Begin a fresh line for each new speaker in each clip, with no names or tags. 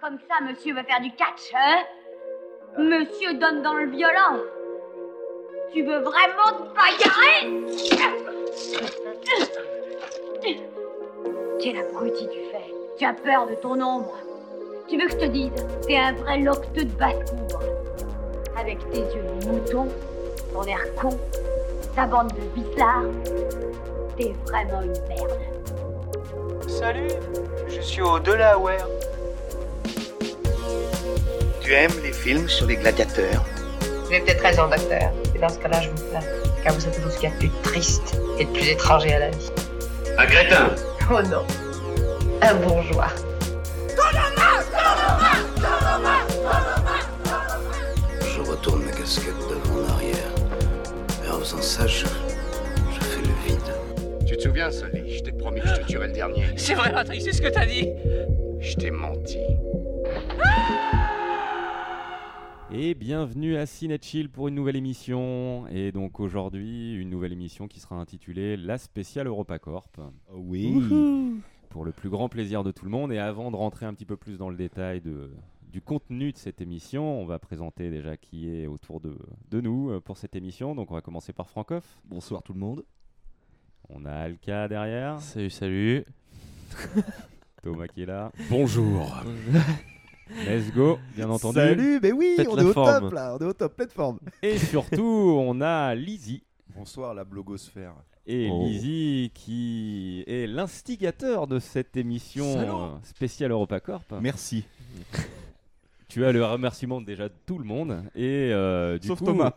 Comme ça, monsieur veut faire du catch, hein Monsieur donne dans le violent. Tu veux vraiment te bagarrer Quel abruti tu fais Tu as peur de ton ombre. Tu veux que je te dise, t'es un vrai locteux de basse-cour. Avec tes yeux de mouton, ton air con, ta bande de bizarres, t'es vraiment une merde.
Salut, je suis au Delaware.
Tu aimes les films sur les gladiateurs
J'ai peut-être raison, docteur. Et dans ce cas-là, je vous plains. Car vous êtes vous ce qu'il y a de plus triste et de plus étranger à la vie.
Un crétin
Oh non Un bourgeois
je retourne ma casquette devant en arrière. Et en faisant ça, je, je fais le vide.
Tu te souviens, Sully Je t'ai promis que je te tuerais le dernier.
C'est vrai, Patrick, c'est ce que t'as dit.
Je t'ai menti.
Et bienvenue à Cinechill pour une nouvelle émission. Et donc aujourd'hui, une nouvelle émission qui sera intitulée La spéciale EuropaCorp.
Oui.
Wouhou pour le plus grand plaisir de tout le monde. Et avant de rentrer un petit peu plus dans le détail de, du contenu de cette émission, on va présenter déjà qui est autour de, de nous euh, pour cette émission. Donc on va commencer par Francoff.
Bonsoir tout le monde.
On a Alka derrière.
Salut, salut.
Thomas qui est là.
Bonjour.
Let's go, bien entendu.
Salut, mais oui, Faites on est au forme. top là, on est au top, pleine forme.
Et surtout, on a Lizzie.
Bonsoir la blogosphère.
Et oh. Lizzie qui est l'instigateur de cette émission Salaud. spéciale EuropaCorp.
Merci.
Tu as le remerciement déjà de tout le monde et euh, du
sauf
coup,
Thomas.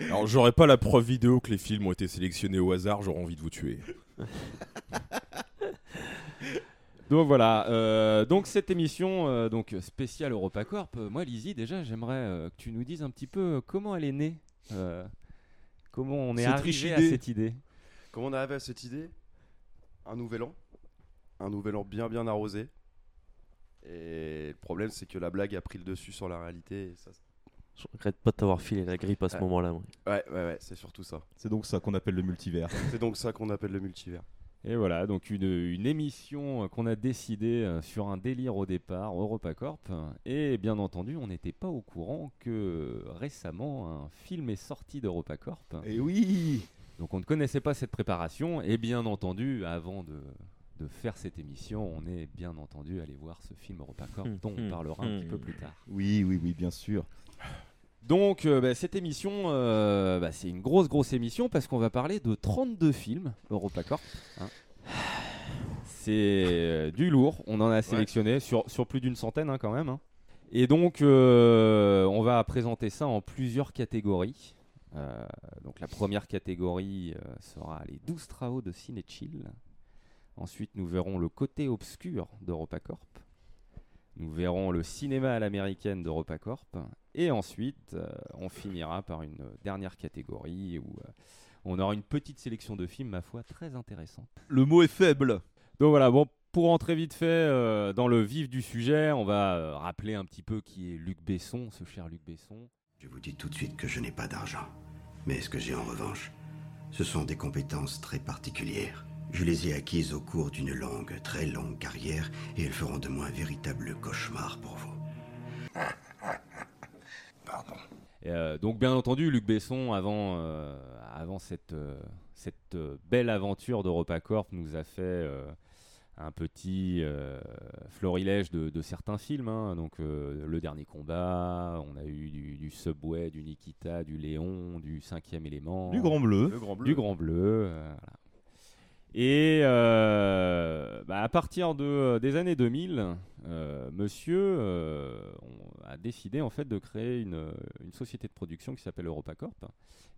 Alors j'aurais pas la preuve vidéo que les films ont été sélectionnés au hasard, j'aurais envie de vous tuer.
Donc voilà, euh, donc cette émission euh, donc spéciale EuropaCorp, moi Lizzie déjà j'aimerais euh, que tu nous dises un petit peu comment elle est née euh, Comment on est, est arrivé à cette idée
Comment on est arrivé à cette idée Un nouvel an. Un nouvel an bien bien arrosé. Et le problème c'est que la blague a pris le dessus sur la réalité. Et ça...
Je regrette pas de t'avoir filé la grippe à ce
ouais.
moment-là.
Ouais. ouais, ouais, ouais, c'est surtout ça.
C'est donc ça qu'on appelle le multivers.
c'est donc ça qu'on appelle le multivers.
Et voilà, donc une, une émission qu'on a décidée sur un délire au départ, EuropaCorp. Et bien entendu, on n'était pas au courant que euh, récemment, un film est sorti d'EuropaCorp.
Et Eh oui
Donc on ne connaissait pas cette préparation. Et bien entendu, avant de, de faire cette émission, on est bien entendu allé voir ce film EuropaCorp dont on parlera un petit peu plus tard.
Oui, oui, oui, bien sûr.
Donc euh, bah, cette émission, euh, bah, c'est une grosse grosse émission parce qu'on va parler de 32 films EuropaCorp. Hein. C'est euh, du lourd, on en a sélectionné ouais. sur, sur, plus d'une centaine hein, quand même. Hein. Et donc euh, on va présenter ça en plusieurs catégories. Euh, donc la première catégorie euh, sera les 12 travaux de Ciné Chill. Ensuite nous verrons le côté obscur d'EuropaCorp. Nous verrons le cinéma à l'américaine d'EuropaCorp. Et ensuite, euh, on finira par une dernière catégorie où euh, on aura une petite sélection de films, ma foi, très intéressante.
Le mot est faible.
Donc voilà, bon, pour entrer vite fait euh, dans le vif du sujet, on va euh, rappeler un petit peu qui est Luc Besson, ce cher Luc Besson.
Je vous dis tout de suite que je n'ai pas d'argent. Mais ce que j'ai en revanche, ce sont des compétences très particulières. Je les ai acquises au cours d'une longue, très longue carrière et elles feront de moi un véritable cauchemar pour vous.
Pardon. Et euh, donc bien entendu, Luc Besson, avant, euh, avant cette, euh, cette belle aventure d'EuropaCorp, nous a fait euh, un petit euh, florilège de, de, certains films. Hein. Donc Le Dernier Combat, on a eu du, du, Subway, du Nikita, du Léon, du Cinquième Élément.
Du Grand Bleu.
Le Grand Bleu.
Du Grand Bleu. euh, Voilà. Et euh, bah à partir de, des années 2000, euh, monsieur euh, on a décidé en fait de créer une, euh, une société de production qui s'appelle EuropaCorp,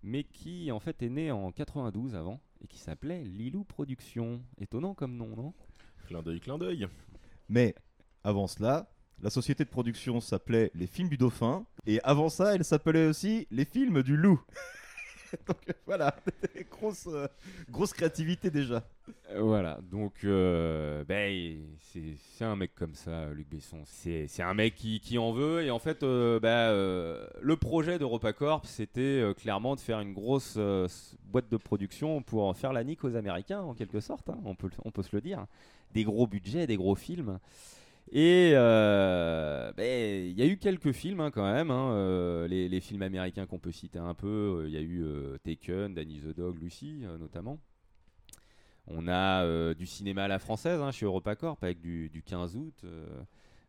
mais qui en fait est née en 92 avant et qui s'appelait Lilou Productions. Étonnant comme nom, non
Clin d'œil, clin d'œil.
Mais avant cela, la société de production s'appelait Les Films du Dauphin, et avant ça, elle s'appelait aussi Les Films du Loup. donc euh, voilà, grosse, euh, grosse créativité déjà.
Euh, voilà, donc euh, bah, c'est un mec comme ça, Luc Besson. C'est un mec qui, qui, en veut. Et en fait, bah, le projet d'EuropaCorp, c'était euh, clairement de faire une grosse euh, boîte de production pour en faire la nique aux Américains, en quelque sorte. Hein, on, peut, on peut se le dire. Des gros budgets, des gros films. Et euh, ben, il y a eu quelques films hein, quand même, hein, euh, les, les films américains qu'on peut citer un peu. euh, Il y a eu euh, Taken, Danny the Dog, Lucy euh, notamment. On a euh, du cinéma à la française hein, chez EuropaCorp avec du, du 15 août, euh,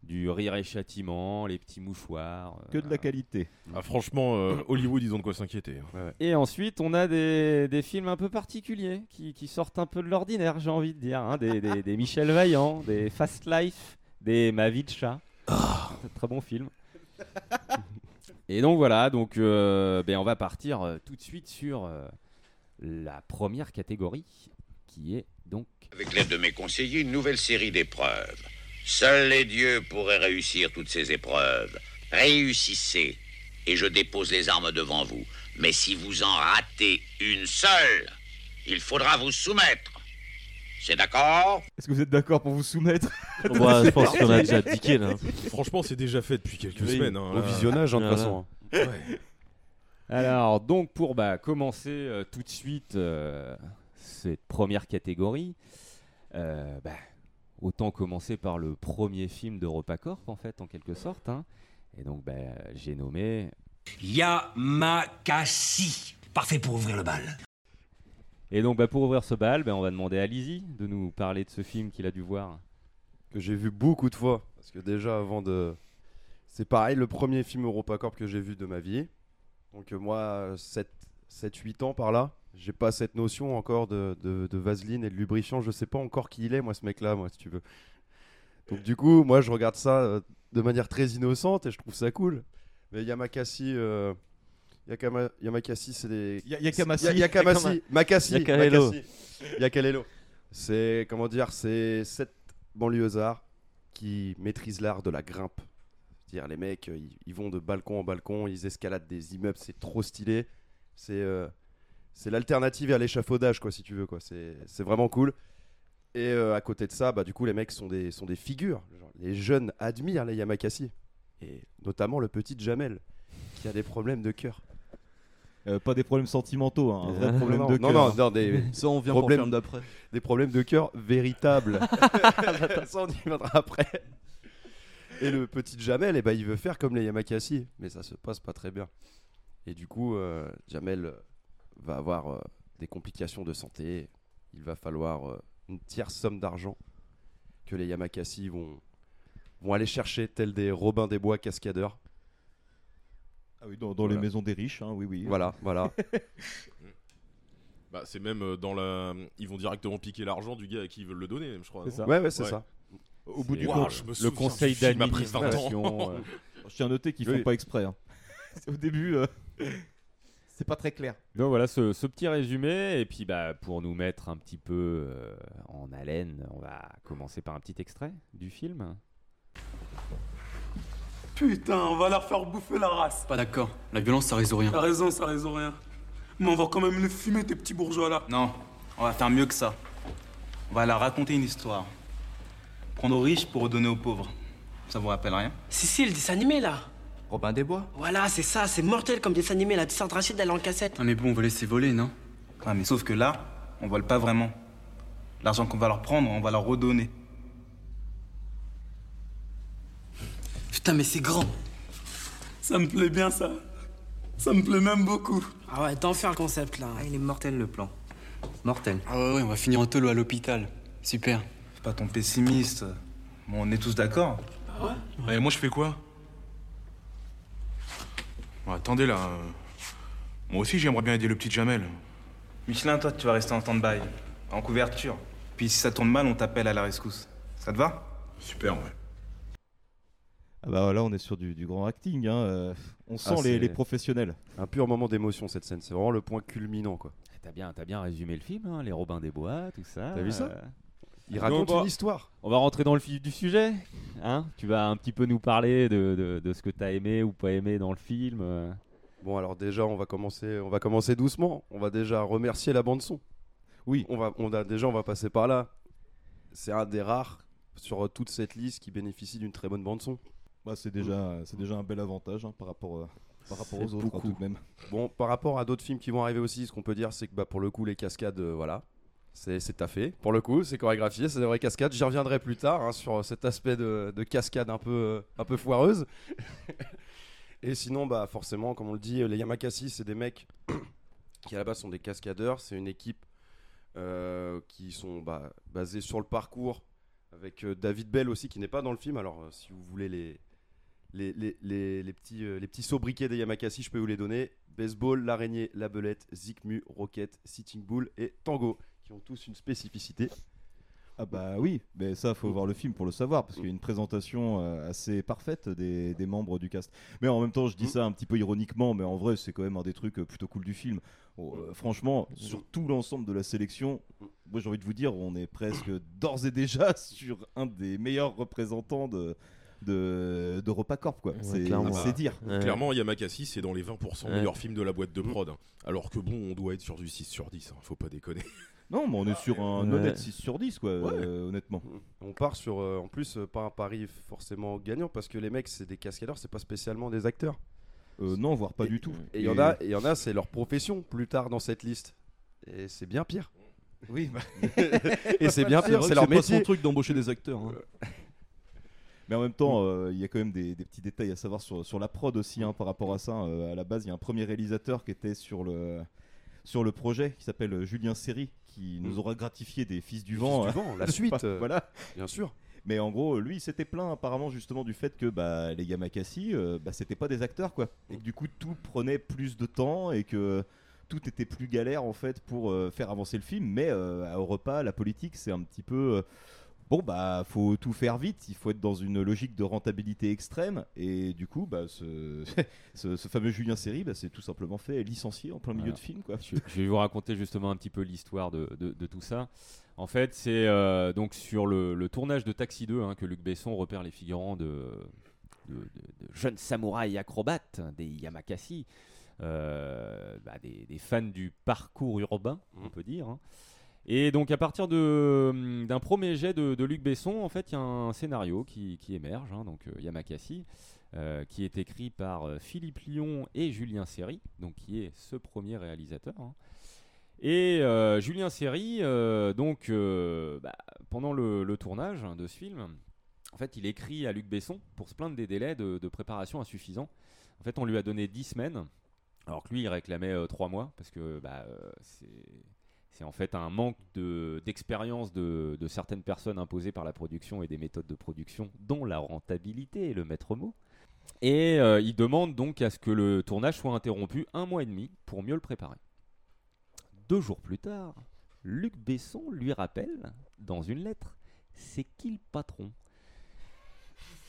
du Rire et Châtiment, Les Petits Mouchoirs. euh,
Que de la qualité.
Ah, franchement, euh, Hollywood, ils ont de quoi s'inquiéter. hein.
et ensuite, on a des, des films un peu particuliers qui, qui sortent un peu de l'ordinaire, j'ai envie de dire. hein, des, des- des Michel Vaillant, des Fast Life, des Ma vie de chat. Très bon film. Oh. Et donc voilà, donc euh, ben, on va partir euh, tout de suite sur euh, la première catégorie qui est donc
Avec l'aide de mes conseillers, une nouvelle série d'épreuves. Seuls les dieux pourraient réussir toutes ces épreuves. Réussissez, et je dépose les armes devant vous. Mais si vous en ratez une seule, il faudra vous soumettre. C'est d'accord
Est-ce que vous êtes d'accord pour vous soumettre
Bah, je pense qu'on a déjà abdiqué, là.
Franchement, c'est déjà fait depuis quelques
Oui,
semaines. hein,
au
là.
visionnage, hein, de toute
Voilà.
façon,
Ouais.
Alors, donc, pour bah, commencer euh, tout de suite euh, cette première catégorie, euh, bah, autant commencer par le premier film d'EuropaCorp, en fait, en quelque sorte. hein. Et donc, bah, j'ai nommé.
Yamakasi. Parfait pour ouvrir le bal.
Et donc, bah, pour ouvrir ce bal, bah, on va demander à Lizzie de nous parler de ce film qu'il a dû voir.
que j'ai vu beaucoup de fois. Parce que déjà, avant de. C'est pareil, le premier film EuropaCorp que j'ai vu de ma vie. Donc, euh, moi, 7-8 ans par là, j'ai pas cette notion encore de, de- de vaseline et de lubrifiant. Je sais pas encore qui il est, moi, ce mec-là, moi, si tu veux. Donc, du coup, moi, je regarde ça euh, de manière très innocente et je trouve ça cool. Mais Yamakasi. euh, Yakama- Yamakasi, c'est des.
Ya- Yakamasi.
Ya- Yakamasi.
Yakama-
Makasi.
Yakalelo.
Makasi. Yakalelo. C'est, comment dire, c'est sept banlieusards qui maîtrisent l'art de la grimpe. C'est-à-dire, les mecs, euh, ils, ils vont de balcon en balcon, ils escaladent des immeubles, c'est trop stylé. C'est, euh, c'est l'alternative à l'échafaudage, quoi, si tu veux, quoi. C'est, c'est vraiment cool. Et euh, à côté de ça, bah, du coup, les mecs sont des, sont des figures. Genre, les jeunes admirent les Yamakasi. Et notamment le petit Jamel, qui a des problèmes de cœur.
Euh, pas des problèmes sentimentaux, hein, un vrai
Ah Non,
problème
Euh, non,
de
non,
cœur.
non, non, des
Ça, on vient pour
problèmes
le film d'après.
Des problèmes de cœur véritables. ça, on y viendra après. Et le petit Jamel, eh ben, il veut faire comme les Yamakasi, mais ça se passe pas très bien. Et du coup, euh, Jamel va avoir euh, des complications de santé. Il va falloir euh, une tierce somme d'argent que les Yamakasi vont, vont aller chercher, tels des Robin des Bois cascadeurs.
Ah oui, dans, dans les
Voilà.
maisons des riches, hein, oui, oui.
Voilà, voilà.
Bah, c'est même euh, dans la. Ils vont directement piquer l'argent du gars à qui ils veulent le donner, même, je crois.
C'est
non
ça. Ouais, ouais, c'est ça.
Au bout du
Ouah,
compte,
je me
le
souviens
conseil
du film après
d'administration.
20 ans. Je tiens à noter qu'ils font
Oui.
pas exprès. hein. Au début, euh, c'est pas très clair.
Donc voilà ce, ce petit résumé, et puis bah, pour nous mettre un petit peu euh, en haleine, on va commencer par un petit extrait du film.
Putain, on va leur faire bouffer la race.
Pas d'accord, la violence ça résout rien.
T'as raison, ça résout rien. Mais on va quand même les fumer, tes petits bourgeois là.
Non, on va faire mieux que ça. On va leur raconter une histoire. Prendre aux riches pour redonner aux pauvres. Ça vous rappelle rien
Si, si, le dessin animé là.
Robin des Bois
Voilà, c'est ça, c'est mortel comme dessin animé là. Tu sors de Rachid d'aller en cassette.
Non mais bon, on va laisser voler, non
Ah,
Ouais, mais sauf que là, on vole pas vraiment. L'argent qu'on va leur prendre, on va leur redonner.
Putain, mais c'est grand.
Ça me plaît bien ça. Ça me plaît même beaucoup.
Ah ouais, d'enfer le concept là.
Ah, il est mortel le plan. Mortel. Ah ouais, ouais, on va finir en tolo à l'hôpital. Super. Fais pas ton pessimiste. Bon, on est tous d'accord.
Et moi, je fais quoi Bon, Attendez là. euh, Moi aussi, j'aimerais bien aider le petit Jamel.
Michelin, toi, tu vas rester en stand-by, en couverture. Puis si ça tourne mal, on t'appelle à la rescousse. Ça te va Super, ouais.
Ah bah là, on est sur du, du grand acting. hein, euh, on sent
Ah,
les,
c'est
les professionnels.
Un pur moment d'émotion cette scène, c'est vraiment le point culminant quoi.
T'as bien, t'as bien résumé le film, hein, les Robins des Bois, tout ça. Euh,
T'as vu ça Il
Donc,
raconte
on-
une histoire.
On va rentrer dans le fil du sujet. Hein tu vas un petit peu nous parler de, de- de ce que t'as aimé ou pas aimé dans le film. euh.
Bon alors déjà on va commencer, on va commencer doucement. On va déjà remercier la bande son.
Oui.
On va, on a déjà, on va passer par là. C'est un des rares sur euh, toute cette liste qui bénéficie d'une très bonne bande son.
Bah, c'est déjà, c'est déjà un bel avantage hein, par rapport, euh, par rapport aux
C'est
autres hein,
beaucoup.
tout de même.
Bon, par rapport à d'autres films qui vont arriver aussi, ce qu'on peut dire, c'est que bah, pour le coup, les cascades, euh, voilà, C'est c'est taffé. Pour le coup, c'est chorégraphié, c'est des vraies cascades. J'y reviendrai plus tard hein, sur cet aspect de, de cascade un peu, euh, un peu foireuse. Et sinon, bah, forcément, comme on le dit, les Yamakasi, c'est des mecs qui à la base sont des cascadeurs. C'est une équipe euh, qui sont bah, basés sur le parcours avec euh, David Bell aussi qui n'est pas dans le film. Alors euh, si vous voulez les, les, les, les, les petits, euh, les petits sobriquets des Yamakasi, je peux vous les donner. Baseball, l'araignée, la belette, Zikmu, Rocket, Sitting Bull et Tango qui ont tous une spécificité.
Ah bah oui, mais ça faut voir le film pour le savoir parce qu'il y a une présentation euh, assez parfaite des, des membres du cast. Mais en même temps,
Mm.
je dis ça un petit peu ironiquement, mais en vrai, c'est quand même un des trucs euh, plutôt cool du film.
Mm.
Bon, euh, franchement, sur tout l'ensemble de la sélection, moi j'ai envie de vous dire, on est presque d'ores et déjà sur un des meilleurs représentants de de, de Repacorp quoi. c'est
Ah bah,
c'est dire.
Clairement, Yamakasi, c'est dans les 20%
Ouais.
meilleurs films de la boîte de prod. hein. Alors que bon, on doit être sur du 6 sur 10, hein, faut pas déconner.
Non, mais on est sur un
Ouais.
honnête 6 sur 10 quoi,
Ouais.
euh, honnêtement.
Mm. On part sur, euh, en plus, euh, pas un pari forcément gagnant parce que les mecs, c'est des cascadeurs, c'est pas spécialement des acteurs.
Euh, non, voire pas du tout.
Et il y en
Et-
a, et il y en a, c'est leur profession plus tard dans cette liste. Et c'est bien pire.
Oui.
et c'est bien pire, c'est leur métier.
hein.
Mais en même temps,
Mm.
euh, il y a quand même des, des petits détails à savoir sur, sur la prod aussi hein, par rapport à ça. Euh, à la base, il y a un premier réalisateur qui était sur le, sur le projet qui s'appelle Julien Seri qui nous aura gratifié des Fils du
Mm.
Vent.
Fils du
hein.
Vent, la suite, euh,
voilà.
Bien sûr.
Mais en gros, lui, il s'était plaint apparemment justement du fait que bah, les Yamakasi, euh, bah, c'était pas des acteurs quoi. Et que du coup, tout prenait plus de temps et que tout était plus galère en fait pour euh, faire avancer le film. Mais euh, à Europa, la politique, c'est un petit peu. euh, Bon bah faut tout faire vite, il faut être dans une logique de rentabilité extrême et du coup bah ce, ce, ce fameux Julien Seri bah, c'est tout simplement fait licencié en plein milieu
Voilà.
de film quoi.
Je, je vais vous raconter justement un petit peu l'histoire de, de- de tout ça. En fait, c'est euh, donc sur le, le tournage de Taxi 2 hein, que Luc Besson repère les figurants de, de- de- de jeunes samouraïs acrobates, hein, des Yamakasi, euh, bah, des, des fans du parcours urbain,
Mm.
on peut dire. hein. Et donc à partir de- hum, d'un premier jet de, de Luc Besson, en fait, il y a un scénario qui, qui émerge, hein, donc euh, Yamakasi, euh, qui est écrit par euh, Philippe Lyon et Julien Seri, donc qui est ce premier réalisateur. hein. Et euh, Julien Seri, euh, donc euh, bah, pendant le, le tournage hein, de ce film, en fait, il écrit à Luc Besson pour se plaindre des délais de, de préparation insuffisants. En fait, on lui a donné 10 semaines, alors que lui, il réclamait 3 mois, parce que bah, euh, c'est c'est en fait un manque de- d'expérience de, de certaines personnes imposées par la production et des méthodes de production, dont la rentabilité est le maître mot. Et euh, il demande donc à ce que le tournage soit interrompu un mois et demi pour mieux le préparer. Deux jours plus tard, Luc Besson lui rappelle, dans une lettre, c'est qui le patron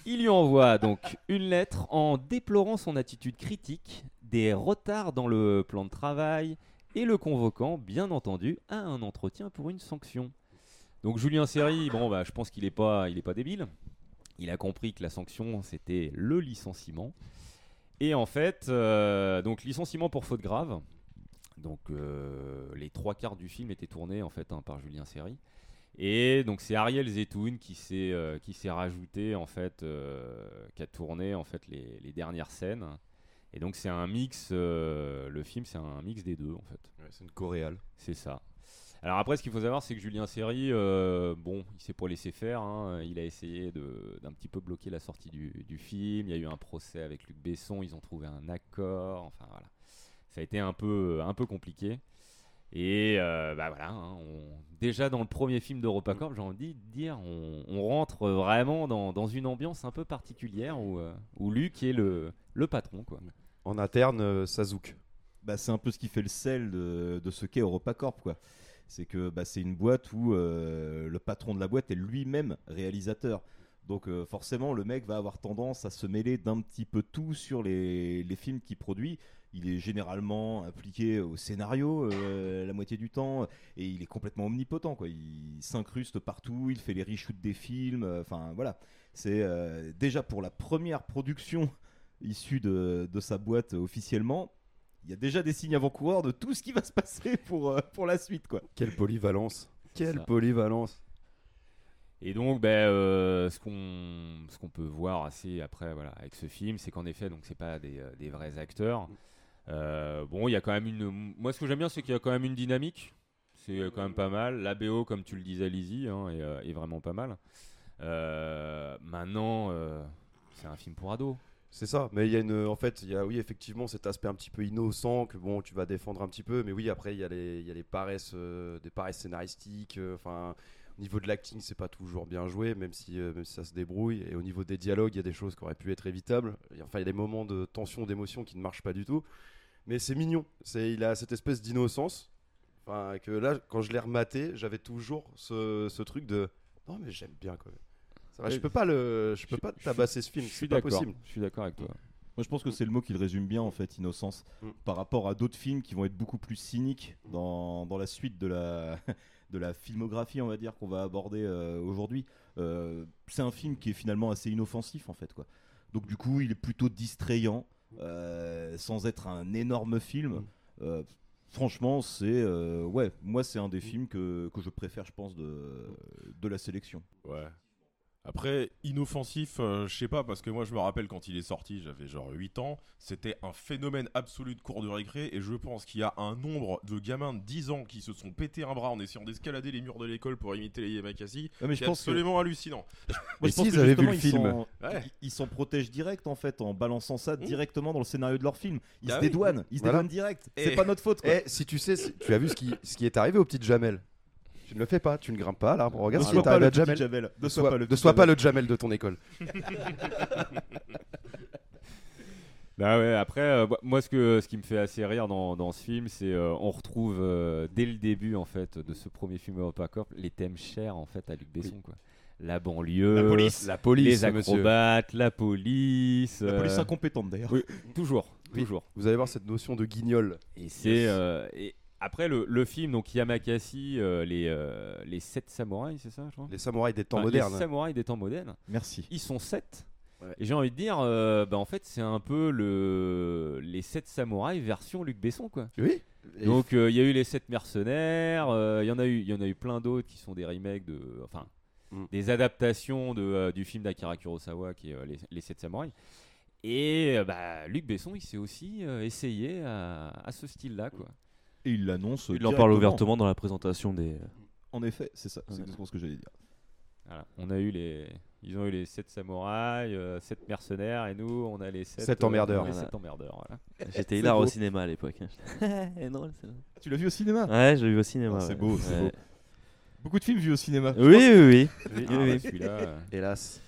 il lui envoie donc une lettre en déplorant son attitude critique, des retards dans le plan de travail et le convoquant, bien entendu, à un entretien pour une sanction. Donc Julien Serry, bon bah je pense qu'il est pas, il est pas débile. Il a compris que la sanction c'était le licenciement. Et en fait, euh, donc licenciement pour faute grave. Donc euh, les trois quarts du film étaient tournés en fait hein, par Julien Serry. Et donc c'est Ariel Zetoun qui s'est euh, qui s'est rajouté en fait, euh, qui a tourné en fait les, les dernières scènes. Et donc c'est un mix, euh, le film c'est un mix des deux en fait.
c'est une coréale.
C'est ça. Alors après ce qu'il faut savoir c'est que Julien Serry, bon il s'est pas laissé faire, hein. il a essayé de- d'un petit peu bloquer la sortie du, du film, il y a eu un procès avec Luc Besson, ils ont trouvé un accord, enfin voilà. Ça a été un peu, un peu compliqué. Et euh, bah voilà, hein, on- déjà dans le premier film d'EuropaCorp, j'ai envie de dire, on, on rentre vraiment dans, dans une ambiance un peu particulière où, euh, où Luc est le, le patron. Quoi.
En interne, euh, ça zouk.
bah, c'est un peu ce qui fait le sel de, de ce qu'est EuropaCorp, quoi. C'est que bah, c'est une boîte où euh, le patron de la boîte est lui-même réalisateur. Donc euh, forcément, le mec va avoir tendance à se mêler d'un petit peu tout sur les, les films qu'il produit. Il est généralement impliqué au scénario euh, la moitié du temps et il est complètement omnipotent. Quoi. Il s'incruste partout, il fait les reshoots des films. euh, Enfin voilà, c'est euh, déjà pour la première production issue de, de sa boîte euh, officiellement, il y a déjà des signes avant-coureurs de tout ce qui va se passer pour, euh, pour la suite. quoi.
Quelle polyvalence. Quelle
ça.
polyvalence.
Et donc, ben, euh, ce qu'on ce qu'on peut voir assez après, voilà, avec ce film, c'est qu'en effet, donc c'est pas des, euh, des vrais acteurs. Euh, bon, il y a quand même une. Moi, ce que j'aime bien, c'est qu'il y a quand même une dynamique. c'est euh, quand même pas mal. La BO, comme tu le disais, Lizzy, hein, est, euh, est vraiment pas mal. Euh, maintenant, euh, c'est un film pour ados.
C'est ça, mais il y a une, en fait, il y a, oui, effectivement, cet aspect un petit peu innocent que bon, tu vas défendre un petit peu, mais oui, après, il y a les, il y a les paresses, euh, des paresses scénaristiques. euh, Enfin, au niveau de l'acting, c'est pas toujours bien joué, même si, euh, même si ça se débrouille. Et au niveau des dialogues, il y a des choses qui auraient pu être évitables. Et enfin, il y a des moments de tension, d'émotion qui ne marchent pas du tout. Mais c'est mignon. C'est, il a cette espèce d'innocence. Enfin, que là, quand je l'ai rematé, j'avais toujours ce, ce truc de non, mais j'aime bien quand même. C'est vrai, je peux pas le, je peux pas tabasser ce film. c'est pas possible.
Je suis d'accord avec toi.
Moi, je pense que c'est le mot qui le résume bien, en fait, Innocence,
Mm.
par rapport à d'autres films qui vont être beaucoup plus cyniques dans, dans la suite de la, de la filmographie, on va dire, qu'on va aborder euh, aujourd'hui. Euh, c'est un film qui est finalement assez inoffensif, en fait, quoi. Donc, du coup, il est plutôt distrayant, euh, sans être un énorme film. Euh, franchement, c'est. euh, ouais, moi, c'est un des films que, que je préfère, je pense, de, de la sélection.
Ouais. Après, inoffensif, euh, je sais pas, parce que moi je me rappelle quand il est sorti, j'avais genre 8 ans, c'était un phénomène absolu de cours de récré, et je pense qu'il y a un nombre de gamins de 10 ans qui se sont pété un bras en essayant d'escalader les murs de l'école pour imiter les Yamakasi,
Ouais, Ah, mais je
qui est
pense que-
absolument hallucinant.
Moi, je pense que justement, ils s'en-
Ouais.
ils- Ils s'en protègent direct en fait en balançant ça directement dans le scénario de leur film. Ils
Bah
se
oui.
dédouanent, ils se
Voilà.
dédouanent direct. C'est
Et-
pas notre faute. quoi.
Eh,
Et si tu sais, si- tu as vu ce qui, ce qui est arrivé aux petites Jamel Tu ne le fais pas, tu ne grimpes pas à l'arbre. Regarde
Ne
ce qui
sois
est
pas
arrivé
le
à
petit
Jamel.
Jamel.
Ne sois pas le, ne sois pas le Jamel de ton école.
Bah ouais, après, euh, moi- moi, ce, que, ce qui me fait assez rire dans, dans ce film, c'est euh, on retrouve euh, dès le début, en fait, de ce premier film Europa Corp, les thèmes chers, en fait, à Luc Besson, quoi. La banlieue,
La police. La police,
les
monsieur.
acrobates, la police.
La police
euh,
incompétente, d'ailleurs.
oui, toujours,
Oui.
toujours.
Vous allez voir cette notion de guignol.
Et c'est euh, et après le, le film donc Yamakasi euh, les euh, les sept samouraïs c'est ça je crois
Les samouraïs des temps
Enfin,
modernes.
les samouraïs des temps modernes
Merci.
ils sont sept et j'ai envie de dire euh, bah en fait c'est un peu le les sept samouraïs version Luc Besson quoi
oui
donc euh, il y a eu les sept mercenaires euh, il y en a eu il y en a eu plein d'autres qui sont des remakes de enfin des adaptations de, euh, du film d'Akira Kurosawa qui est euh, les, les sept samouraïs et euh, bah, Luc Besson il s'est aussi euh, essayé à, à ce style là quoi
Et il l'annonce.
Il en parle
directement.
ouvertement dans la présentation des.
En effet, c'est ça. C'est
Ouais.
exactement ce que j'allais dire.
Voilà, on a eu les. Ils ont eu les 7 samouraïs, 7 mercenaires, et nous, on a les 7,
Sept emmerdeurs.
Les
Voilà.
7 emmerdeurs, voilà.
J'étais
C'est
hilar au
beau.
cinéma à l'époque. hein.
Et drôle, Tu l'as vu au cinéma
Ouais, je l'ai vu au cinéma.
Ah, c'est
ouais.
beau, c'est
Ouais.
beau. Beaucoup de films vus au cinéma.
Oui, oui, oui.
Oui,
Oui,
ah,
oui.
bah, celui-là. euh.
Hélas.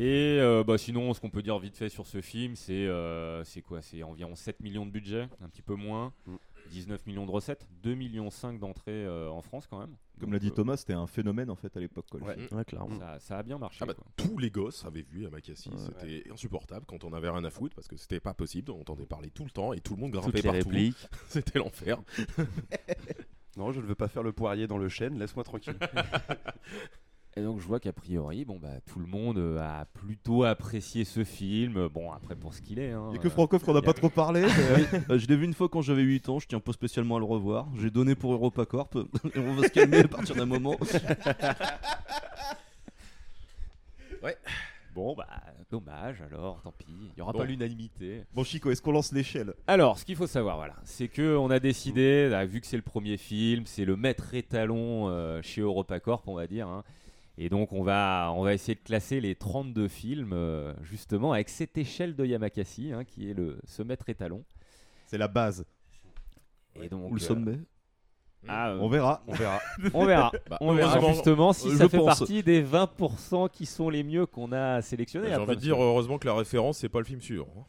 Et euh, bah, sinon, ce qu'on peut dire vite fait sur ce film, c'est euh, c'est quoi C'est environ 7 millions de budget, un petit peu moins,
Mm.
19 millions de recettes, 2,5 millions d'entrées euh, en France quand même.
Comme
Euh,
l'a dit Thomas, c'était un phénomène en fait à l'époque. quoi, le film.
Ça, ça a bien marché.
Ah bah,
quoi.
tous les gosses avaient vu Yamakasi,
Ouais.
c'était insupportable quand on avait rien à foutre parce que c'était pas possible, on entendait parler tout le temps et tout le monde grimpait
les
partout.
répliques.
c'était l'enfer.
Non, je ne veux pas faire le poirier dans le chêne, laisse-moi tranquille.
Et donc je vois qu'a priori, bon bah tout le monde euh, a plutôt apprécié ce film. Bon après pour ce qu'il est. Hein,
Il
y a que Francoff qu'on n'a pas trop parlé, mais-
Euh, je l'ai vu une fois quand j'avais 8 ans, je tiens pas spécialement à le revoir. J'ai donné pour EuropaCorp, et on va se calmer à partir d'un moment.
Ouais.
Bon bah dommage alors, tant pis. Il y aura
Bon.
pas l'unanimité.
Bon, Chico, est-ce qu'on lance l'échelle
Alors, ce qu'il faut savoir, voilà, c'est que on a décidé, là, vu que c'est le premier film, c'est le maître étalon euh, chez EuropaCorp, on va dire. hein. et donc, on va, on va essayer de classer les 32 films, euh, justement, avec cette échelle de Yamakasi, hein, qui est le, ce maître étalon.
C'est la base.
Et donc,
Ou le
euh,
sommet.
ah, euh,
On verra.
On verra. on verra.
Bah,
on verra
heureusement,
justement si
euh,
ça
je
fait
pense.
partie des 20% qui sont les mieux qu'on a sélectionnés.
J'ai
après,
envie de
parce
dire
que-
heureusement que la référence c'est pas le film suivant. hein.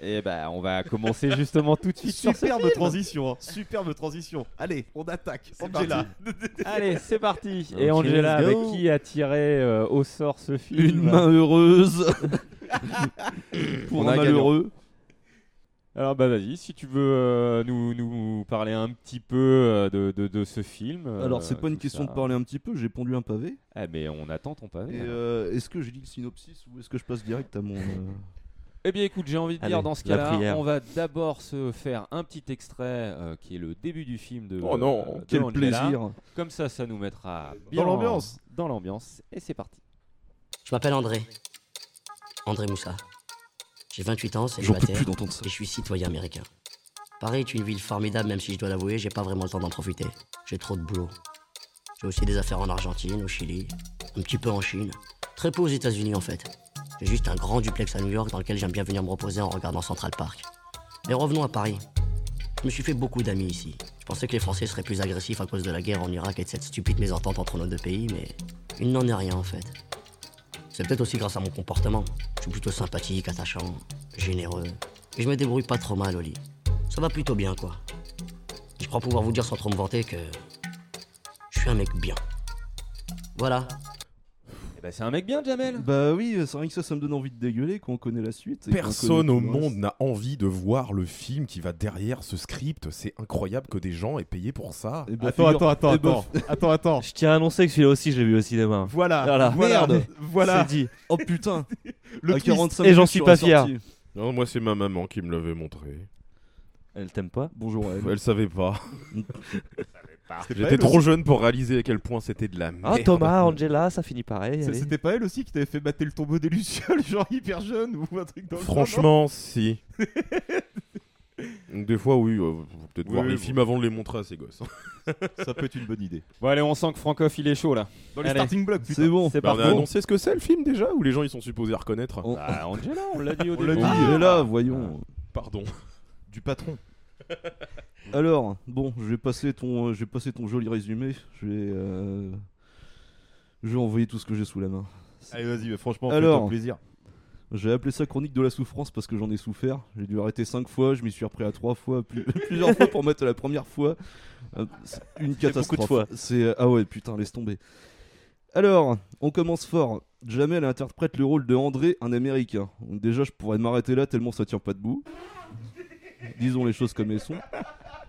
Eh ben, on va commencer justement tout de suite sur ce
Superbe
film.
transition, hein. superbe transition. Allez, on attaque. Angela.
Allez, c'est parti.
Ok,
Et Angela,
let's
avec
go.
qui a tiré euh, au sort ce film
Une main heureuse pour
On a
un
un
malheureux.
Alors bah vas-y, si tu veux euh, nous, nous parler un petit peu euh, de, de- de ce film. euh,
Alors, c'est pas une
tout
question
ça.
de parler un petit peu, j'ai pondu un pavé.
Eh mais on attend ton pavé.
Et
alors.
euh, est-ce que je lis le synopsis ou est-ce que je passe direct à mon. euh,
Eh bien écoute, j'ai envie de dire
Allez,
dans ce
la
cas-là,
prière.
on va d'abord se faire un petit extrait euh, qui est le début du film de. euh,
Oh non,
de
quel
Angela.
plaisir.
Comme ça, ça nous mettra bien en-
l'ambiance.
Dans l'ambiance. Et c'est parti.
Je m'appelle André. André Moussa. J'ai 28 ans,
J'en peux
célibataire.
plus d'entendre ça.
Et je suis citoyen américain. Paris est une ville formidable, même si je dois l'avouer, j'ai pas vraiment le temps d'en profiter. J'ai trop de boulot. J'ai aussi des affaires en Argentine, au Chili, un petit peu en Chine, très peu aux États-Unis en fait. J'ai juste un grand duplex à New York dans lequel j'aime bien venir me reposer en regardant Central Park. Mais revenons à Paris. Je me suis fait beaucoup d'amis ici. Je pensais que les Français seraient plus agressifs à cause de la guerre en Irak et de cette stupide mésentente entre nos deux pays, mais il n'en est rien en fait. C'est peut-être aussi grâce à mon comportement. Je suis plutôt sympathique, attachant, généreux. Et je me débrouille pas trop mal au lit. Ça va plutôt bien, quoi. Je crois pouvoir vous dire sans trop me vanter que je suis un mec bien. Voilà.
c'est un mec bien, Jamel.
Bah oui, c'est vrai que ça, ça me donne envie de dégueuler quand on connaît la suite. et qu'on
Personne
connaît
au
tout le reste.
monde n'a envie de voir le film qui va derrière ce script. C'est incroyable que des gens aient payé pour ça.
Eh ben, attends, attends, attends, attends,
attends, attends.
Je tiens à annoncer que celui-là aussi, je l'ai vu au cinéma.
Voilà,
voilà.
voilà,
Merde.
voilà.
C'est dit.
Oh putain.
Le
À
twist.
45
Et j'en
minutes,
suis
je
pas
ressorti.
fier.
Non, moi, c'est ma maman qui me l'avait montré.
Elle t'aime pas Bonjour
elle. savait pas.
pas.
J'étais trop jeune pour réaliser à quel point c'était de la
Ah,
merde.
Thomas, Angela, ça finit pareil.
C'est-
allez.
C'était pas elle aussi qui t'avait fait battre le tombeau des Lucioles, genre hyper jeune ou un truc dans le genre,
Franchement,
non
si. Donc, des fois, oui, euh, faut peut-être
Oui,
voir
oui,
les
bon.
films avant de les montrer à ces gosses.
Ça peut être une bonne idée.
Bon, allez, on sent que Francoff il est chaud là.
Dans les
Allez.
starting blocks, putain.
C'est bon, c'est
Bah, on
parti.
a annoncé ce que c'est le film déjà Ou les gens ils sont supposés reconnaître
Bah, Angela, on l'a dit au
On
début.
l'a dit.
euh,
Ah,
Angela, voyons.
Pardon.
Du patron.
Alors, bon, je vais passer ton, euh, je vais passer ton joli résumé. Je vais, euh, je vais envoyer tout ce que j'ai sous la main.
Allez, vas-y, mais franchement, fais-toi
Alors,
plaisir.
J'ai appelé ça chronique de la souffrance parce que j'en ai souffert. J'ai dû arrêter 5 fois, je m'y suis repris à 3 fois, plus- plusieurs fois pour mettre la première fois. Euh, c'est Une
C'est
catastrophe.
beaucoup de fois.
C'est euh, ah ouais, putain, laisse tomber. Alors, on commence fort. Jamel interprète le rôle de André, un Américain. Donc déjà, je pourrais m'arrêter là tellement ça tient pas debout. Disons les choses comme elles sont.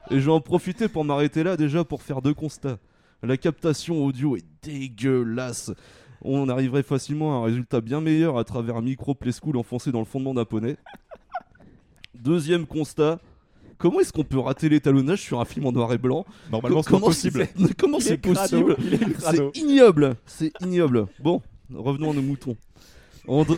Et je vais en profiter pour m'arrêter là déjà pour faire deux constats. La captation audio est dégueulasse. On arriverait facilement à un résultat bien meilleur à travers un micro Play School enfoncé dans le fondement d'un poney. Deuxième constat. Comment est-ce qu'on peut rater l'étalonnage sur un film en noir et blanc
Normalement, c'est
Comment
impossible.
c'est- Comment
Il
c'est
est crado,
possible
il est crado.
C'est ignoble. C'est ignoble. Bon, revenons à nos moutons. André...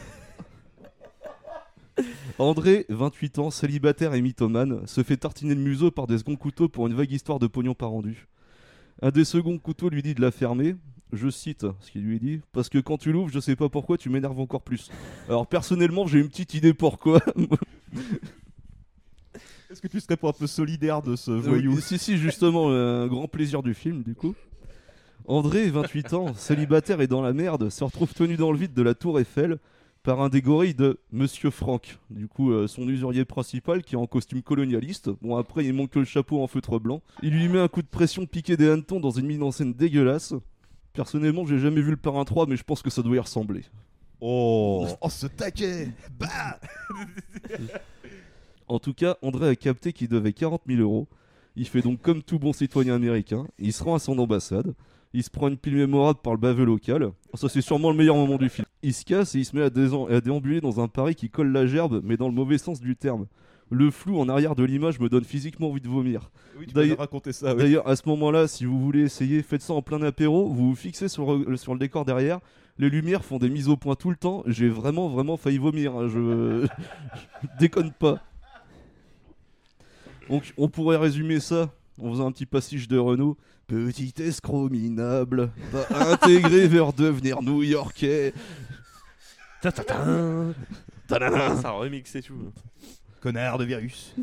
André, 28 ans, célibataire et mythomane, se fait tartiner le museau par des seconds couteaux pour une vague histoire de pognon pas rendu. Un des seconds couteaux lui dit de la fermer. Je cite ce qu'il lui est dit parce que quand tu l'ouvres, je sais pas pourquoi tu m'énerves encore plus. Alors personnellement, j'ai une petite idée pourquoi.
Est-ce que tu serais pas un peu solidaire de
Euh,
ce voyou
Oui, Si, si, justement, euh, un grand plaisir du film, du coup. André, 28 ans, célibataire et dans la merde, se retrouve tenu dans le vide de la Tour Eiffel par un des gorilles de Monsieur Franck, du coup euh, son usurier principal qui est en costume colonialiste. Bon après il manque que le chapeau en feutre blanc. Il lui met un coup de pression piqué des hannetons dans une mise en scène dégueulasse. Personnellement j'ai jamais vu le parrain 3 mais je pense que ça doit y ressembler.
Oh, oh, ce taquet Bah
En tout cas, André a capté qu'il devait 40 000 euros. Il fait donc comme tout bon citoyen américain. Il se rend à son ambassade. Il se prend une pile mémorable par le baveux local. Ça, c'est sûrement le meilleur moment du film. Il se casse et il se met à, désen- à déambuler dans un Paris qui colle la gerbe, mais dans le mauvais sens du terme. Le flou en arrière de l'image me donne physiquement envie de vomir.
Oui, tu
D'ailleurs-
m'avais raconté ça, ouais.
D'ailleurs, à ce moment-là, si vous voulez essayer, faites ça en plein apéro. Vous vous fixez sur, euh, sur le décor derrière. Les lumières font des mises au point tout le temps. J'ai vraiment, vraiment failli vomir. hein. Je... je déconne pas. Donc, on pourrait résumer ça en faisant un petit passage de Renault. Petit escroc minable, va intégrer vers devenir new-yorkais. Ta-ta-tin, ta-da-da.
Ça remix et tout.
Connard de virus.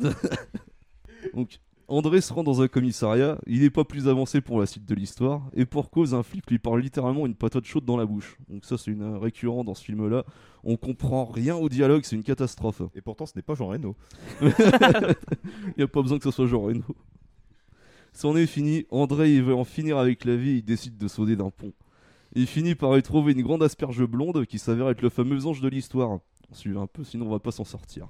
Donc, André se rend dans un commissariat, il n'est pas plus avancé pour la suite de l'histoire, et pour cause, un flic lui parle littéralement une patate chaude dans la bouche. Donc ça, c'est une euh, récurrent dans ce film-là. On comprend rien au dialogue, c'est une catastrophe.
Et pourtant, ce n'est pas Jean Reno.
il n'y a pas besoin que ce soit Jean Reno. C'en est fini, André il veut en finir avec la vie, il décide de sauter d'un pont. Il finit par y trouver une grande asperge blonde qui s'avère être le fameux ange de l'histoire. On suit un peu, sinon on va pas s'en sortir.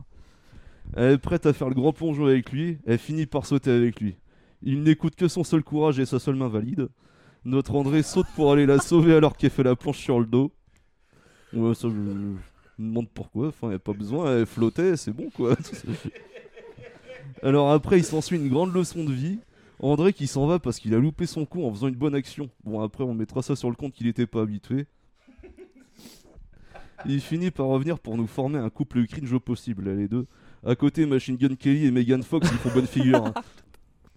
Elle est prête à faire le grand plongeon avec lui, elle finit par sauter avec lui. Il n'écoute que son seul courage et sa seule main valide. Notre André saute pour aller la sauver alors qu'elle fait la planche sur le dos. Ouais, ça, je, je me demande pourquoi, enfin, y a pas besoin, elle flottait, c'est bon quoi. Alors après, il s'ensuit une grande leçon de vie. André qui s'en va parce qu'il a loupé son coup en faisant une bonne action. Bon, après, on mettra ça sur le compte qu'il n'était pas habitué. Il finit par revenir pour nous former un couple cringe au possible, les deux. À côté, Machine Gun Kelly et Megan Fox, ils font bonne figure. hein.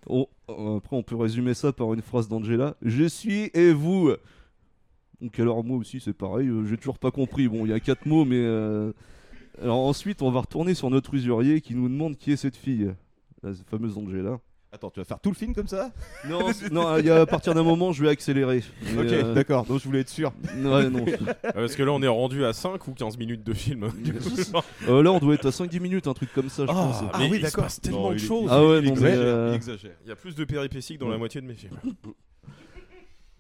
On- euh, après, on peut résumer ça par une phrase d'Angela Je suis et vous Donc, alors, moi aussi, c'est pareil, euh, j'ai toujours pas compris. Bon, il y a quatre mots, mais. euh, Alors, ensuite, on va retourner sur notre usurier qui nous demande qui est cette fille, la fameuse Angela.
Attends, tu vas faire tout le film comme ça
Non, c'est- non, il y a- à partir d'un moment, je vais accélérer. Mais,
Ok,
euh,
d'accord, donc je voulais être sûr.
Ouais, non.
Ah, Parce que là, on est rendu à 5 ou 15 minutes de film.
Euh, là, on doit être à 5-10 minutes, un truc comme ça, je
Ah,
pense.
mais il se passe tellement
Non,
de
il-
choses.
Ah ouais,
Il
non, mais,
exagère,
euh,
il exagère. Il y a plus de péripéties que dans la moitié de mes films.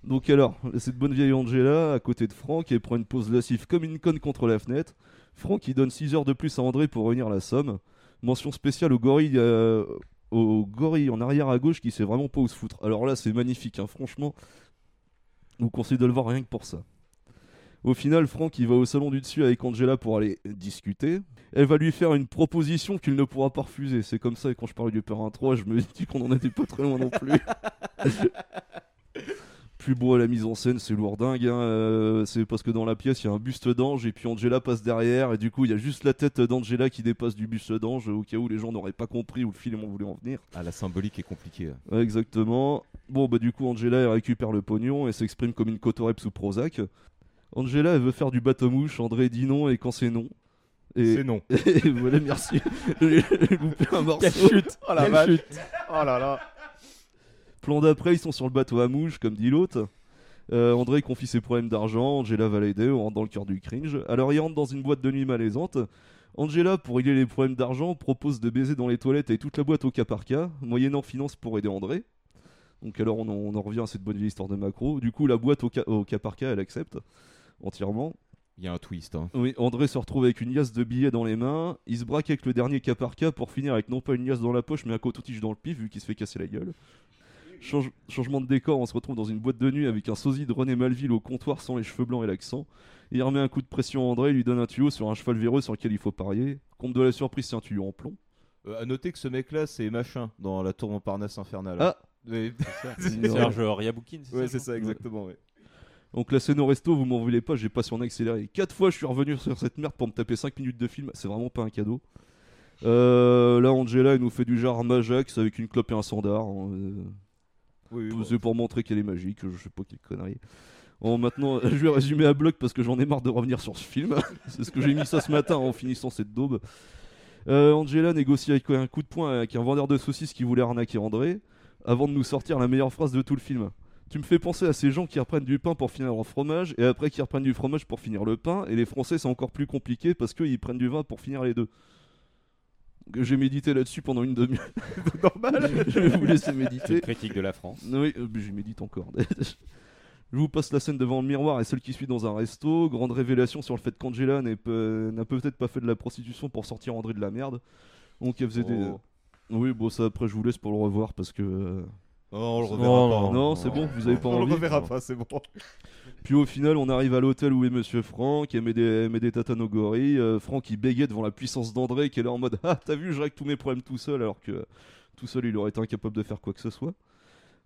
Donc alors, cette bonne vieille Angela, à côté de Franck, elle prend une pause lascive comme une conne contre la fenêtre. Franck, il donne 6 heures de plus à André pour réunir la somme. Mention spéciale au gorille, euh, au gorille en arrière à gauche qui sait vraiment pas où se foutre. Alors là, c'est magnifique, hein, franchement. Je vous conseille de le voir rien que pour ça. Au final, Franck, il va au salon du dessus avec Angela pour aller discuter. Elle va lui faire une proposition qu'il ne pourra pas refuser. C'est comme ça, et quand je parle du Père 3, je me dis qu'on en était pas très loin non plus. Plus beau à la mise en scène, c'est lourdingue. hein, euh, c'est parce que dans la pièce, il y a un buste d'ange et puis Angela passe derrière. Et du coup, il y a juste la tête d'Angela qui dépasse du buste d'ange au cas où les gens n'auraient pas compris où le film voulait en venir.
Ah, la symbolique est compliquée.
Ouais, exactement. Bon, bah du coup, Angela, elle récupère le pognon et s'exprime comme une cotorep sous Prozac. Angela, elle veut faire du bateau-mouche, André dit non, et quand c'est non... Et...
C'est non.
et voilà, merci. J'ai loupé un morceau.
Quelle chute. Oh la
Quelle
vache.
chute.
Oh là là.
Plan d'après, ils sont sur le bateau à mouche, comme dit l'hôte. Euh, André confie ses problèmes d'argent, Angela va l'aider, on rentre dans le cœur du cringe. Alors il rentre dans une boîte de nuit malaisante. Angela, pour régler les problèmes d'argent, propose de baiser dans les toilettes et toute la boîte au cas par cas, moyennant finance pour aider André. Donc alors on en, on en revient à cette bonne vieille histoire de macro. Du coup la boîte au cas, au cas par cas, elle accepte entièrement.
Il y a un twist. hein.
Oui, André se retrouve avec une liasse de billets dans les mains. Il se braque avec le dernier cas par cas pour finir avec non pas une liasse dans la poche, mais un coton-tige dans le pif vu qu'il se fait casser la gueule. Change- changement de décor, on se retrouve dans une boîte de nuit avec un sosie de René Malville au comptoir sans les cheveux blancs et l'accent. Il remet un coup de pression à André, il lui donne un tuyau sur un cheval véreux sur lequel il faut parier. Compte de la surprise, c'est un tuyau en plomb.
Euh, à noter que ce mec-là, c'est machin dans la tour Montparnasse infernale.
Ah.
Oui,
C'est Serge Riaboukine, c'est
Ouais,
ça, je
c'est ça,
crois
exactement. ouais.
Donc la scène au resto, vous m'en voulez pas, j'ai passé en accéléré. Quatre fois je suis revenu sur cette merde pour me taper 5 minutes de film, c'est vraiment pas un cadeau. Euh, là Angela elle nous fait du genre Majax avec une clope et un sandar. hein, euh. c'est pour montrer qu'elle est magique, je sais pas quelle connerie. Bon, maintenant, je vais résumer à bloc parce que j'en ai marre de revenir sur ce film. c'est ce que j'ai mis ça ce matin en finissant cette daube. Euh, Angela négocie avec un coup de poing avec un vendeur de saucisses qui voulait arnaquer André avant de nous sortir la meilleure phrase de tout le film. Tu me fais penser à ces gens qui reprennent du pain pour finir leur fromage et après qui reprennent du fromage pour finir le pain. Et les Français, c'est encore plus compliqué parce qu'ils prennent du vin pour finir les deux. J'ai médité là-dessus pendant une demi-heure. Normal. Je vais vous laisser méditer.
Une critique de la France.
Oui, euh, mais j'y médite encore. Je vous passe la scène devant le miroir et celle qui suit dans un resto. Grande révélation sur le fait qu'Angela n'est pe- n'a peut-être pas fait de la prostitution pour sortir André de la merde. Donc elle faisait des.
Oh.
Oui, bon, ça après je vous laisse pour le revoir parce que. euh,
Non, Oh, on le
c'est-
reverra
non,
pas.
Non,
Non.
c'est bon, vous avez pas
On le
envie.
reverra pas, c'est bon.
Puis au final, on arrive à l'hôtel où est Monsieur Franck, elle met des, elle met des tatanes aux gorilles. Euh, Franck, il bégait devant la puissance d'André, qui est là en mode Ah, t'as vu, je règle tous mes problèmes tout seul, alors que euh, tout seul, il aurait été incapable de faire quoi que ce soit.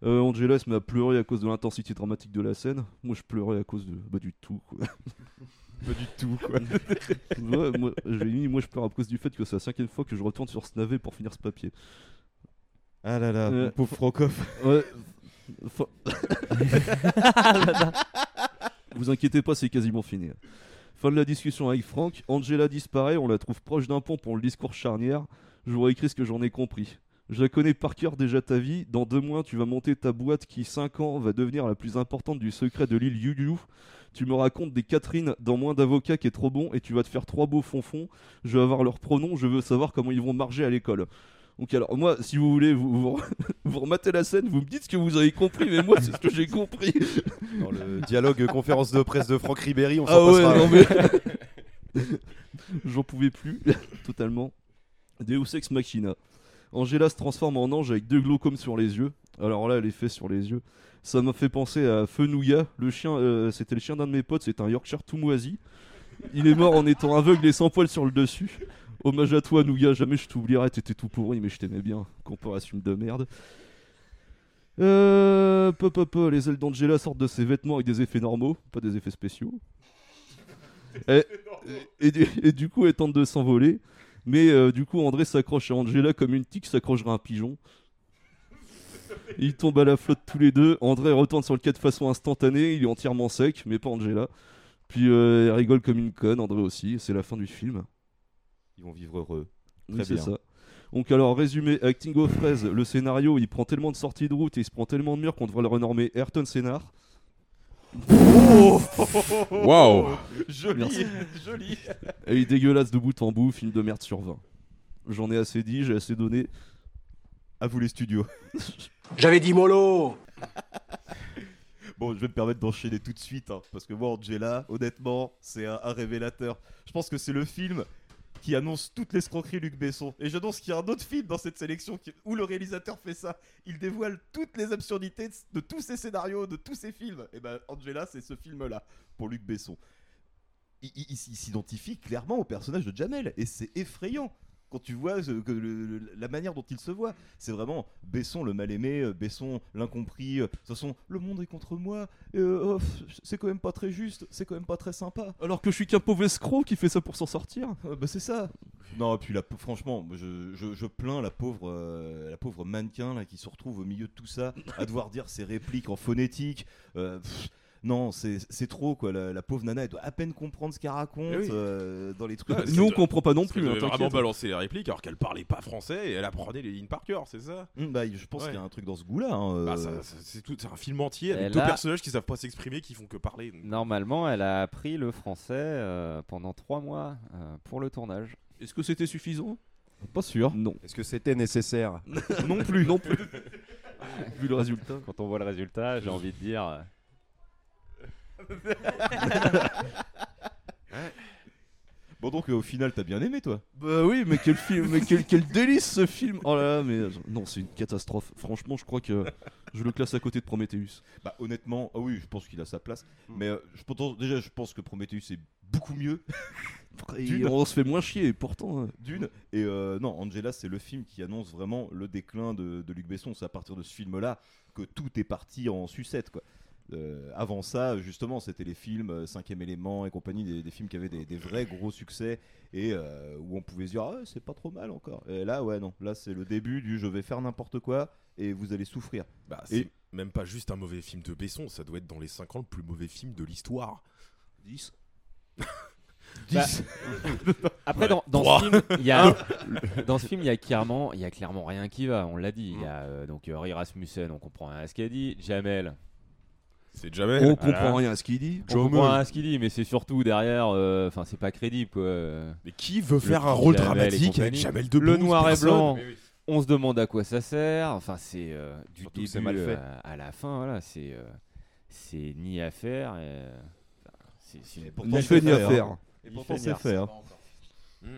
Euh, Angela se met à pleurer à cause de l'intensité dramatique de la scène. Moi, je pleurais à cause de, bah, du tout, quoi.
Pas du tout, quoi.
Ouais, moi, j'ai mis, moi, je pleure à cause du fait que c'est la cinquième fois que je retourne sur ce navet pour finir ce papier.
Ah là là,
Euh,
mon pauvre Francoff.
Ouais. Fa- Vous inquiétez pas, c'est quasiment fini. Fin de la discussion avec Franck. Angela disparaît, on la trouve proche d'un pont pour le discours charnière. Je vous réécris ce que j'en ai compris. Je la connais par cœur déjà ta vie. Dans deux mois, tu vas monter ta boîte qui, cinq ans, va devenir la plus importante du secret de l'île Yuliu. Tu me racontes des Catherine dans moins d'avocats qui est trop bon et tu vas te faire trois beaux fonfons. Je veux avoir leurs pronoms, je veux savoir comment ils vont marger à l'école. Donc alors moi, si vous voulez, vous, vous, vous rematez la scène, vous me dites ce que vous avez compris, mais moi c'est ce que j'ai compris.
Dans le dialogue euh, conférence de presse de Franck Ribéry, on s'en
Ah ouais,
passera.
non mais... J'en pouvais plus, totalement. Deus Ex Machina. Angela se transforme en ange avec deux glaucomes sur les yeux. Alors là, les fesses sur les yeux. Ça m'a fait penser à Fenouilla. Le chien, euh, c'était le chien d'un de mes potes, c'est un Yorkshire tout moisi. Il est mort en étant aveugle et sans poils sur le dessus. Hommage à toi, Nougat. Jamais je t'oublierai. T'étais tout pourri, mais je t'aimais bien. Comparation de merde. Euh, pop, pop, pop, les ailes d'Angela sortent de ses vêtements avec des effets normaux, pas des effets spéciaux. et, et du, et du coup, elle tente de s'envoler. Mais euh, du coup, André s'accroche à Angela comme une tique s'accrochera à un pigeon. Ils tombent à la flotte tous les deux. André retourne sur le quai de façon instantanée. Il est entièrement sec, mais pas Angela. Puis euh, elle rigole comme une conne, André aussi. C'est la fin du film.
Ils vont vivre heureux.
Oui,
Très
c'est
bien.
ça. Donc alors, résumé, acting aux fraises, le scénario, il prend tellement de sorties de route et il se prend tellement de murs qu'on devrait le renommer Ayrton Sénard.
Waouh.
Joli,
Merci.
joli.
Et il dégueulasse de bout en bout, film de merde sur 20. J'en ai assez dit, j'ai assez donné.
À vous les studios.
J'avais dit mollo
Bon, je vais me permettre d'enchaîner tout de suite, hein, parce que moi, Angela, honnêtement, c'est un, un révélateur. Je pense que c'est le film qui annonce toute l'escroquerie Luc Besson. Et j'annonce qu'il y a un autre film dans cette sélection qui- où le réalisateur fait ça. Il dévoile toutes les absurdités de, de tous ses scénarios, de tous ses films. Et ben, Angela, c'est ce film-là, pour Luc Besson. Il, il- il s- il s'identifie clairement au personnage de Jamel, et c'est effrayant. Quand tu vois ce- que le- le- la manière dont il se voit, c'est vraiment Besson le mal-aimé, euh, Besson l'incompris, euh, de toute façon, le monde est contre moi, euh, oh, pff, c'est quand même pas très juste, c'est quand même pas très sympa.
Alors que je suis qu'un pauvre escroc qui fait ça pour s'en sortir.
Ah, bah c'est ça. Non, et puis la, pau- franchement, moi, je, je- je plains la pauvre, euh, la pauvre mannequin là, qui se retrouve au milieu de tout ça, à devoir dire ses répliques en phonétique. Euh, pff, non, c'est c'est trop quoi. La, la pauvre nana, elle doit à peine comprendre ce qu'elle raconte
Eh oui.
euh, dans les trucs.
Ah, parce
Nous, on
qu'elle doit-
comprend pas non
parce qu'elle
plus, hein,
devait vraiment
t'inquiète.
balancer les répliques alors qu'elle parlait pas français et elle apprenait les lignes par cœur, c'est ça
Mm, bah, je pense
Ouais.
qu'il y a un truc dans ce goût-là. hein,
Bah,
euh.
ça- ça- c'est tout, c'est un film entier avec
Et
deux
là-
personnages qui savent pas s'exprimer, qui font que parler. donc.
Normalement, elle a appris le français euh, pendant trois mois euh, pour le tournage.
Est-ce que c'était suffisant
Pas sûr.
Non.
Est-ce que c'était nécessaire
Non plus. Non plus. Vu le résultat.
Quand on voit le résultat, j'ai envie de dire. euh,
Bon, donc euh, au final, t'as bien aimé toi
Bah oui, mais quel film, mais quel, quel délice ce film Oh là là, mais euh, non, c'est une catastrophe. Franchement, je crois que je le classe à côté de Prometheus.
Bah honnêtement, ah oui, je pense qu'il a sa place. Mais euh, je, pense- déjà, je pense que Prometheus c'est beaucoup mieux.
Et
Dune.
on se fait moins chier, et pourtant. euh,
Dune. Et euh, non, Angela, c'est le film qui annonce vraiment le déclin de, de Luc Besson. C'est à partir de ce film-là que tout est parti en sucette, quoi. Euh, avant ça, justement, c'était les films euh, Cinquième élément et compagnie, des, des films qui avaient des, des vrais gros succès et euh, où on pouvait se dire Ah, c'est pas trop mal encore. Et là, ouais, non, là c'est le début du je vais faire n'importe quoi et vous allez souffrir.
Bah, c'est
et
même pas juste un mauvais film de Besson, ça doit être dans les 5 ans le plus mauvais film de l'histoire.
10
10
Bah.
Après, dans, dans ce film, il y a, dans ce film, il y a clairement, il y a clairement rien qui va. On l'a dit. Il y a euh, donc euh, Ray Rasmussen, on comprend rien à ce qu'elle dit. Jamel.
C'est Jamel.
On comprend rien à ce qu'il dit.
On
Jamel.
comprend rien à ce qu'il dit, mais c'est surtout derrière. euh, Enfin, c'est pas crédible quoi. Euh,
Mais qui veut
le
faire
petit
un rôle
Jamel et
dramatique avec
compagnie.
Jamel Debbouze
Le noir et
Personne.
blanc.
Mais oui.
On se demande à quoi ça sert. Enfin, c'est euh, du
Surtout que c'est
début
mal fait.
euh, à la fin. Voilà, c'est euh, c'est ni à faire. et, euh, c'est- c'est une-
pourtant, Ni fait, c'est ni à fait, faire. hein. Et
Ni
pourtant,
fait, ni
c'est
à
fait,
faire.
hein.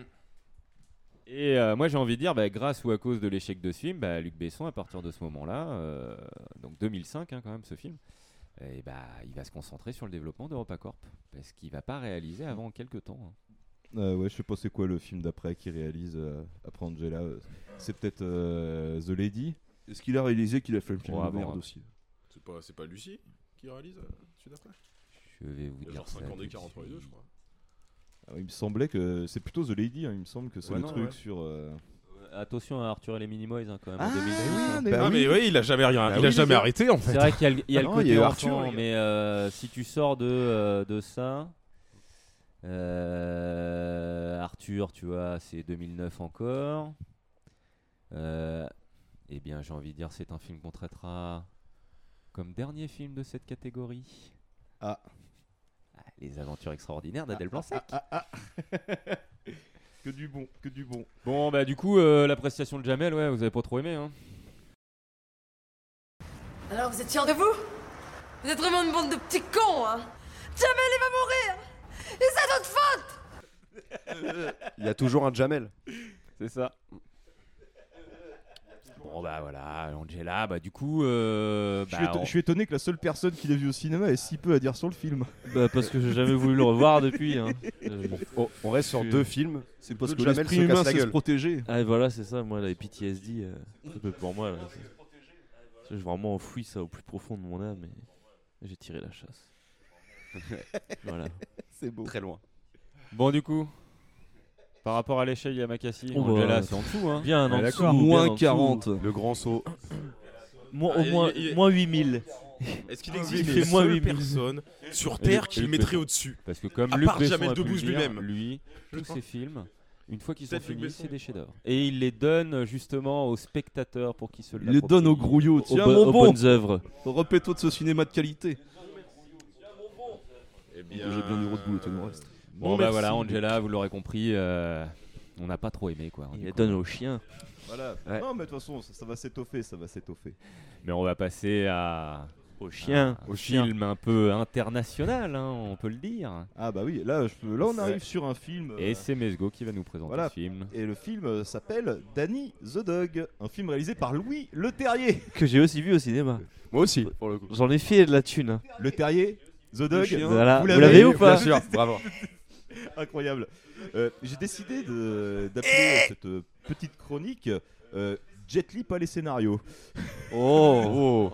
Et euh, moi j'ai envie de dire, bah, grâce ou à cause de l'échec de ce film, bah, Luc Besson à partir de ce moment-là, euh, donc 2005 hein, quand même ce film, et bah, il va se concentrer sur le développement d'EuropaCorp, parce qu'il va pas réaliser avant quelques temps. hein.
Euh, ouais, je sais pas c'est quoi le film d'après qu'il réalise euh, après Angela. euh, C'est peut-être euh, The Lady.
Est-ce qu'il a réalisé qu'il a fait le film
Ouais, hein.
de
avant,
merde
avant.
aussi
C'est pas, c'est pas Lucie qui réalise euh, celui d'après
Je vais vous
Il y a
dire
genre
ça
5 ans
tout de
d'écart entre les deux, je
suite.
crois.
Ah, Il me semblait que c'est plutôt The Lady, hein, il me semble que c'est
Ouais,
le
non,
truc
ouais.
sur. euh,
Attention à Arthur et les Minimoys hein, quand même.
Ah,
en 2006,
oui,
hein.
mais
Bah oui. mais oui, il a jamais rien- il a jamais arrêté, en fait.
C'est vrai qu'il y a le- il y a,
Ah
le
non, il y
côté
a eu Arthur,
enfant,
les gars.
mais euh, si tu sors de, euh, de ça, euh, Arthur, tu vois, c'est 2009 encore. Euh, eh bien, j'ai envie de dire, c'est un film qu'on traitera comme dernier film de cette catégorie.
Ah.
Les aventures extraordinaires
Ah,
d'Adèle Blanc-Sec.
ah, Que du bon, que du bon.
Bon, bah, du coup, euh, l'appréciation de Jamel, ouais, vous avez pas trop aimé, hein.
Alors vous êtes fiers de vous Vous êtes vraiment une bande de petits cons, hein Jamel, il va mourir Et c'est notre faute
Il y a toujours un Jamel.
C'est ça. Bon bah voilà, Angela, bah du coup, euh,
Je
bah,
suis éton-
on-
je suis étonné que la seule personne qui l'a vu au cinéma ait si peu à dire sur le film.
Bah parce que j'ai jamais voulu le revoir depuis. hein.
Euh,
On- on reste sur
je-
deux films.
C'est parce
Deux
que
Jamel
l'esprit
se
humain
casse la
sait se
gueule.
protéger.
Ah voilà, c'est ça, moi, la PTSD, euh, c'est un peu pour moi. Là. Je suis vraiment enfoui ça au plus profond de mon âme et j'ai tiré la chasse. voilà.
C'est beau. Très loin.
Bon du coup,
Par rapport à l'échelle Yamakasi,
Oh
on est
bah,
là, c'est en dessous. Hein.
bien en
Ah,
Ouais,
dessous,
d'accord.
bien Moins en dessous. 40.
Le grand saut.
Moins-
Ah,
au
il-
moins,
il-
moins 8000.
Est-ce qu'il
Ah,
existe
oui,
une
mais moins
seule
8000.
personne sur Terre qui le mettrait au-dessus
Parce que comme
À
Luc
part
Besson
Jamel
a pu
Debbouze
le dire,
lui-même.
lui, tous ses films, une fois qu'ils sont
Peut-être Luc
finis,
Besson.
c'est des chefs-d'œuvre. Et il les donne euh, justement aux spectateurs pour qu'ils se
Il les donne aux grouillots. Tiens,
bon
mon bon.
œuvres.
Repais-toi de ce cinéma de qualité.
Eh
bien, J'ai bien du gros de boulot, tout le reste.
Bon,
Bon,
bah
merci,
voilà,
Luc.
Angela, vous l'aurez compris, euh, on n'a pas trop aimé quoi.
Il les donne aux chiens.
Voilà.
Ouais.
Non, mais de toute façon, ça, ça va s'étoffer, ça va s'étoffer.
Mais on va passer à
au
chien,
Au
au
chien.
film un peu international, hein, on peut le dire.
Ah bah oui, là, je peux- là, on
C'est-
arrive sur un film. euh,
Et c'est Mesgo qui va nous présenter
Voilà.
le film.
Et le film euh, s'appelle Danny the Dog, un film réalisé par Louis Le Terrier.
Que j'ai aussi vu au cinéma.
Moi aussi,
J'en ai fait de la thune. hein.
Le Terrier, The
Le
Dog,
chien. Voilà. Vous l'avez ou pas
Bien
sûr, bravo.
Incroyable. Euh, J'ai décidé de- d'appeler cette euh, petite chronique euh, Jet Li pas les scénarios.
Oh.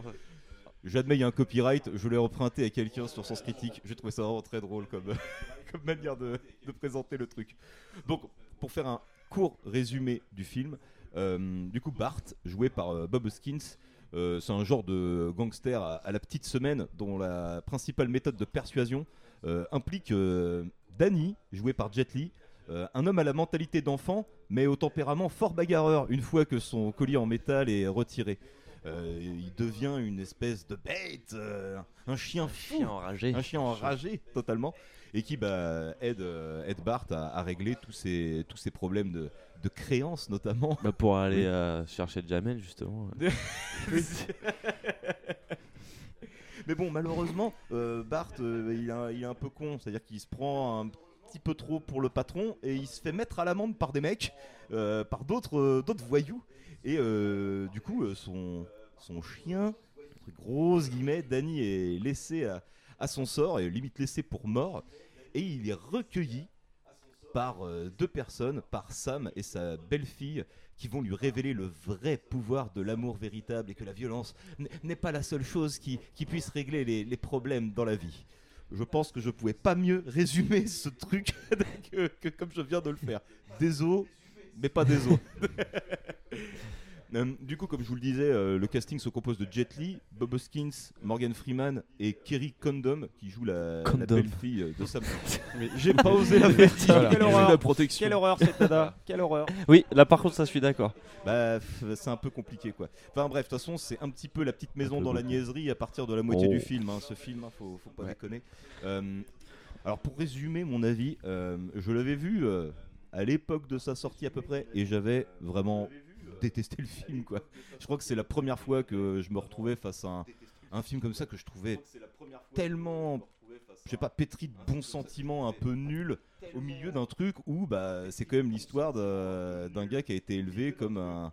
J'admets, il y a un copyright, je l'ai emprunté à quelqu'un sur Sens Critique. J'ai trouvé ça vraiment très drôle comme, comme manière de, de présenter le truc. Donc, pour faire un court résumé du film, euh, du coup, Bart, joué par euh, Bob Hoskins, euh, c'est un genre de gangster à, à la petite semaine dont la principale méthode de persuasion euh, implique euh, Danny, joué par Jet Li, euh, un homme à la mentalité d'enfant, mais au tempérament fort bagarreur une fois que son collier en métal est retiré. Euh, il devient une espèce de bête, euh, un chien fou,
chien enragé.
un chien enragé totalement, et qui bah, aide, euh, aide Bart à, à régler tous ses, tous ses problèmes de, de créance notamment.
Bah, pour aller euh, chercher Jamel, justement.
Mais bon, malheureusement, euh, Bart, euh, il, est un- il est un peu con, c'est-à-dire qu'il se prend un petit peu trop pour le patron et il se fait mettre à l'amende par des mecs, euh, par d'autres euh, d'autres voyous. Et euh, du coup, euh, son, son chien, entre grosses guillemets, Danny est laissé à, à son sort, et limite laissé pour mort, et il est recueilli par euh, deux personnes, par Sam et sa belle-fille, qui vont lui révéler le vrai pouvoir de l'amour véritable et que la violence n- n'est pas la seule chose qui, qui puisse régler les, les problèmes dans la vie. Je pense que je pouvais pas mieux résumer ce truc que, que comme je viens de le faire. Désolé, mais pas désolé. Euh, du coup, comme je vous le disais, euh, le casting se compose de Jet Li, Bob Hoskins, Morgan Freeman et Kerry Condom qui joue la, la
Condom.
belle-fille euh, de Sam. Mais j'ai pas osé la faire dire.
Voilà.
Quelle
Il joue
horreur.
la protection.
Quelle horreur cette dada. Quelle horreur.
Oui, là par contre, ça, je suis d'accord.
Bah, pff, c'est un peu compliqué quoi. Enfin bref, de toute façon, c'est un petit peu la petite maison dans la niaiserie à partir de la moitié
Oh.
du film. hein. Ce film, hein, faut, faut pas déconner. Euh, alors pour résumer mon avis, euh, je l'avais vu euh, à l'époque de sa sortie à peu près et j'avais vraiment détesté le film quoi. Je crois que c'est la première fois que je me retrouvais face à un, un film comme ça que je trouvais tellement, je sais pas, pétri de bons sentiments un peu nuls au milieu d'un truc où bah c'est quand même l'histoire d'un d'un bah, gars qui a été élevé comme un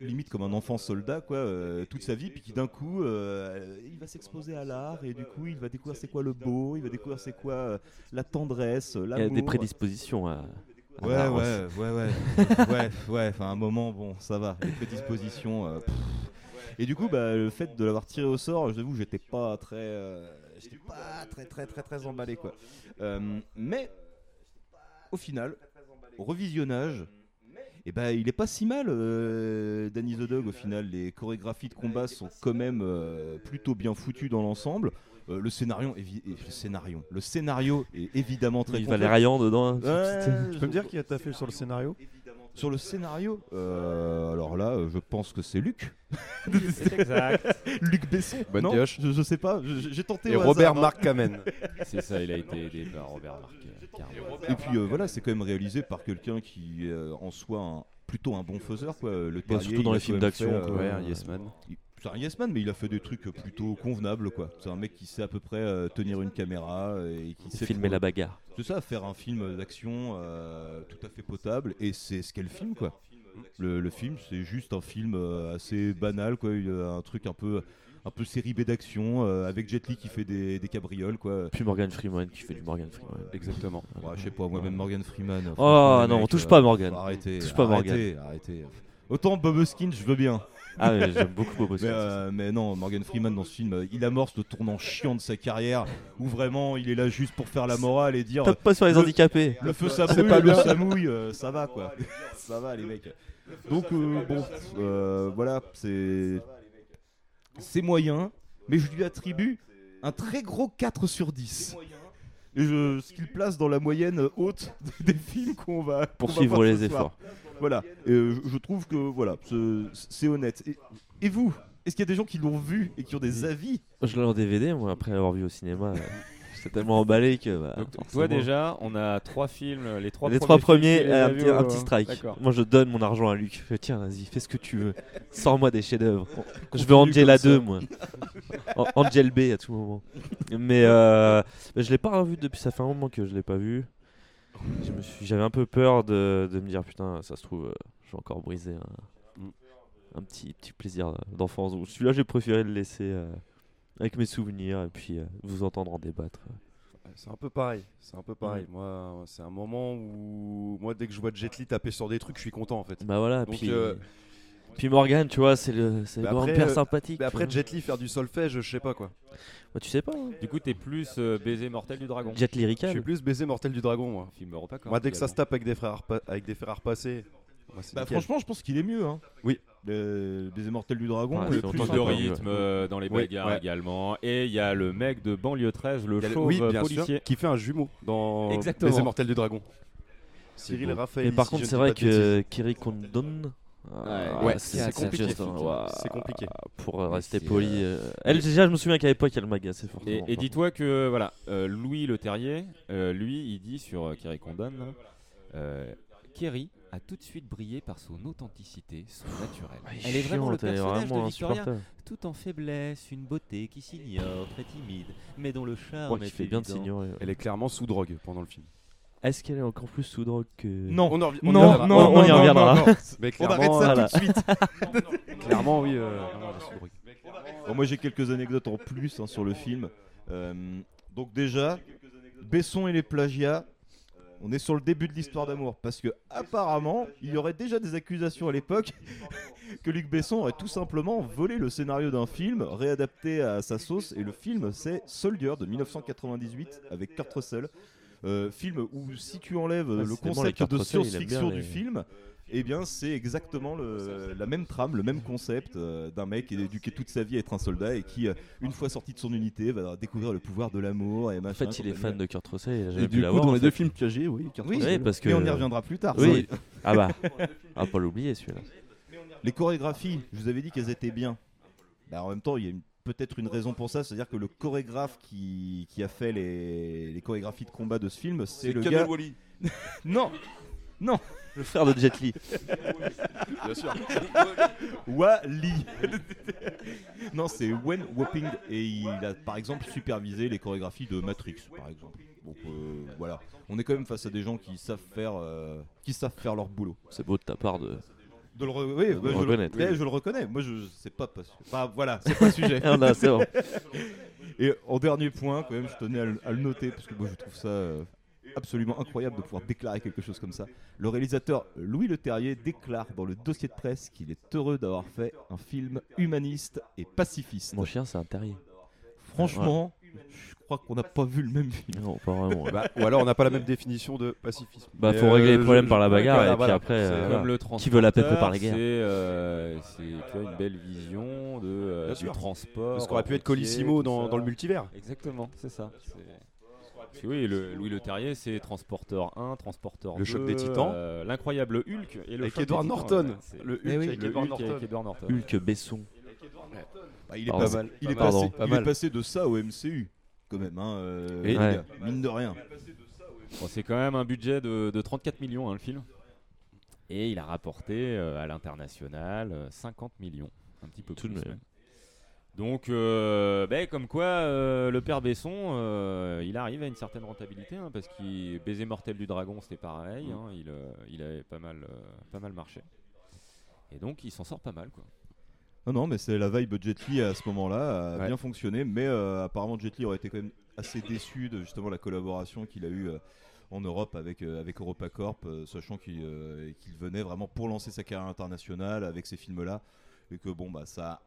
limite comme un enfant soldat quoi euh, toute sa vie puis qui d'un coup euh, il va s'exposer à l'art et du coup il va découvrir c'est quoi le beau il va découvrir c'est quoi euh, la tendresse euh,
Il y a
l'amour
des prédispositions à. à
Ouais,
la
ouais,
race.
ouais, ouais, ouais, ouais, enfin, à un moment, bon, ça va, les prédispositions. euh, pff. et du coup, bah, le fait de l'avoir tiré au sort, je vous j'étais pas très. euh, j'étais pas très, très, très, très emballé, quoi. Euh, mais, au final, au revisionnage, et ben il est pas si mal, euh, Danny the Dog, au final. Les chorégraphies de combat sont quand même euh, plutôt bien foutues dans l'ensemble. Euh, le scénario, évi- et- le scénario, le scénario est évidemment très.
Il
complexe.
Valérian dedans, hein,
Ouais,
c'est une petite-
je-
Tu peux me dire qui a taffé sur le scénario
Sur le scénario Euh, alors là, euh, je pense que c'est Luc.
C'est exact.
Luc Besson.
Bonne
non,
pioche.
je, je sais pas, je- j'ai tenté.
Et
au
Robert
hasard, hein.
Marc Kamen.
C'est ça, il a été aidé par Robert Marc. euh, Carmen.
Et puis euh, voilà, c'est quand même réalisé par quelqu'un qui euh, en soit un- plutôt un bon faiseur quoi. Le Terrier,
surtout dans
il a
les films
quand même
d'action,
fait, euh,
quoi. Ouais, un yes man.
il- C'est un yes man, mais il a fait des trucs plutôt convenables quoi. C'est un mec qui sait à peu près euh, tenir une caméra euh, et qui sait
filmer
pour-
la bagarre.
C'est ça, faire un film d'action euh, tout à fait potable et c'est ce qu'est le film quoi. Le, le film, c'est juste un film euh, assez banal quoi, Il y a un truc un peu un peu série B d'action euh, avec Jet Li qui fait des, des cabrioles quoi.
Puis Morgan Freeman qui fait du Morgan Freeman.
Exactement. je sais pas, moi-même Morgan Freeman.
Oh
franchement, les
non,
mecs,
touche
euh,
pas Morgan.
Arrêtez.
Touche pas
arrêtez,
Morgan.
Arrêtez. Autant Bob Hoskins, je veux bien.
Ah ouais, j'aime beaucoup Bob Hoskins.
Mais, euh, mais non, Morgan Freeman dans ce film, euh, il amorce le tournant chiant de sa carrière où vraiment il est là juste pour faire la morale et dire.
Tape pas sur les
le-
handicapés.
Le feu ça
C'est
brûle,
pas
le
bien.
ça mouille, euh, ça va quoi. ça va les mecs. Donc euh, bon, euh, voilà, c'est. C'est moyen, mais je lui attribue un très gros 4 sur 10. Et je- ce qu'il place dans la moyenne haute des films qu'on va qu'on va
Poursuivre
voir
les
ce soir.
efforts.
Voilà, Et, euh, je- je trouve que voilà, ce- c'est honnête. Et, et vous, est-ce qu'il y a des gens qui l'ont vu et qui ont des avis
Je l'ai en DVD, moi, après l'avoir vu au cinéma. euh, J'étais tellement emballé que. bah,
Toi
forcément.
déjà, on a trois films, les trois
les
premiers.
trois premiers,
films, tu les
euh,
as
un,
vus
petit, un
au-
petit strike.
D'accord.
Moi, je donne mon argent à Luc. Je fais, Tiens, vas-y, fais ce que tu veux. Sors-moi des chefs-d'œuvre. Je veux
Continue
Angela
comme ça.
2, moi. An- Angel B à tout moment. Mais euh, je l'ai pas revu depuis. Ça fait un moment que je l'ai pas vu. Je me suis- J'avais un peu peur de, de me dire putain, ça se trouve, euh, je vais encore briser un, un petit, petit plaisir d'enfance. Donc, Celui-là, j'ai préféré le laisser euh, avec mes souvenirs et puis euh, vous entendre en débattre.
Ouais, C'est un peu pareil. C'est un peu pareil. Moi, c'est un moment où moi, dès que je vois Jet Li taper sur des trucs, je suis content en fait.
Bah voilà,
Donc,
puis,
euh,
puis Morgan, tu vois, c'est le, c'est le
bah
grand
après,
père
euh,
sympathique.
Mais
tu
après
vois.
Jet Li faire du solfège, je sais pas quoi.
Bah, tu sais pas. hein.
Du coup, t'es plus euh, baiser mortel du dragon.
Jet Li Rical.
Je suis plus baiser mortel du dragon moi.
Film Europacorp,
Moi, dès que ça
également.
se tape avec des frères arpa- avec des frères repassés. moi, c'est
Bah,
nickel.
franchement, je pense qu'il est mieux. Hein.
Oui.
Le Baiser mortel du dragon.
Ouais,
le
c'est
plus
Ah, longtemps
sympa.
que
de
Ouais.
rythme euh, dans les
Oui,
bagarres
ouais.
également. Et il y a le mec de banlieue 13, le
Il y a le-
chauve
oui, bien sûr,
policier.
qui fait un jumeau dans
Exactement.
Baiser mortel du dragon. Cyril Raphaël.
Mais par
si je
contre,
ne
c'est
dis
vrai
pas de bêtises.
que Kerry Condon. euh,
Ouais,
c'est
c'est
c'est
compliqué,
juste,
ce
hein,
film.
ouah,
C'est compliqué.
Pour euh,
Mais
rester
c'est,
poli.
euh,
euh, Elle, déjà, je me souviens qu'à l'époque, elle m'agaçait fortement.
Et, et
pardon.
dis-toi que voilà, euh, Louis Le Terrier, euh, lui, il dit sur euh, Kerry Condon, euh, Kerry a tout de suite brillé par son authenticité, son naturel.
elle
Elle
est
est vraiment le
chiante, elle est
personnage
vraiment
de Victoria,
insupportable.
tout en faiblesse, une beauté qui s'ignore, très timide, mais dont le charme
Ouais, qui
est
fait bien de
évident.
s'ignorer.
Elle est clairement sous drogue pendant le film.
Est-ce qu'elle est encore plus sous drogue que.
Non. On en revi- on y
non,
reviendra.
non,
Non,
on y
non,
reviendra.
non, non.
Mais
On
clairement,
arrête ça
voilà.
tout de suite.
Clairement, oui, euh, vraiment, elle est sous drogue.
Bon, moi, j'ai quelques anecdotes en plus hein, sur le film. Euh, donc déjà, Besson et les plagiats. On est sur le début de l'histoire d'amour parce que apparemment, il y aurait déjà des accusations à l'époque que Luc Besson aurait tout simplement volé le scénario d'un film réadapté à sa sauce et le film c'est Soldier de 1998 avec Kurt Russell. Euh, film où si tu enlèves
Ouais, Ah,
le
c'est dément, les
concept
Kurt
de
Russell, il aime bien
science-fiction
les-
du film, eh bien c'est exactement le- la même trame, le même concept euh, d'un mec qui est éduqué toute sa vie à être un soldat et qui, euh, une fois sorti de son unité, va découvrir le pouvoir de l'amour et
En
machin.
fait, il est
Hein, compagnie.
fan de Kurt Russell. il a jamais pu
Et du coup,
l'avoir,
dans
en
les
fait.
deux films piégés, oui, Kurt
Oui,
Russell.
parce que.
mais on y reviendra plus tard,
Oui.
ça.
ah bah. Ah, pas l'oublier celui-là.
Les chorégraphies, je vous avais dit qu'elles étaient bien. Bah, en même temps, il y a une- peut-être une raison pour ça, c'est-à-dire que le chorégraphe qui, qui a fait les, les chorégraphies de combat de ce film, c'est
C'est
le
Kamel
gars.
Wally.
non, non.
Le frère de Jet Li.
Bien sûr.
Wally. non, c'est Wen Whopping et il a par exemple supervisé les chorégraphies de Matrix, par exemple. Donc euh, voilà, on est quand même face à des gens qui savent faire, euh, qui savent faire leur boulot.
C'est beau de ta part de.
De le, re- oui,
De
bah,
le
je,
reconnaître.
Le, mais je le reconnais. Moi, je, je sais pas. Parce... Bah, voilà, c'est pas le sujet.
Ah, non, c'est bon.
Et en dernier point, quand même, je tenais à le, à le noter parce que moi, je trouve ça euh, absolument incroyable de pouvoir déclarer quelque chose comme ça. Le réalisateur Louis Le Terrier déclare dans le dossier de presse qu'il est heureux d'avoir fait un film humaniste et pacifiste.
Mon chien, c'est un terrier.
Franchement, je crois qu'on n'a pas vu le même film.
Non, pas vraiment. ouais.
Bah, ou alors on n'a pas la même définition de pacifisme.
Bah,
Mais,
faut régler les
je-
problèmes
je-
Euh,
par la bagarre, et puis
voilà.
après,
C'est-
euh,
Comme
voilà.
le
Qui veut la paix peut
transporteur,
par la guerre.
C'est euh, c'est- tu as une belle vision de, euh,
Bien
du
sûr.
transport.
Parce qu'on aurait pu être Colissimo
routier, tout
dans-
ça.
dans le multivers.
Exactement, c'est ça. C'est- c'est- Oui, le, Louis Leterrier, c'est Transporteur 1, Transporteur 2.
Le choc des Titans.
euh, L'incroyable Hulk. Et le
Avec
choc des
Edward
Titans,
Norton.
voilà, c'est-
Le Hulk
Eh oui,
avec
le
Edward
Hulk avec
Norton.
Edward Norton.
euh,
Hulk Besson.
Bah, il est
Pardon.
pas mal. Il est,
Pardon.
passé,
Pas
il
mal.
est passé de ça au MCU, quand même. hein, euh,
Et-
les
Ouais.
gars, Mine de rien.
Bon, c'est quand même un budget de, de 34 millions, hein, le film. Et il a rapporté euh, à l'international euh, 50 millions, un petit peu
Tout de
plus.
même.
même. Donc, euh, ben, comme quoi, euh, le père Besson, euh, il arrive à une certaine rentabilité, hein, parce qu'il Baiser mortel du dragon, c'était pareil,
Mm.
hein, il, euh, il avait pas mal, euh, pas mal marché. Et donc, il s'en sort pas mal, quoi.
Non, non, mais c'est la vibe Jet Li à ce moment-là a bien fonctionné, mais euh, apparemment Jet Li aurait été quand même assez déçu de justement la collaboration qu'il a eue euh, en Europe avec, euh, avec EuropaCorp, euh, sachant qu'il euh, qu'il venait vraiment pour lancer sa carrière internationale avec ces films-là. et que bon bah ça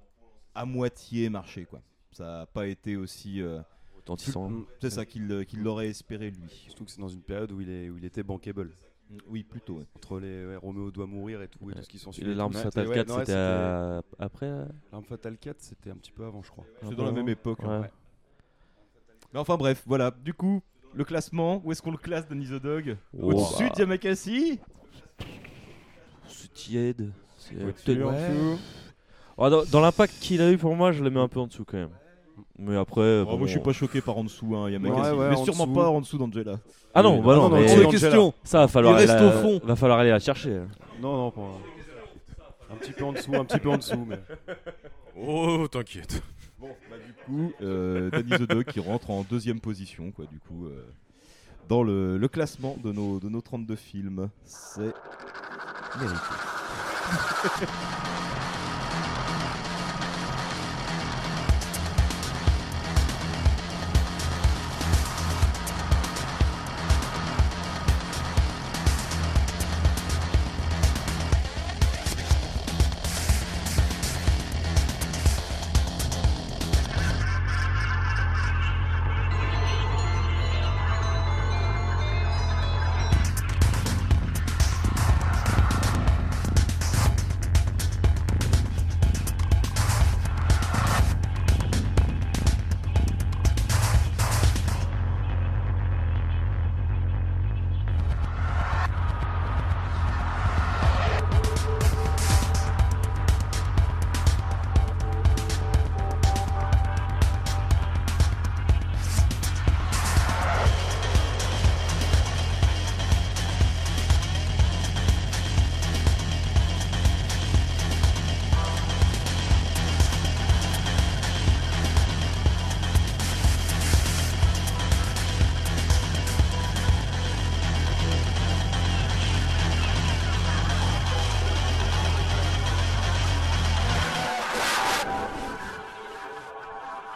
a à moitié marché quoi. Ça n'a pas été aussi euh,
Authentisant.
plus- C'est ça qu'il euh, qu'il l'aurait espéré lui. Mmh,
Surtout que c'est dans une période où il, est, où il était bankable.
Oui, plutôt.
Entre les ouais, Roméo doit mourir et tout, et tout ce qui s'ensuit.
Et l'arme
Ouais,
fatale
ouais,
4,
non, ouais,
c'était à- après euh,
L'arme fatale 4, c'était un petit peu avant, je crois.
C'est dans la même époque. hein.
Ouais.
Mais enfin bref, voilà. Du coup, le classement, où est-ce qu'on le classe dans Isodog
Oh,
Au-dessus
bah.
de Yamakasi
C'est tiède. C'est
Ouais,
peut-être-
en dessous.
Ah, dans dans l'impact qu'il a eu pour moi, je le mets un peu en dessous quand même. Mais après. euh,
Oh,
bon,
Moi je suis
on-
pas choqué par en dessous, hein,
Ouais,
Yamakasi.
ouais,
mais
en
sûrement
dessous.
pas en dessous d'Angela.
Ah non,
Oui,
bah non,
en
mais-
dessous
Angela.
d'Angela.
Ça va falloir,
Il
aller
reste
la...
au fond.
va falloir aller la chercher.
Non, non, pas. Un petit peu en dessous, un petit peu en dessous, mais.
Oh, t'inquiète.
Bon, bah du coup. euh, Danny the Dog qui rentre en deuxième position, quoi, du coup, euh, dans le, le classement de nos, de nos 32 films. C'est mérité.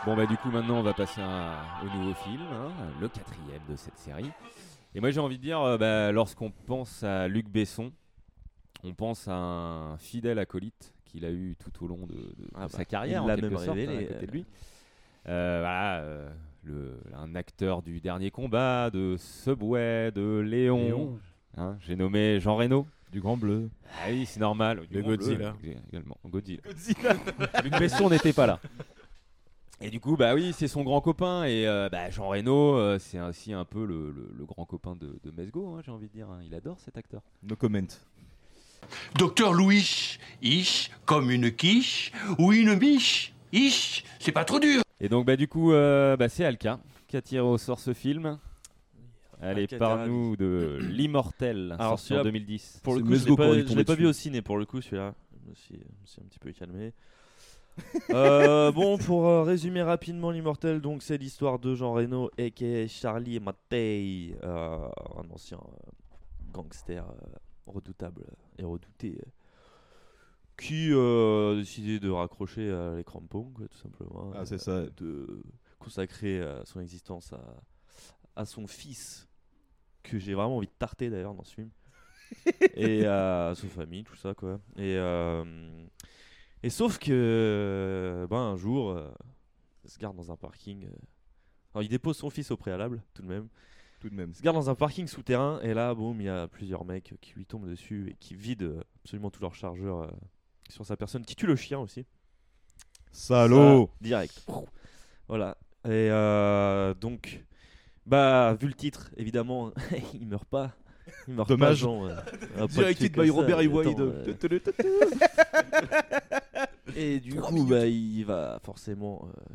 Bon bah du coup maintenant on va passer à- au nouveau film, hein, le quatrième de cette série. Et moi j'ai envie de dire, euh, bah, lorsqu'on pense à Luc Besson, on pense à un fidèle acolyte qu'il a eu tout au long de, de- de
Ah bah,
sa carrière,
il
en
l'a
quelque
même
sorte, hein,
révélé,
à côté de lui. Euh, voilà, euh, le- un acteur du dernier combat, de Subway, de Léon.
Léon.
Hein, j'ai nommé Jean Reno.
Du Grand Bleu.
Ah oui, c'est normal. Du
Le
Grand Bleu,
Godzilla.
également. Godzilla.
Godzilla.
Luc Besson n'était pas là. Et du coup, bah oui, c'est son grand copain. Et euh, bah, Jean Reno, euh, c'est aussi un peu le, le- le grand copain de, de Mesgo, hein, j'ai envie de dire. hein. Il adore cet acteur.
No comment.
Docteur Louis, ish, comme une quiche ou une biche. Ish, c'est pas trop dur.
Et donc, bah, du coup, euh, bah, c'est Alka qui a tiré au sort ce film. Allez,
Alka était ravi.
parle-nous de L'immortel,
Ah, Alors
sorti en
celui-là,
2010.
Pour le coup, je l'ai pas, je l'ai pas vu au ciné pour le coup celui-là. Je me suis, je me suis un petit peu calmé. Euh, bon, pour euh, résumer rapidement l'immortel, donc c'est l'histoire de Jean Reno et Charlie Mattei, euh, un ancien euh, gangster euh, redoutable et redouté, euh, qui euh, a décidé de raccrocher euh, les crampons, quoi, tout simplement.
Ah, c'est
euh, De consacrer euh, son existence à, à son fils, que j'ai vraiment envie de tarter d'ailleurs dans ce film et à sa famille, tout ça, quoi. Et, euh, et sauf que, euh, ben, un jour, euh, il se garde dans un parking. euh, alors, il dépose son fils au préalable, tout de même.
Tout de même.
Il se garde dans un parking souterrain, et là, boum, il y a plusieurs mecs qui lui tombent dessus et qui vident euh, absolument tous leurs chargeurs euh, sur sa personne, qui tue le chien aussi.
Salaud
Ça, Direct. Prou. Voilà. Et euh, donc, bah, vu le titre, évidemment, il meurt pas. Il meurt
Dommage.
pas, Jean. euh, on va pas
Directed
le tuer
by
comme ça,
Robert E.
mais attends,
Wade.
euh, et du coup, bah, il va forcément euh,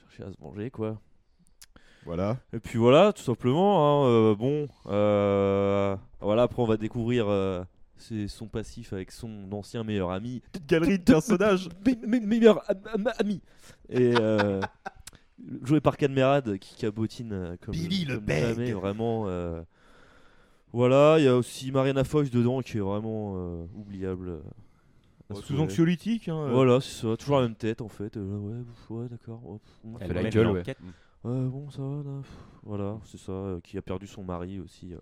chercher à se manger, quoi.
Voilà.
Et puis voilà, tout simplement. hein, euh, bon, euh, voilà, après on va découvrir euh, c'est son passif avec son ancien meilleur ami.
Galerie de personnages.
Me- me- meilleur am- am- ami. Et euh, joué par Cadmerad qui cabotine euh, comme,
Billy le
comme
Bègue.
jamais, vraiment. euh, voilà, il y a aussi Mariana Fox dedans qui est vraiment euh, oubliable.
Ouais,
À
sous
souhait.
anxiolytique, hein.
Voilà, Ah, c'est ça, toujours la même tête en fait. euh, ouais, pff, ouais, d'accord. ouais, pff, on
Elle
fait
a la
même
gueule,
enquête.
ouais.
Ouais, bon, ça va, là, pff, Voilà, c'est ça, euh, qui a perdu son mari aussi. euh,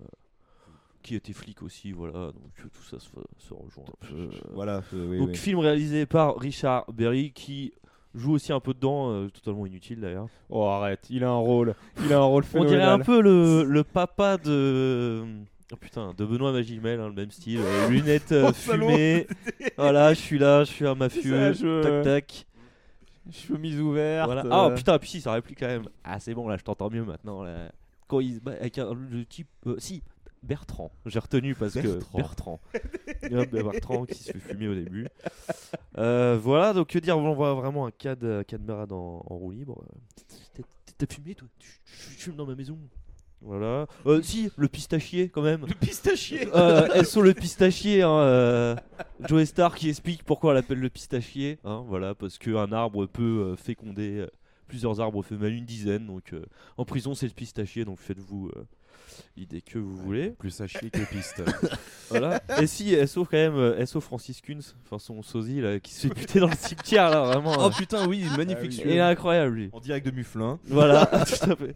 qui était flic aussi, voilà. Donc euh, tout ça se, se rejoint un peu.
Voilà, euh, oui,
donc
oui.
film réalisé par Richard Berry qui joue aussi un peu dedans, euh, totalement inutile d'ailleurs.
Oh arrête, il a un rôle, il a un rôle
On dirait un
phénoménal.
peu le, le papa de. oh, putain, de Benoît Magimel, hein, le même style, euh, lunettes euh,
Oh, salaud.
fumées. voilà, je suis là, je suis un mafieux,
C'est ça, je-
tac tac.
Chemise ouverte.
Voilà. Ah putain, puis si, ça réplique quand même. Ah c'est bon, là, je t'entends mieux maintenant. Là. Quand il se bat avec un- le type. euh, si, Bertrand. J'ai retenu parce que Bertrand. Il y a Bertrand qui se fait fumer au début. Euh, voilà, donc que dire, on voit vraiment un cas de caméra dans, en roue libre. T'as- T'as fumé toi Tu tu fumes dans ma maison Voilà. Euh, si, le pistachier quand même. Le
pistachier
euh, SO le pistachier. Hein, euh, Joe Star qui explique pourquoi on l'appelle le pistachier. Hein, voilà, parce qu'un arbre peut euh, féconder euh, plusieurs arbres, fait même une dizaine. Donc euh, en prison, c'est le pistachier. Donc faites-vous euh, l'idée que vous voulez.
Plus sachier que piste.
voilà. Et si, SO quand même, euh, SO Francis Kunz, enfin son sosie là, qui se fait buter dans le cimetière là, vraiment. euh. Ah,
Oh, putain, oui, magnifique
Il
celui-là.
est incroyable lui.
En direct de Mufflin.
Voilà, tout à fait.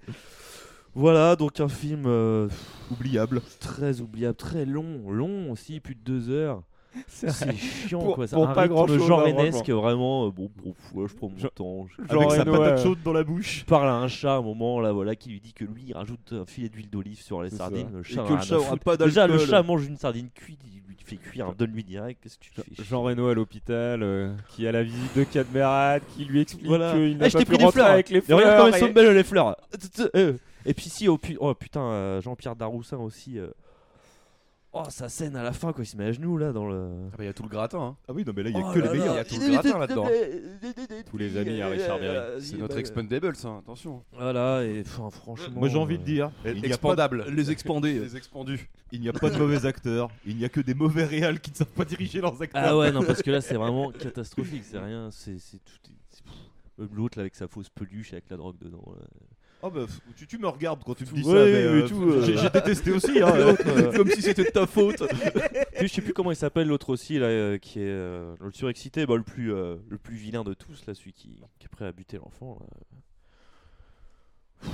Voilà, donc un film euh,
oubliable,
très oubliable, très long, long aussi, plus de deux heures.
C'est vrai.
C'est chiant
Pour-
quoi, ça
pour
un
pas
rythme
grand-chose,
genre
hein,
Lénesque,
franchement.
vraiment. euh, bon, bon, ouais, je prends mon temps. je-
Jean Avec sa Reno, patate ouais. chaude
dans la bouche.
Parle à un chat à un moment là, voilà, qui lui dit que lui il rajoute un filet d'huile d'olive sur les
C'est
sardines.
ça.
Le
Et
chat, en
que le
a rien à
chat aura
foutre.
pas
Déjà, le
d'alcool.
chat mange une sardine cuite, il lui fait cuire, donne-lui direct. Qu'est-ce que tu fais
Jean Reno à l'hôpital, euh, qui a la visite de Cadmerade, qui lui explique qu'il n'a
Eh, je
pas
t'ai
pu
pris des
rentrer
fleurs.
avec les
Mais
fleurs.
Regarde comme elles
et-
sont belles les fleurs. Euh, Et puis si, oh, pu- oh, putain, euh, Jean-Pierre Daroussin aussi. euh, Oh, sa scène à la fin, quoi, il se met à genoux là dans le. Oh
Ah bah, il y a tout le gratin. Hein.
Ah oui, non, mais là,
il y a que les meilleurs. Il y a tout le gratin là-dedans.
Tous les amis à Richard Berry.
C'est notre Expendables, hein, attention.
Voilà, et enfin, franchement.
Moi j'ai envie de dire,
euh,
il n'y a
expandable.
pas-
Les expandés. Les
expandus. Il n'y a pas de mauvais acteurs, il n'y a que des mauvais réals qui ne savent pas diriger leurs acteurs.
Ah ouais, non, parce que là, c'est vraiment catastrophique, c'est rien, c'est c'est tout. c'est- pff. Même l'autre là avec sa fausse peluche avec la drogue dedans. là.
Oh bah, f- tu, tu me regardes quand tu me
Ouais,
dis ça,
oui,
mais,
mais
euh,
tout, euh,
j'ai j'ai détesté aussi, hein,
l'autre, euh.
comme si c'était de ta faute.
Puis je sais plus comment il s'appelle l'autre aussi là, euh, qui est euh, le surexcité, bah, le plus euh, le plus vilain de tous là, celui qui, qui est prêt à buter l'enfant. là.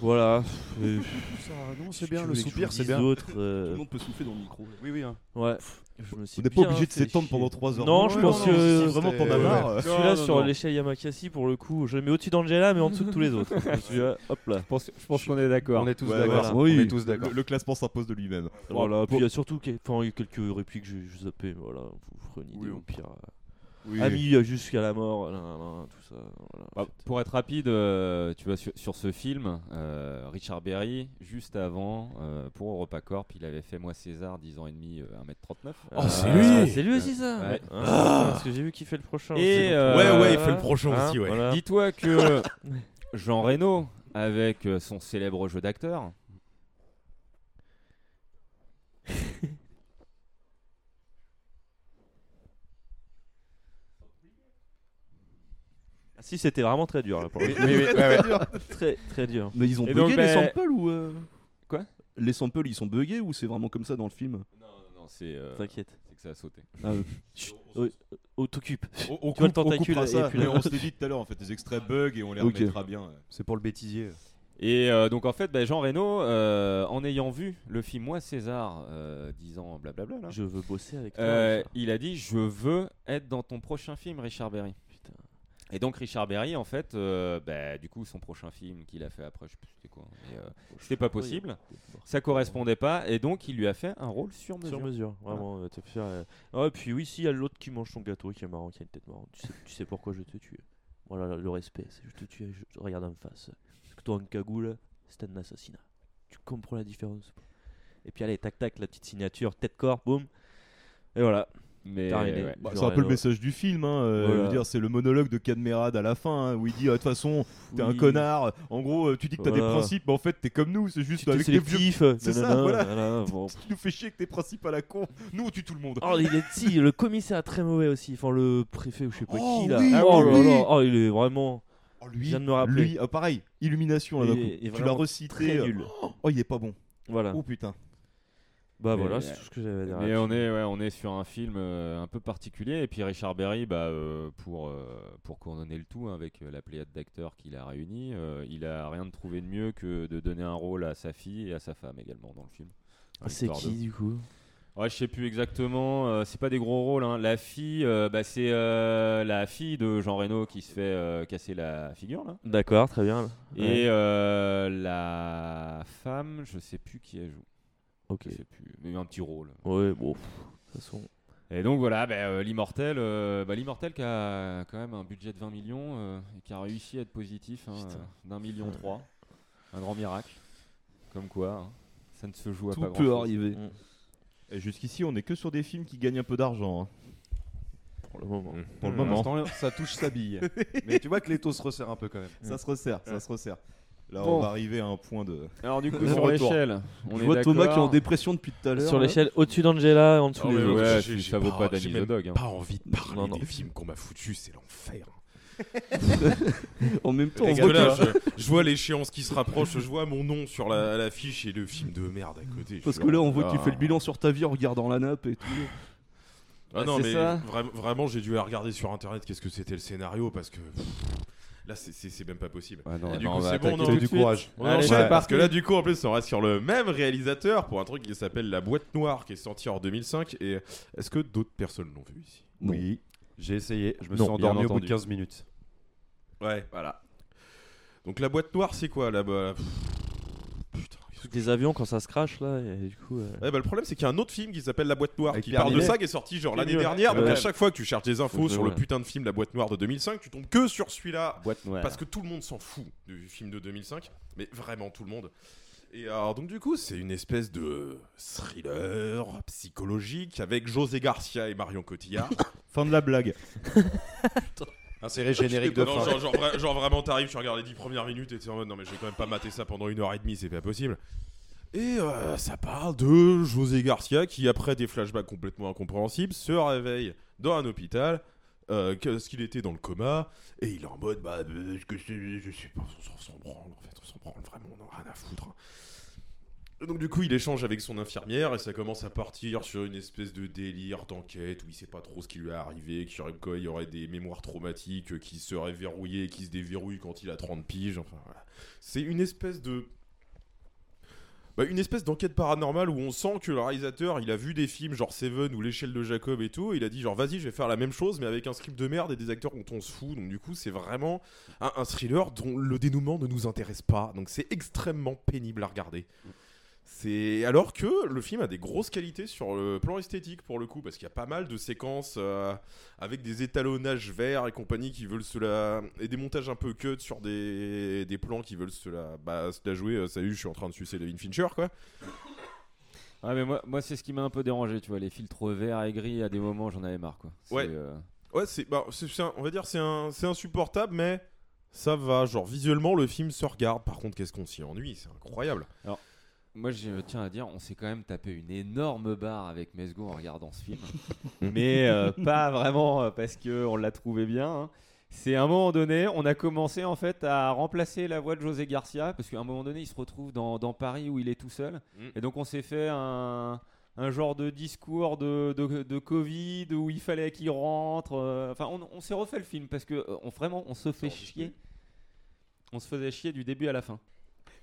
Voilà. Et-
Ça, non, c'est
Qu'est-ce
bien,
que
le
tu veux que je
soupir,
vous
c'est
dise
bien.
d'autre,
Tout
euh,
le monde peut souffler dans le micro. Oui, oui, hein.
Ouais. Je me suis
On n'est pas
bien
obligé de
fait
s'étendre
chier.
pendant trois heures.
Non,
Non,
je
non,
pense
non,
que
si, euh, vraiment t'en as marre.
Ouais.
Non,
Celui-là
non,
sur
non.
l'échelle Yamakasi pour le coup, je le mets au-dessus d'Angela mais en dessous de tous les autres. Celui-là, euh, hop là.
Je pense, je pense qu'on est d'accord.
Ouais, voilà.
Oui.
Le, le classement s'impose de lui-même.
Voilà,
Bon,
puis il y a surtout que- enfin, il y a quelques répliques que j'ai zappées, mais voilà, vous ferez une idée au pire.
Oui.
Ami euh, jusqu'à la mort, là, là, là, Hein, tout ça. voilà.
Bah, pour être rapide, euh, tu vois, sur, sur ce film, euh, Richard Berry, juste avant, euh, pour EuropaCorp, il avait fait Moi César, 10 ans et demi, euh, 1m39.
Oh, c'est lui C'est lui aussi, ça
Euh, Ouais.
Ah, Parce que j'ai vu qu'il fait le prochain aussi,
Et,
donc-
euh,
Ouais, ouais, il fait le prochain
hein,
aussi, ouais. voilà.
Dis-toi que Jean Reno, avec euh, son célèbre jeu d'acteur,
Ah, si, c'était vraiment très dur là pour le
Oui,
coup.
oui, oui, ouais, ouais.
Très, très dur. Eh
Mais ils ont
Et
bugué
donc,
les
ben-
samples ou. euh,
Quoi
Les samples, ils sont buggés ou c'est vraiment comme ça dans le film
non, non, c'est. euh,
T'inquiète.
C'est que ça a sauté.
Ah, euh,
Chut, oh, oh, t'occupe.
On, on
Tu vois le
coupe- on
tentacule
coupera
et
ça,
puis
mais
là-
on se l'est dit tout à l'heure en fait, les extraits bugs et on les
Ok.
remettra bien.
C'est pour le bêtisier.
Et euh, donc en fait, bah, Jean Reno, euh, en ayant vu le film Moi César, euh, disant blablabla, là,
Je veux bosser avec toi.
euh,
Richard.
il a dit je veux être dans ton prochain film, Richard Berry. Et donc Richard Berry, en fait, euh, bah, du coup, son prochain film qu'il a fait après, je sais plus c'était quoi, mais, euh, c'était pas possible, ça correspondait pas, et donc il lui a fait un rôle sur mesure.
Sur mesure,
Voilà.
vraiment. euh, t'es fier, euh. Ah, et puis oui, si, il y a l'autre qui mange son gâteau qui est marrant, qui a une tête marrante. Tu sais, tu sais pourquoi je te tue. Voilà le- le respect, c'est je te tue, je te regarde en face. Parce que toi, en cagoule, c'est un assassinat. Tu comprends la différence. Et puis allez, tac tac, la petite signature, tête-corps, boum. Et voilà.
Mais
Terminé.
ouais.
Bah,
Genre,
c'est un peu le
euh,
message du film, hein, euh,
Voilà.
je veux dire, c'est le monologue de Cadmerade à la fin hein, où il dit ah, de toute façon t'es un
Oui.
connard. En gros, euh, tu dis que t'as
Voilà.
des principes, mais en fait t'es comme nous, c'est juste
Tu t'es
avec des
sélectif,
vieux-
euh,
C'est ça,
nanana,
voilà.
nanana, bon.
Tu nous fais chier avec tes principes à la con. Nous on tue tout le monde.
Oh, il est, si, le commissaire est très mauvais aussi. Enfin, le préfet ou je sais pas
Oh,
qui là.
oui,
oh,
oui,
là
oui.
là, oh, il est vraiment.
Oh,
lui,
je viens de me rappeler.
lui, ah, pareil, illumination là d'un
Il est-
coup.
est
Tu l'as
vraiment
recité.
très
euh,
nul.
Oh, il est pas bon.
Voilà.
Oh putain.
Bah
Mais-
voilà, c'est tout ce que j'avais à dire.
Mais
là-dessus.
on est, ouais, on est sur un film euh, un peu particulier. Et puis Richard Berry, bah, euh, pour, euh, pour coordonner le tout hein, avec euh, la pléiade d'acteurs qu'il a réunis, euh, il a rien de trouvé de mieux que de donner un rôle à sa fille et à sa femme également dans le film.
Ah,
C'est
Histoire
qui
de-
du coup
Ouais, je sais plus exactement. euh, c'est pas des gros rôles. hein. La fille, euh, bah, c'est euh, la fille de Jean Reno qui se fait euh, casser la figure là.
D'accord, très bien. Ouais.
Et euh, la femme, je sais plus qui elle joue.
Ok.
Je sais plus. Mais un petit rôle.
Ouais, bon, pff, de toute façon.
Et donc voilà, bah, euh, l'immortel, euh, bah, l'immortel qui a quand même un budget de 20 millions euh, et qui a réussi à être positif hein, euh, d'un million trois, un grand miracle. Comme quoi, hein, ça ne se joue à
Tout
pas
peut
grand-chose.
arriver.
Mm.
Et jusqu'ici, on est que sur des films qui gagnent un peu d'argent. hein. Pour le
Mm.
moment. Pour le
Pour
moment.
l'instant, ça touche sa bille. Mais tu vois que les taux se resserrent un peu quand même.
Mm.
Ça se resserre, ça se resserre. Là,
Bon.
on va arriver à un point de.
Alors, du coup,
de
sur
non-retour.
l'échelle, on
Je
est
vois Thomas
d'accord.
qui est en dépression depuis tout à l'heure.
Sur
là.
l'échelle au-dessus d'Angela, en dessous
Ah ouais,
des autres.
ouais, j'ai- j'ai j'ai même Pas envie de parler
hein. Non, non.
des films qu'on m'a foutu, c'est l'enfer.
En même temps, on
Parce
voit
que là,
que-
je, je vois l'échéance qui se rapproche, je vois mon nom sur la, la fiche et le film de merde à côté. je
Parce
suis
que là,
genre,
on voit que tu
ah.
fais le bilan sur ta vie en regardant la nappe et tout.
Ah non,
C'est
mais
ça.
vra- vraiment, j'ai dû la regarder sur internet qu'est-ce que c'était le scénario parce que. pff, Là, c'est- c'est c'est même pas possible.
non,
Et du
non,
coup,
on va
c'est bon,
attaquer
non
tout de suite.
On
Allez,
enchaîne,
c'est
parce
parti.
que là, du coup, en plus, on reste sur le même réalisateur pour un truc qui s'appelle La Boîte Noire, qui est sorti en 2005. Et est-ce que d'autres personnes l'ont vu ici
Oui, j'ai essayé. Je me
Non,
suis
bien
endormi au bout de
entendu.
15 minutes.
Ouais, voilà. Donc la boîte noire, c'est quoi là-bas
Des avions quand ça se crache là, et du coup. euh,
Ouais, bah, le problème, c'est qu'il y a un autre film qui s'appelle La Boîte Noire,
Avec
qui
Pierre
parle de
Ninet.
ça, qui est sorti genre l'année
Ouais.
dernière. Donc
Ouais.
à chaque fois que tu cherches des infos
Ouais,
sur le
ouais.
putain de film La Boîte Noire de 2005, tu tombes que sur celui-là.
Boîte Noire.
Parce que tout le monde s'en fout du film de 2005, mais vraiment tout le monde. Et alors, donc du coup, c'est une espèce de thriller psychologique avec José Garcia et Marion Cotillard.
Fin de la blague.
Inséré générique de
Non,
fin.
Genre, genre vra- genre vraiment, t'arrives, tu regardes les 10 premières minutes et t'es en mode non, mais je vais quand même pas mater ça pendant une heure et demie, c'est pas possible. Et euh, ça parle de José Garcia qui, après des flashbacks complètement incompréhensibles, se réveille dans un hôpital. euh, Qu'est-ce qu'il était dans le coma et il est en mode bah euh, ce que c'est, je sais pas on s'en branle en fait on s'en branle vraiment on en a rien à foutre hein. donc du coup, il échange avec son infirmière et ça commence à partir sur une espèce de délire d'enquête où il sait pas trop ce qui lui est arrivé, qu'il y aurait, quoi, il y aurait des mémoires traumatiques euh, qui seraient verrouillées et qui se déverrouillent quand il a 30 piges. Enfin, voilà. C'est une espèce de... Bah, une espèce d'enquête paranormale où on sent que le réalisateur, il a vu des films genre Seven ou L'échelle de Jacob et tout, et il a dit genre vas-y, je vais faire la même chose mais avec un script de merde et des acteurs dont on se fout. Donc du coup, c'est vraiment un, un thriller dont le dénouement ne nous intéresse pas. Donc c'est extrêmement pénible à regarder. C'est alors que le film a des grosses qualités sur le plan esthétique pour le coup parce qu'il y a pas mal de séquences euh, avec des étalonnages verts et compagnie qui veulent cela et des montages un peu cut sur des, des plans qui veulent cela bah cela jouer euh, salut je suis en train de sucer David Fincher quoi.
Ouais, mais moi, moi c'est ce qui m'a un peu dérangé, tu vois, les filtres verts et gris, à des moments, j'en avais marre, quoi. C'est,
Ouais.
euh,
Ouais, c'est, bah, c'est- c'est un- on va dire c'est un, c'est insupportable, mais ça va. Genre visuellement, le film se regarde. Par contre, qu'est-ce qu'on s'y ennuie, c'est incroyable.
Alors, moi, je tiens à dire, on s'est quand même tapé une énorme barre avec Mesgo en regardant ce film, mais euh, pas vraiment euh, parce que on l'a trouvé bien. hein. C'est à un moment donné, on a commencé en fait à remplacer la voix de José Garcia parce qu'à un moment donné, il se retrouve dans, dans Paris où il est tout seul,
Mm.
et donc on s'est fait un, un genre de discours de, de, de Covid où il fallait qu'il rentre. euh, Enfin, on, on s'est refait le film parce que euh, on, vraiment, on se fait chier. On se faisait chier du début à la fin.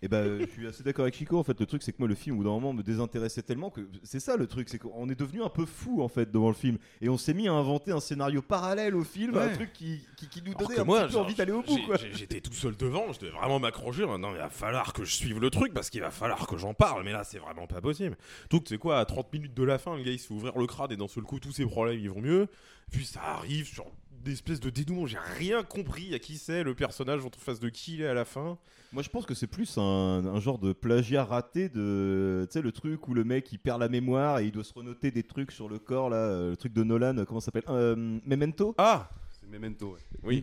Et ben, je suis assez d'accord avec Chico. En fait, le truc, c'est que moi, le film, au bout d'un moment, me désintéressait tellement que c'est ça le truc, c'est qu'on est devenu un peu fou en fait devant le film, et on s'est mis à inventer un scénario parallèle au film, un
Ouais.
truc qui, qui, qui nous
Alors
donnait
que
un
moi,
petit peu
genre,
envie d'aller au bout.
j'ai-
Quoi.
j'ai- J'étais tout seul devant, je devais vraiment m'accrocher. Non, mais il va falloir que je suive le truc parce qu'il va falloir que j'en parle. Mais là, c'est vraiment pas possible. Donc, c'est quoi, à 30 minutes de la fin, le gars il se fait ouvrir le crâne et d'un seul coup, tous ses problèmes ils vont mieux. Puis ça arrive sur des espèces de dénouement. J'ai rien compris à qui c'est le personnage, en face de qui il est à la fin.
Moi, je pense que c'est plus un, un genre de plagiat raté de, tu sais, le truc où le mec il perd la mémoire et il doit se renoter des trucs sur le corps là, euh, le truc de Nolan, euh, comment ça s'appelle, Euh, Memento.
Ah,
c'est Memento.
Oui.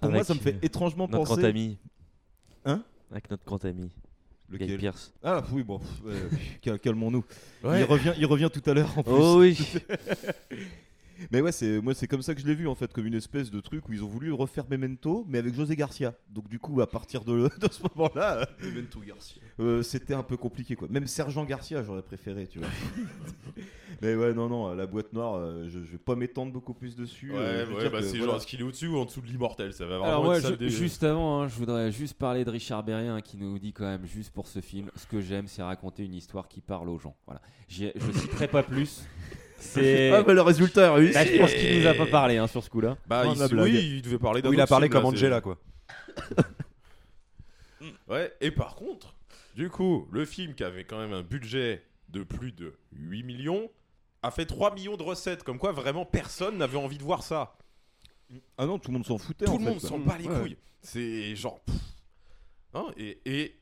pour moi,
avec,
ça me fait
euh,
étrangement
notre
penser.
Grand ami.
Hein
Avec notre grand ami.
Lequel
Guy Pierce.
Ah oui, bon, pff, euh, cal- calmons-nous.
Ouais.
Il, revient, il revient tout à l'heure en plus.
Oh oui.
Mais ouais, c'est moi c'est comme ça que je l'ai vu en fait, comme une espèce de truc où ils ont voulu refaire Memento, mais avec José Garcia. Donc du coup, à partir de, de ce moment-là, euh,
Memento Garcia.
euh, c'était un peu compliqué quoi. Même Sergent Garcia, j'aurais préféré, tu vois. mais ouais, non, non, la boîte noire, euh, je, je vais pas m'étendre beaucoup plus dessus.
Ouais,
euh, je veux
ouais,
dire
bah
que,
c'est
voilà.
genre, est-ce qu'il est au-dessus ou en dessous de l'immortel Ça va vraiment
Alors moi,
être ça,
ju-
le dé-
juste avant, hein, je voudrais juste parler de Richard Berrien hein, qui nous dit quand même juste pour ce film, ce que j'aime, c'est raconter une histoire qui parle aux gens. Voilà, J'y- je citerai pas plus. C'est
Ah, bah, le résultat est réussi.
Bah, je pense qu'il nous a pas parlé hein, sur ce coup-là.
Bah, il- oui, il devait parler d'un
Ou il a
autre
parlé
film,
comme
là, c'est-
Angela, quoi.
Ouais, et par contre, du coup, le film qui avait quand même un budget de plus de 8 millions a fait 3 millions de recettes, comme quoi vraiment personne n'avait envie de voir ça.
Ah non, tout le monde s'en foutait.
Tout
en
le
fait,
monde
quoi.
s'en bat les
Ouais.
couilles. C'est genre. pff. Hein, et et,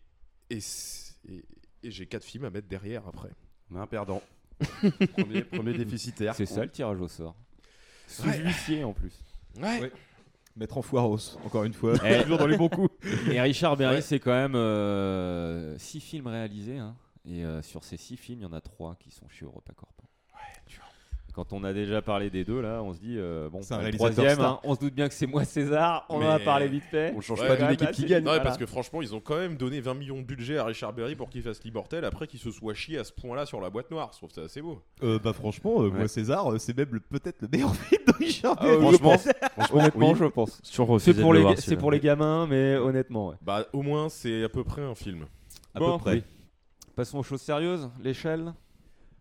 et, c'est- et- et j'ai 4 films à mettre derrière après.
On a un perdant. premier, premier déficitaire.
C'est ça le tirage au sort. Sous
Ouais.
huissier en plus.
Ouais.
Mettre en foiros, encore une fois.
Eh.
Toujours dans les bons coups.
Et Richard Berry,
Ouais.
c'est quand même 6 films réalisés. hein. Et euh, sur ces 6 films, il y en a 3 qui sont chez EuropaCorp. Quand on a déjà parlé des deux, là, on se dit, euh, bon,
C'est un
le
réalisateur
troisième,
star.
hein, on se doute bien que c'est moi César, on en
Mais-
a parlé vite fait.
Ouais,
quand même assez-
Ouais,
voilà.
parce que franchement, ils ont quand même donné 20 millions de budget à Richard Berry pour qu'il fasse l'immortel après qu'il se soit chié à ce point-là sur la boîte noire. Je trouve ça assez beau.
Euh, bah franchement, euh, moi
Ouais.
César, euh, c'est même le- peut-être le meilleur film de Richard
Ah,
Berry.
franchement,
Je pense.
franchement,
Honnêtement,
oui.
je pense.
Si on refusait
C'est
de
pour,
le
les,
voir,
ga- c'est
celui-là.
pour les gamins, mais honnêtement, ouais.
Bah, au moins, c'est à peu près un film.
À peu Bon. près. Passons aux choses sérieuses. L'échelle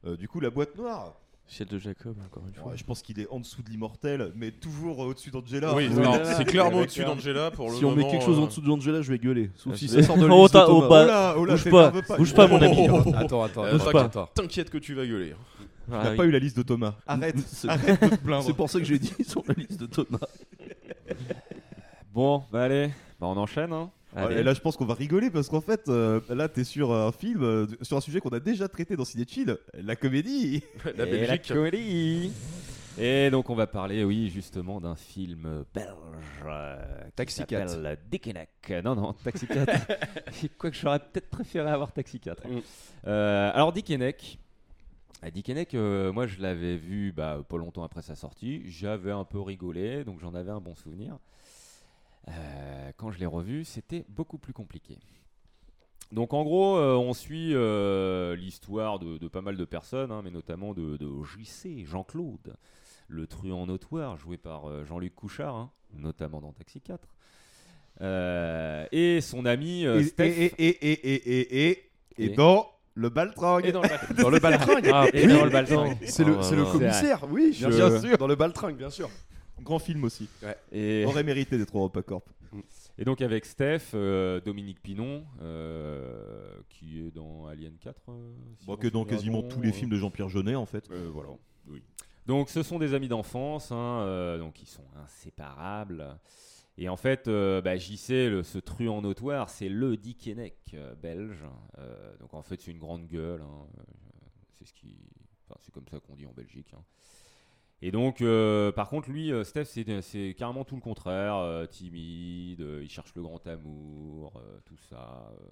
Euh, Du coup, la boîte noire.
Échelle de Jacob, encore une fois.
Ouais, je pense qu'il est en dessous de l'immortel, mais toujours euh, au-dessus d'Angela.
Ah, Oui,
Ouais.
alors, c'est clairement au-dessus d'Angela pour le
Si on met
moment,
quelque chose en
euh,
dessous de Angela, je vais gueuler. Sauf
Ah,
si
je
ça
vais-
sort de
Oh,
liste de
t'as- oh,
Thomas.
bah, Oh là, oh là,
bouge pas,
t'énerve pas.
bouge pas, mon ami.
Oh, oh, oh, oh. Attends,
bouge
t'inquiète,
pas.
t'inquiète que tu vas gueuler. hein.
On n'a pas eu la liste de Thomas. Arrête, arrête de te plaindre.
C'est pour ça que j'ai dit sur la liste de Thomas.
Bon, bah allez, bah on enchaîne. Hein.
Ah, et là, je pense qu'on va rigoler parce qu'en fait, euh, là, t'es sur un film, euh, sur un sujet qu'on a déjà traité dans Ciné Chill, la comédie.
Et la comédie. Et donc on va parler, oui, justement d'un film belge. euh, qui
Taxi
s'appelle
quatre.
euh, Dickeneck. Non, non, Taxi 4. Quoique j'aurais peut-être préféré avoir Taxi 4. hein. Euh, alors Dickeneck. À Dickeneck, euh, moi je l'avais vu bah, pas longtemps après sa sortie. J'avais un peu rigolé, donc j'en avais un bon souvenir. Euh, quand je l'ai revu, c'était beaucoup plus compliqué. Donc en gros, euh, on suit euh, l'histoire de, de pas mal de personnes, hein, mais notamment de, de JC, Jean-Claude, le truand notoire joué par euh, Jean-Luc Couchard, hein, notamment dans Taxi 4. Euh, et son ami euh,
Et-
Steph.
et- et- et- et- et- et- et
Et-
dans le baltringue.
Et dans le baltringue. Dans le baltringue. Ah,
Et
oui.
dans le baltringue.
C'est le- Oh, c'est le
Ah.
commissaire, oui,
Bien,
je-
bien sûr.
Dans le baltringue, bien sûr.
Grand film aussi.
Et- Mm.
Aurait mérité d'être au Europacorp.
Et donc avec Steph, euh, Dominique Pinon, euh, qui est dans Alien 4. euh, si
Bon,
je
que
me
dans
souviens
quasiment
bon,
tous les
euh,
films de Jean-Pierre Jeunet, en fait.
voilà. Oui. Donc ce sont des amis d'enfance, hein, euh, donc ils sont inséparables. Et en fait, euh, bah, JC, le, ce truand notoire, c'est le Dickeneck euh, belge. Euh, donc en fait, c'est une grande gueule. hein. Euh, C'est ce qui, enfin, c'est comme ça qu'on dit en Belgique. hein. Et donc, euh, par contre, lui, euh, Steph, c'est c'est carrément tout le contraire. euh, timide, euh, il cherche le grand amour, euh, tout ça. euh.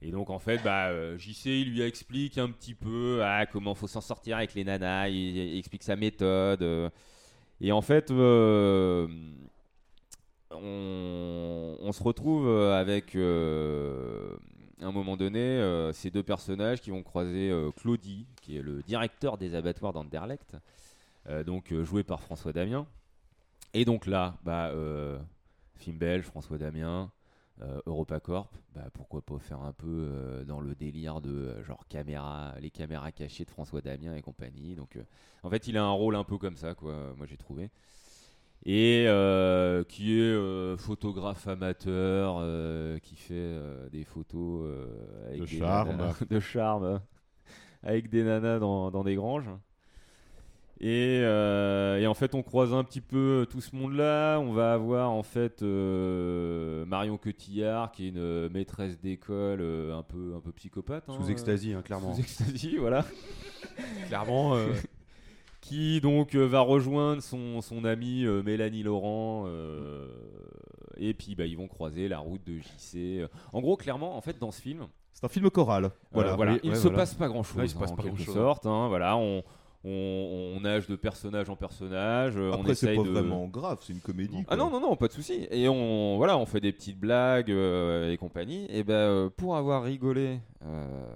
Et donc, en fait, bah, euh, JC, il lui explique un petit peu ah, comment faut s'en sortir avec les nanas. Il, il explique sa méthode. euh. et en fait, euh, on, on se retrouve euh, avec, euh, à un moment donné, euh, ces deux personnages qui vont croiser euh, Claudie, qui est le directeur des abattoirs d'Anderlecht, euh, donc euh, joué par François Damien. Et donc là, bah, euh, film belge, François Damien, euh, EuropaCorp, bah, pourquoi pas faire un peu euh, dans le délire de euh, genre caméra, les caméras cachées de François Damien et compagnie. Donc, euh, en fait, il a un rôle un peu comme ça, quoi. Moi, j'ai trouvé et euh, qui est euh, photographe amateur, euh, qui fait euh, des photos euh, avec
De
des
charme.
nanas- de charme, hein. avec des nanas dans, dans des granges. Et, euh, et en fait, on croise un petit peu euh, tout ce monde-là. On va avoir en fait euh, Marion Cotillard, qui est une euh, maîtresse d'école euh, un peu un peu psychopathe. hein,
Sous extasie, hein, clairement.
Sous extasie, voilà. clairement.
euh,
qui donc euh, va rejoindre son, son amie euh, Mélanie Laurent. euh, et puis bah, ils vont croiser la route de JC. En gros, clairement, en fait, dans ce film, euh,
C'est un film choral.
voilà,
Voilà.
voilà. il ne se passe pas grand chose,
Ouais, il se passe
en
pas
quelque
grand-chose.
sorte. hein, voilà, on, on, on nage de personnage en personnage. euh, on
Après, c'est
essaye
pas
de-
vraiment grave, c'est une comédie.
Ah non, non, non, pas de souci. Et on, voilà, on fait des petites blagues euh, et compagnie. Et ben, euh, pour avoir rigolé euh,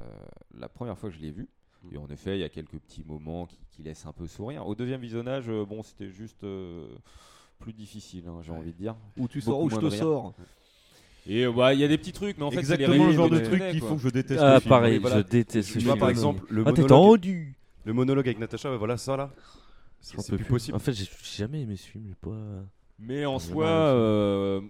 la première fois que je l'ai vu, et en effet, il y a quelques petits moments qui, qui laissent un peu sourire. Au deuxième visionnage, euh, bon, c'était juste euh, plus difficile, hein, j'ai envie de dire.
Ou tu
Beaucoup
sors ou je
moins
te
de rire.
sors.
Et euh, bah, il y a des petits trucs, mais en fait, c'est les
Exactement le
réels
genre de
que tu
truc
connais,
qu'il
quoi.
faut que je déteste
Ah, pareil, je déteste ce
Tu vois,
film.
par exemple, le
Ah, t'es
monologue.
tendu.
Le monologue avec Natacha, ben voilà ça là. C'est
J'en
c'est
peux
plus
plus.
possible.
En fait, j'ai j'ai jamais aimé ce film, j'ai pas.
Mais en
j'ai
soi,
mal,
euh,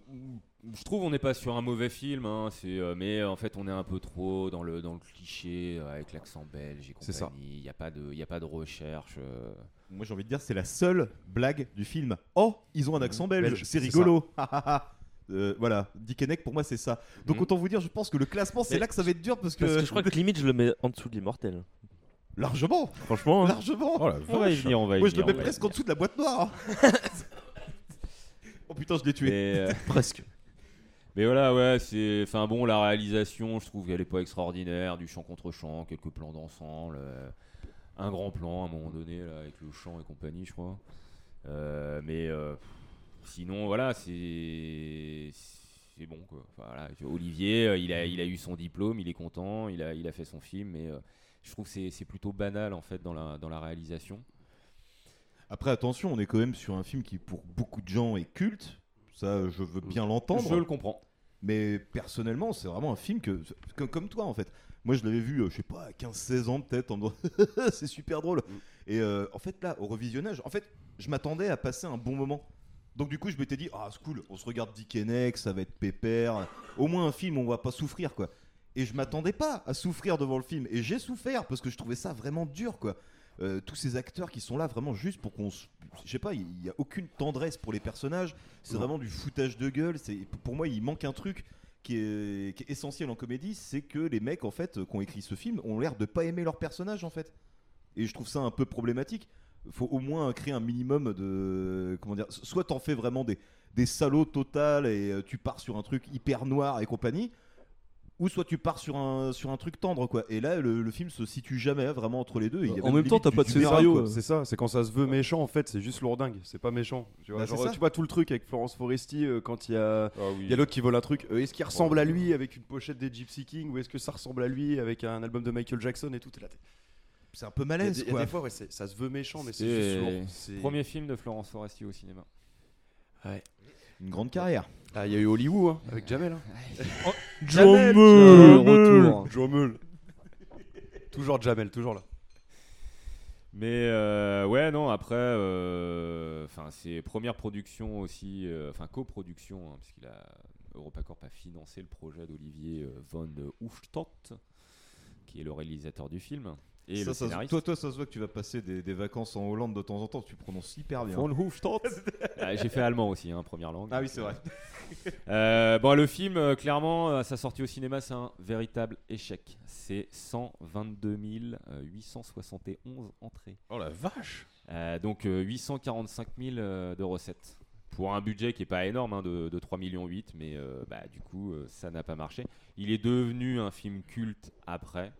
je trouve on n'est pas sur un mauvais film. hein, c'est, euh, mais euh, en fait, on est un peu trop dans le, dans le cliché euh, avec l'accent belge et
C'est ça.
compagnie. Il n'y a, pas de- il y a pas de recherche. euh.
Moi, j'ai envie de dire, c'est la seule blague du film. Oh, ils ont un accent belge,
Belge, c'est
c'est rigolo. Ah, Euh, voilà, Dick Henneck, pour moi, c'est ça. Donc,
Mhm.
autant vous dire, je pense que le classement, c'est
Mais-
là que ça va être dur parce que.
Parce que je crois que limite, je le mets en dessous de l'immortel.
Largement
Franchement. hein.
Largement
On va y venir, on va y
Moi, je
venir.
le mets
on va y
presque en
venir.
dessous de la boîte noire. hein. oh putain, je l'ai tué.
Presque. euh, Mais voilà, ouais, c'est. Enfin bon, la réalisation, je trouve qu'elle est pas extraordinaire. Du chant contre chant, quelques plans d'ensemble. euh, un grand plan à un moment donné, là, avec le chant et compagnie, je crois. Euh, mais euh, pff, sinon, voilà, c'est. C'est bon, quoi. Enfin, voilà, tu vois, Olivier, euh, il a, il a eu son diplôme, il est content, il a, il a fait son film, mais euh, je trouve que c'est- c'est plutôt banal, en fait, dans la, dans la réalisation.
Après, attention, on est quand même sur un film qui, pour beaucoup de gens, est culte. Ça, je veux bien l'entendre.
Je le comprends.
Mais personnellement, c'est vraiment un film que, que- comme toi, en fait. Moi, je l'avais vu, euh, je sais pas, à 15-16 ans peut-être, en me disant c'est super drôle.
Mm.
Et euh, en fait, là, au revisionnage, en fait, je m'attendais à passer un bon moment. Donc, du coup, je m'étais dit, ah, c'est cool, on se regarde Dick Henneck, ça va être pépère. Au moins, un film, on va pas souffrir, quoi. Et je m'attendais pas à souffrir devant le film. Et j'ai souffert parce que je trouvais ça vraiment dur, quoi. Euh, tous ces acteurs qui sont là vraiment juste pour qu'on se- je sais pas il n'y a aucune tendresse pour les personnages c'est
Non.
vraiment du foutage de gueule c'est pour moi il manque un truc qui est, qui est essentiel en comédie c'est que les mecs en fait euh, qui ont écrit ce film ont l'air de pas aimer leurs personnages en fait et je trouve ça un peu problématique faut au moins créer un minimum de comment dire soit t'en fais vraiment des des salauds total et euh, tu pars sur un truc hyper noir et compagnie ou soit tu pars sur un, sur un truc tendre quoi et là le, le film se situe jamais vraiment entre les deux Il y a
En même temps,
limite
t'as
du-
pas de
du bizarre,
scénario.
quoi.
C'est ça, c'est quand ça se veut méchant en fait, c'est juste lourdingue, c'est pas méchant. Tu vois,
Bah,
genre, euh,
c'est ça.
tu vois tout le truc avec Florence Foresti euh, quand il y a, il y a l'autre qui vole un truc. euh, est-ce qu'il ressemble à lui avec une pochette des Gypsy King ou est-ce que ça ressemble à lui avec un album de Michael Jackson et tout T'es là, t'es-
c'est un peu
Il
malaise
y a des- il y a
quoi
des fois, ouais, c'est- ça se veut méchant, mais c'est juste lourd. C'est-
Premier film de Florence Foresti au cinéma.
une grande carrière
Ah, il y a eu Hollywood hein, avec Jamel. hein.
Oh,
Jamel,
Jamel,
Jamel,
retour.
Jamel. toujours Jamel, toujours là.
Mais euh, ouais, non, après, euh, enfin c'est première production aussi, euh, enfin coproduction, hein, parce qu'il a Europacorp a financé le projet d'Olivier euh, von Hoefstadt, qui est le réalisateur du film. Et
Ça,
le
ça se-
scénariste.
toi, toi, ça se voit que tu vas passer des, des vacances en Hollande de temps en temps. Tu prononces hyper bien.
Von Hofstadt. Ah, J'ai fait allemand aussi, hein, première langue.
hein. Ah oui, c'est vrai.
Euh, bon, le film, euh, clairement, euh, sa sortie au cinéma, c'est un véritable échec. C'est 122 871 entrées.
Oh la vache
Euh, donc euh, 845 000 euh, de recettes. Pour un budget qui est pas énorme, hein, de, de 3,8 millions, mais euh, bah, du coup, euh, ça n'a pas marché. Il est devenu un film culte après.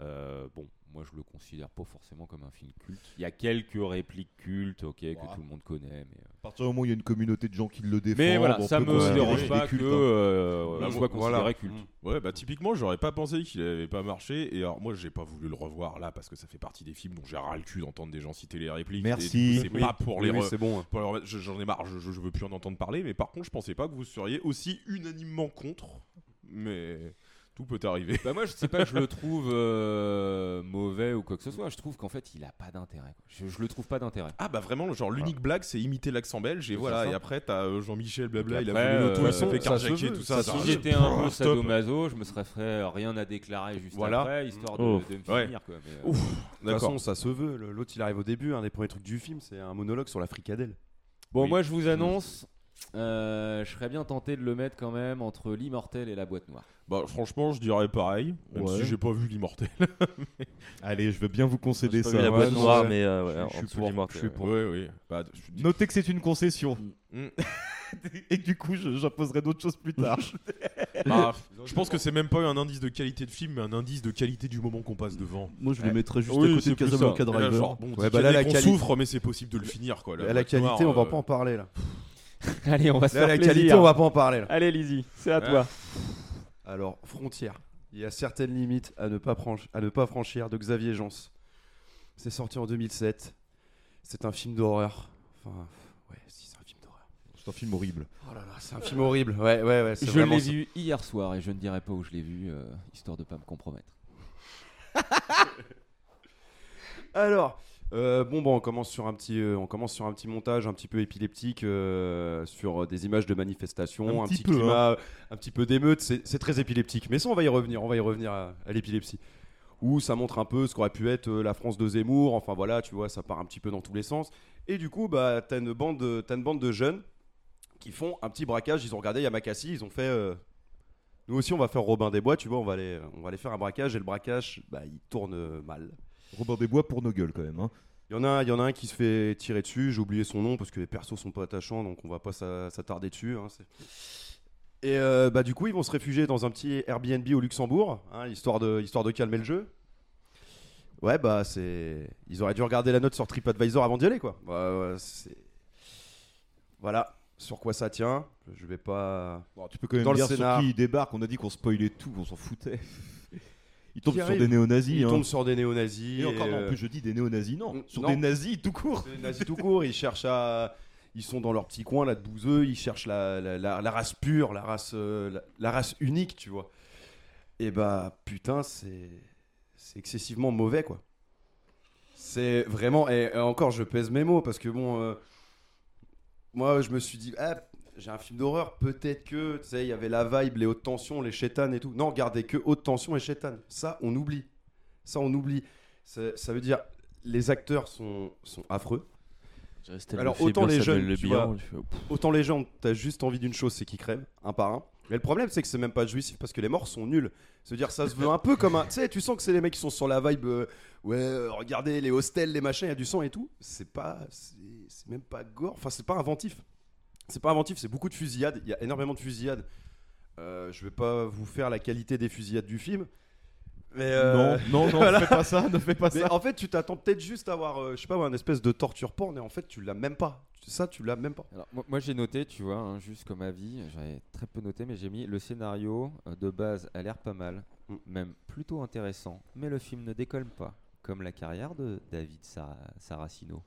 Euh, bon, moi je le considère pas forcément comme un film culte. Il y a quelques répliques cultes, ok, que tout le monde connaît, mais.
À partir du moment où il y a une communauté de gens qui le défendent,
Mais voilà,
on
ça
peut
me
considérer
dérange
qu'il est
pas
culte,
que,
hein.
euh, Bah, on soit
voilà.
considéré culte.
Mm. Ouais, bah typiquement, j'aurais pas pensé qu'il avait pas marché. Et alors, moi, j'ai pas voulu le revoir là parce que ça fait partie des films dont j'ai ras le cul d'entendre des gens citer les répliques.
Merci.
Et du coup, C'est
Oui.
pas pour les.
Oui,
re-
c'est bon, hein.
pour les remettre. Je- J'en ai marre. Je, je- je veux plus en entendre parler. Mais par contre, je pensais pas que vous seriez aussi unanimement contre. Mais tout peut arriver.
Bah moi je sais pas que je le trouve euh, mauvais ou quoi que ce soit, je trouve qu'en fait il a pas d'intérêt. quoi. Je, je le trouve pas d'intérêt.
Ah bah vraiment, genre l'unique blague c'est imiter l'accent belge et
C'est
voilà,
ça.
et après t'as euh, Jean-Michel blabla,
Après,
il a voulu
euh,
l'auto, il s'est fait
ça se
carjacker,
veut,
tout ça.
Si
ça-
j'étais un peu
Stop.
sadomaso, je me serais fait rien à déclarer juste
Voilà.
après, histoire de,
Ouf.
de me
Ouais.
finir. quoi, mais, euh,
Ouf. De toute façon, ça se veut. Le- L'autre, il arrive au début. Un des premiers trucs du film, c'est un monologue sur la fricadelle.
Bon, moi je vous annonce, Euh, je serais bien tenté de le mettre quand même entre l'immortel et la boîte noire.
Bah, franchement, je dirais pareil, même
Ouais.
si j'ai pas vu l'immortel. Mais-
Allez, je veux bien vous concéder
J'ai
ça.
pas vu la boîte noire, mais, euh, ouais,
Je-
en
je suis
dessous de
pour,
l'immortel,
je suis
ouais.
pour.
Ouais, ouais. Bah, je- je-
Notez que c'est une concession.
Mm.
Et que du coup, je- j'imposerai d'autres choses plus tard. Ah,
Bah, je pense que c'est même pas un indice de qualité de film, mais un indice de qualité du moment qu'on passe devant.
Moi, je le mettrais juste à
Oui,
côté de
c'est plus ça.
Casablanca Driver.
Et là, genre, bon,
Ouais,
Titanic,
bah là, la
on
quali-
souffre, mais c'est possible de le finir. Quoi,
à la
boîte noire,
qualité, on va
euh,
pas en parler là.
Allez, on va se
Là,
faire
la
plaisir.
qualité, on va pas en parler là.
Allez, Lizzy, c'est à
Ah.
toi.
Alors, frontière. Il y a certaines limites à ne pas, franch- à ne pas franchir de Xavier Jans. C'est sorti en 2007. C'est un film d'horreur. Enfin, ouais, si, c'est un film d'horreur.
C'est un film horrible.
Oh là là, c'est un film horrible. Ouais, ouais, ouais. c'est
Je
vraiment
l'ai
ça.
vu hier soir et je ne dirai pas où je l'ai vu, euh, histoire de pas me compromettre.
Alors, euh, bon, bon, on commence sur un petit, euh, on commence sur un petit montage un petit peu épileptique euh, sur euh, des images de manifestations,
Un
un,
petit
petit,
peu, hein.
climat, un petit peu d'émeute. C'est c'est très épileptique, mais ça, on va y revenir. On va y revenir à, à l'épilepsie. Où ça montre un peu ce qu'aurait pu être euh, la France de Zemmour. Enfin voilà, tu vois, ça part un petit peu dans tous les sens. Et du coup, bah, t'as une bande, de- t'as une bande de jeunes qui font un petit braquage. Ils ont regardé Yamakasi, ils ont fait. euh, nous aussi, on va faire Robin des Bois, tu vois, on va aller, on va aller faire un braquage et le braquage, bah, il tourne euh, mal.
Robin des Bois pour nos gueules quand même. hein.
Il y, en a, un- il y en a un qui se fait tirer dessus, j'ai oublié son nom parce que les persos sont pas attachants donc on va pas s'a- s'attarder dessus. hein, c'est- Et euh, bah, du coup, ils vont se réfugier dans un petit Airbnb au Luxembourg, hein, histoire, de, histoire de calmer le jeu. Ouais, bah c'est. Ils auraient dû regarder la note sur TripAdvisor avant d'y aller quoi. Bah, ouais, c'est- voilà, sur quoi ça tient. Je vais pas.
Tu peux quand même
Dans le
dire sur
scénar-
qui il débarque. On a dit qu'on spoilait tout, on s'en foutait. Il tombe
Qui
sur
arrive.
des néo-nazis.
Il
hein.
tombe sur des néo-nazis.
Et encore,
et,
non, en
euh,
plus, je dis des néo-nazis, non. Sur
non.
des nazis tout court.
Des nazis tout court, ils cherchent à. Ils sont dans leur petit coin là de bouseux, ils cherchent la, la, la- la race pure, la race, euh, la, la race unique, tu vois. Et bah putain, c'est c'est excessivement mauvais quoi. C'est vraiment et, et encore je pèse mes mots parce que bon, euh, moi je me suis dit ah, j'ai un film d'horreur, peut-être que tu sais il y avait la vibe, les hautes tensions, les chétanes et tout. Non, regardez que haute tension et chétanes. Ça on oublie, ça on oublie. Ça, ça veut dire les acteurs sont sont affreux.
Stéphane
Alors
Lefebvre,
autant les
Samuel
jeunes,
Le
tu
Bihan,
vois,
je fais,
autant les gens, t'as juste envie d'une chose, c'est qu'ils crèvent un par un. Mais le problème, c'est que c'est même pas jouissif parce que les morts sont nuls. C'est-à-dire, ça se veut un peu comme un. Tu sais, tu sens que c'est les mecs qui sont sur la vibe. euh, ouais, euh, regardez les hostels, les machins, il y a du sang et tout. C'est pas, c'est c'est même pas gore. Enfin, c'est pas inventif. C'est pas inventif. C'est beaucoup de fusillades. Il y a énormément de fusillades. Euh, je vais pas vous faire la qualité des fusillades du film. Mais euh,
Non, non, non,
voilà.
fais pas ça, ne fais pas
Mais
ça.
En fait, tu t'attends peut-être juste à avoir, euh, je sais pas, un espèce de torture porn, et en fait, tu l'as même pas. Ça, tu l'as même pas.
Alors, moi, moi, j'ai noté, tu vois, hein, juste comme avis, j'avais très peu noté, mais j'ai mis le scénario euh, de base a l'air pas mal, même plutôt intéressant, mais le film ne décolle pas, comme la carrière de David Sa- Saracino.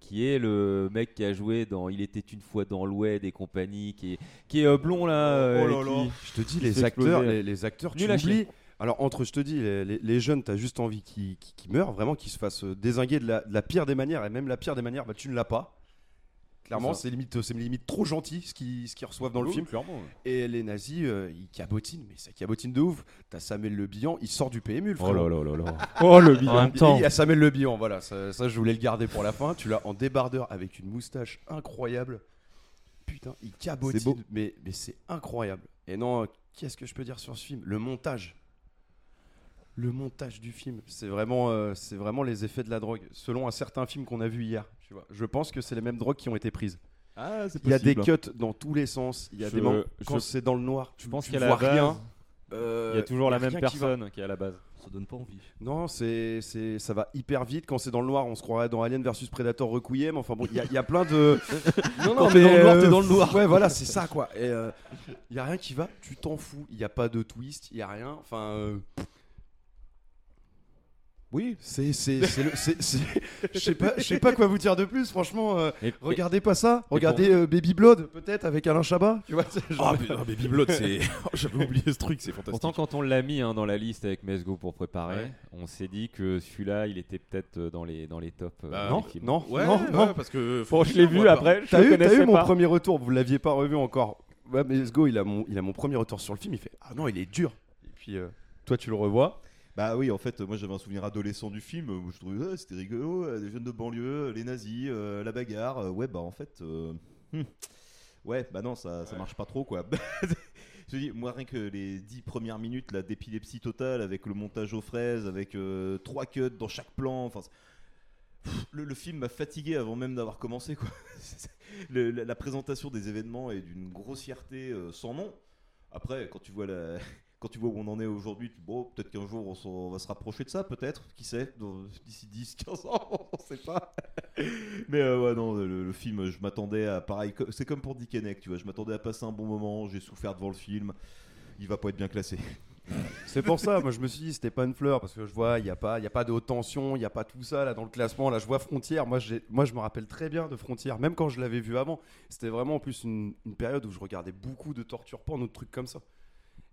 Qui est le mec qui a joué dans Il était une fois dans l'Oued et compagnie, qui est, qui est euh, blond là. euh, et qui-
Je te dis,
qui se
les
fait
acteurs,
exploser.
les, les acteurs, tu
Nul à chier.
oublies. Alors, entre, je te dis, les, les- les jeunes, t'as juste envie qu'ils qu'ils- qu'ils meurent, vraiment qu'ils se fassent euh, désinguer de la, de la pire des manières, et même la pire des manières, bah, tu ne l'as pas. Clairement,
C'est ça.
c'est limite, c'est limite trop gentil ce qu'ils ce qu'ils reçoivent dans le
Oui,
film.
clairement, ouais.
Et les nazis, euh, ils cabotinent, mais ça cabotine de ouf. T'as Samuel Le Bihan, il sort du PMU, le
Oh
frérot.
là là là là. Oh, le Bihan. En même temps.
Il y a Samuel Le Bihan, voilà, ça, ça, je voulais le garder pour la fin. Tu l'as en débardeur avec une moustache incroyable. Putain, il
C'est beau.
cabotine, mais, mais c'est incroyable. Et non, qu'est-ce que je peux dire sur ce film Le montage. Le montage du film, c'est vraiment, euh, c'est vraiment les effets de la drogue. Selon un certain film qu'on a vu hier, tu vois. Je pense que c'est les mêmes drogues qui ont été prises.
Ah, c'est
il y a des
possible.
cuts dans tous les sens. Il y a
Je-
des moments quand
je-
c'est dans le noir.
je pense
tu
qu'à la
vois
base,
rien. Euh,
il y a toujours la
rien
même
qui va.
personne qui est à la base.
Ça donne pas envie.
Non, c'est, c'est, ça va hyper vite. Quand c'est dans le noir, on se croirait dans Alien versus Predator Requiem. Enfin bon, il y, a- il y a plein de.
Quand t'es dans le
euh,
noir, t'es dans le noir.
euh, Ouais, voilà, c'est ça quoi. Et euh, il y a rien qui va. Tu t'en fous. Il y a pas de twist. Il y a rien. Enfin. euh, Oui, c'est c'est c'est le- c'est- c'est- je sais pas je sais pas quoi vous dire de plus franchement euh,
Et-
regardez pas ça
pour-
regardez euh, Baby Blood peut-être avec Alain Chabat tu vois c'est genre-
Ah, mais- ah, Baby Blood, c'est- J'avais oublié ce truc, c'est fantastique.
Pourtant, quand on l'a mis hein, dans la liste avec Mesgo pour préparer,
Ouais.
on s'est dit que celui-là, il était peut-être euh, dans les, dans les tops. euh,
Bah,
des
non,
films.
non,
Ouais,
non,
ouais,
non.
parce que-
Bon, je l'ai vu après, je
T'as
le
eu, t'as eu
connaissais
mon
pas.
premier retour, vous l'aviez pas revu encore. Ouais, mais let's go, il a, mon, il a mon premier retour sur le film, il fait Ah non, il est dur. Et puis euh, toi, tu le revois.
Bah oui, en fait, moi j'avais un souvenir adolescent du film où je trouvais Ah, c'était rigolo, euh, des jeunes de banlieue, euh, les nazis, euh, la bagarre. Euh, Ouais, bah en fait, euh, hmm, Ouais, bah non, ça, ça marche pas trop quoi. Je dis, moi rien que les 10 premières minutes là d'épilepsie totale avec le montage aux fraises, avec euh, trois cuts dans chaque plan, enfin. c'est- Pff, Le, le film m'a fatigué avant même d'avoir commencé quoi. C'est- le- la, la présentation des événements est d'une grossièreté euh, sans nom. Après, quand tu vois la, quand tu vois où on en est aujourd'hui, tu- bon, peut-être qu'un jour on, s'en- on va se rapprocher de ça, peut-être, qui sait, dans- d'ici 10, 15 ans, on sait pas. Mais euh, ouais, non, le, le film, je m'attendais à pareil, co- c'est comme pour Dick Henneck, tu vois, je m'attendais à passer un bon moment, j'ai souffert devant le film, il va pas être bien classé.
C'est pour ça, moi je me suis dit, c'était pas une fleur, parce que je vois, il n'y a, pas- y a pas de haute tension, il n'y a pas tout ça là dans le classement. Là, je vois Frontière, moi, j'ai- moi je me rappelle très bien de Frontière, même quand je l'avais vu avant. C'était vraiment en plus une, une période où je regardais beaucoup de torture porn ou de trucs comme ça.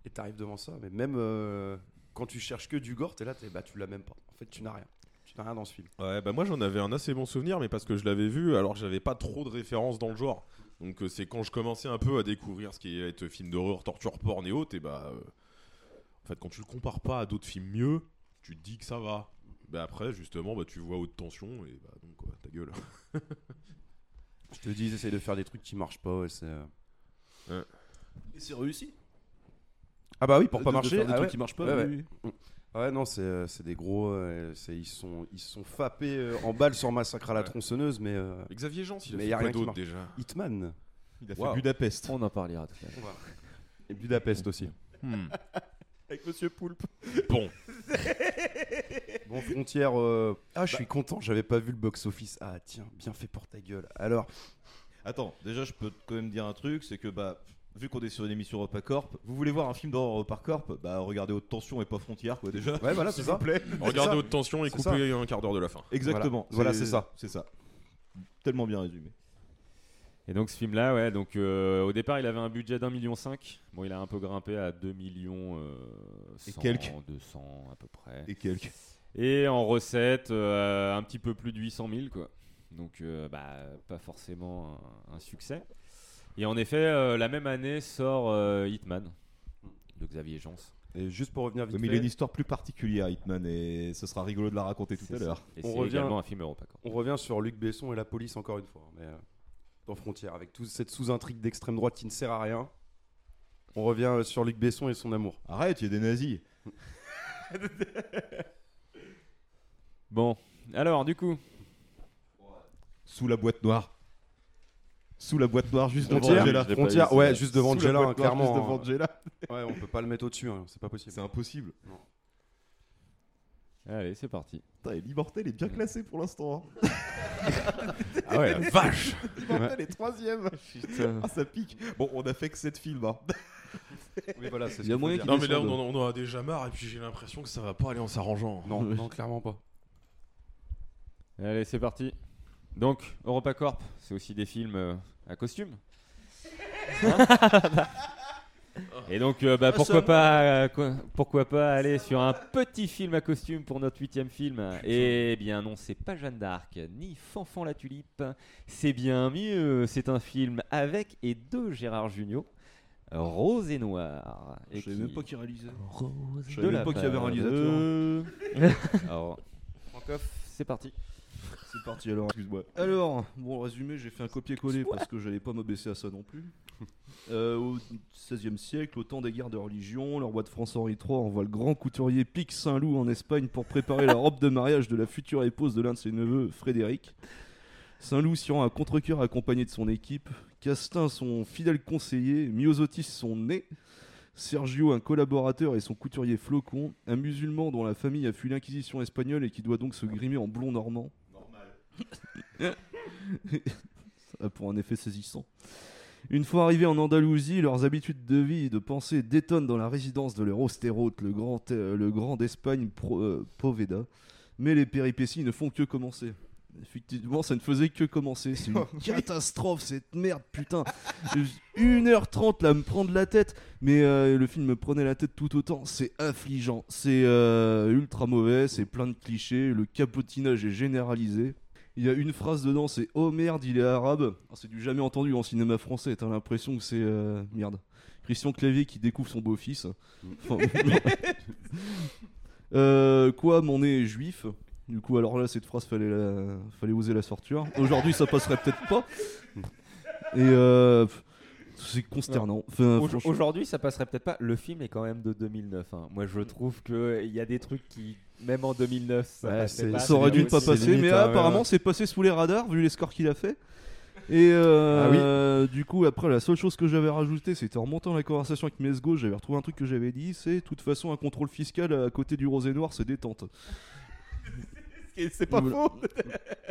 Et t'arrives devant ça, mais même euh, quand tu cherches que du gore, t'es là, t'es, bah, tu l'as même pas. En fait, tu n'as rien. Tu n'as rien dans ce film.
Ouais, bah moi j'en avais un assez bon souvenir, mais parce que je l'avais vu alors que j'avais pas trop de références dans le genre. Donc euh, c'est quand je commençais un peu à découvrir ce qui est être film d'horreur, torture, porn et autres, et bah. euh, en fait, quand tu le compares pas à d'autres films mieux, tu te dis que ça va. Bah après, justement, bah tu vois haute tension, et bah donc, quoi, ta gueule.
Je te dis, ils essayent de faire des trucs qui marchent pas, ouais, c'est. euh,
Et c'est réussi.
Ah bah oui, pour
De-
pas
de
marcher.
faire des
ah
trucs
ouais.
qui marchent pas,
Ouais,
oui,
ouais. Ouais, non, c'est euh, c'est des gros. euh, c'est- ils se sont, ils se sont fappés euh, en balle sur Massacre à la
Ouais.
tronçonneuse, mais. euh,
Xavier Jean, il a
mais
fait
y a
quoi
rien qui
d'autre,
marche.
déjà
Hitman.
Il a fait Budapest.
On en parlera tout à l'heure.
Et Budapest aussi.
Avec Monsieur Poulpe.
Bon.
Bon, Frontière. euh, Ah, je suis content, j'avais pas vu le box-office. Ah, tiens, bien fait pour ta gueule. Alors.
Attends, déjà je peux quand même dire un truc, c'est que bah vu qu'on est sur une émission Repacorp, vous voulez voir un film d'horreur Repacorp, bah regardez Haute Tension et pas Frontière quoi déjà.
Ouais, voilà, c'est
S'il
ça.
vous plaît.
Regardez Haute Tension et
C'est
coupez
ça.
un quart d'heure de la fin.
Exactement.
Voilà, c'est
Euh,
ça.
C'est ça. Tellement bien résumé.
Et donc ce film-là, ouais, donc euh, au départ il avait un budget d'un million cinq. Bon, il a un peu grimpé à 2 millions euh,
Et
100,
quelques.
200 à peu près.
Et quelques.
Et en recettes, euh, un petit peu plus de 800 000 quoi. Donc euh, bah pas forcément un, un succès. Et en effet, euh, la même année sort euh, Hitman de Xavier Jans.
Et juste pour revenir vite
mais il
fait-
a une histoire plus particulière, Hitman, et ce sera rigolo de la raconter tout
C'est
à
ça.
l'heure.
Et c'est également un film Europe,
On revient sur Luc Besson et la police encore une fois, hein, mais euh, dans Frontières, avec toute cette sous-intrigue d'extrême droite qui ne sert à rien. On revient euh, sur Luc Besson et son amour.
Arrête, il y a des nazis.
Bon, alors du coup,
Sous la boîte noire. Sous la boîte noire, juste devant
Frontières,
Angela.
Frontières, ouais, juste devant
Sous la
Angela,
boîte
hein,
noire,
clairement.
Juste devant
hein.
Angela.
Ouais, on peut pas le mettre au-dessus, hein, c'est pas possible.
C'est impossible.
allez, c'est parti.
Putain, et l'immortel est bien classé pour l'instant. hein.
Ah ouais, la vache
L'immortel est troisième.
Putain.
Ah, ça pique. Bon, on a fait que 7 films. Hein.
Oui, voilà, c'est
Il
ce
y a
qu'il faut
moyen
dire.
Non, mais là, on en, on en a déjà marre, et puis j'ai l'impression que ça va pas aller en s'arrangeant.
Non, non, clairement pas.
Allez, c'est parti. Donc, EuropaCorp, c'est aussi des films euh, à costume. Hein Et donc, euh, bah,
Ah,
pourquoi
ça-
pas, euh, quoi- pourquoi pas aller sur un petit film à costume pour notre huitième film Eh bien non, c'est pas Jeanne d'Arc, ni Fanfan la Tulipe. C'est bien mieux. C'est un film avec et de Gérard Jugnot, Rose et Noir. Et
Je savais même pas qui réalisait.
Rose
Je savais
de
même
la
pas qu'il y avait un
part
réalisateur.
de- Alors, Francoff, c'est parti.
C'est parti alors, excuse-moi. Alors, bon résumé, j'ai fait un copier-coller parce que j'allais pas m'abaisser à ça non plus. Euh, au XVIe siècle, au temps des guerres de religion, le roi de France Henri III envoie le grand couturier Pic Saint-Loup en Espagne pour préparer la robe de mariage de la future épouse de l'un de ses neveux, Frédéric. Saint-Loup s'y rend à contre-cœur accompagné de son équipe, Castin son fidèle conseiller, Miosotis son nez, Sergio un collaborateur et son couturier Flocon, un musulman dont la famille a fui l'inquisition espagnole et qui doit donc se grimer en blond normand. Ça a pour un effet saisissant. Une fois arrivés en Andalousie, leurs habitudes de vie et de pensée détonnent dans la résidence de leur ostérote, le grand, euh, le grand d'Espagne Pro- euh, Poveda. Mais les péripéties ne font que commencer. Effectivement, ça ne faisait que commencer. C'est une catastrophe, cette merde, putain. 1h30 là, me prendre la tête. Mais euh, le film me prenait la tête tout autant. C'est affligeant. C'est euh, ultra mauvais. C'est plein de clichés. Le capotinage est généralisé. Il y a une phrase dedans, c'est Oh merde, il est arabe. Ah, C'est du jamais entendu en cinéma français. T'as l'impression que c'est. euh, merde. Christian Clavier qui découvre son beau-fils. Enfin, Euh, quoi, mon nez est juif Du coup, alors là, cette phrase, fallait, la- fallait oser la sortir. Aujourd'hui, ça passerait peut-être pas. Et euh, pff, C'est consternant. Enfin,
Au-
franchement-
Aujourd'hui, ça passerait peut-être pas. Le film est quand même de 2009. hein. Moi, je trouve que il y a des trucs qui, même en 2009, ça,
Ouais,
passait
c'est-
pas.
ça aurait dû ne pas
C'est
passer,
limite,
mais
hein,
apparemment
ouais.
c'est passé sous les radars vu les scores qu'il a fait. Et
Ah
euh, du coup, après, la seule chose que j'avais rajouté, c'était en montant la conversation avec Mesgo, j'avais retrouvé un truc que j'avais dit c'est de toute façon, un contrôle fiscal à côté du rosé noir, c'est détente.
C'est pas
Voilà.
faux.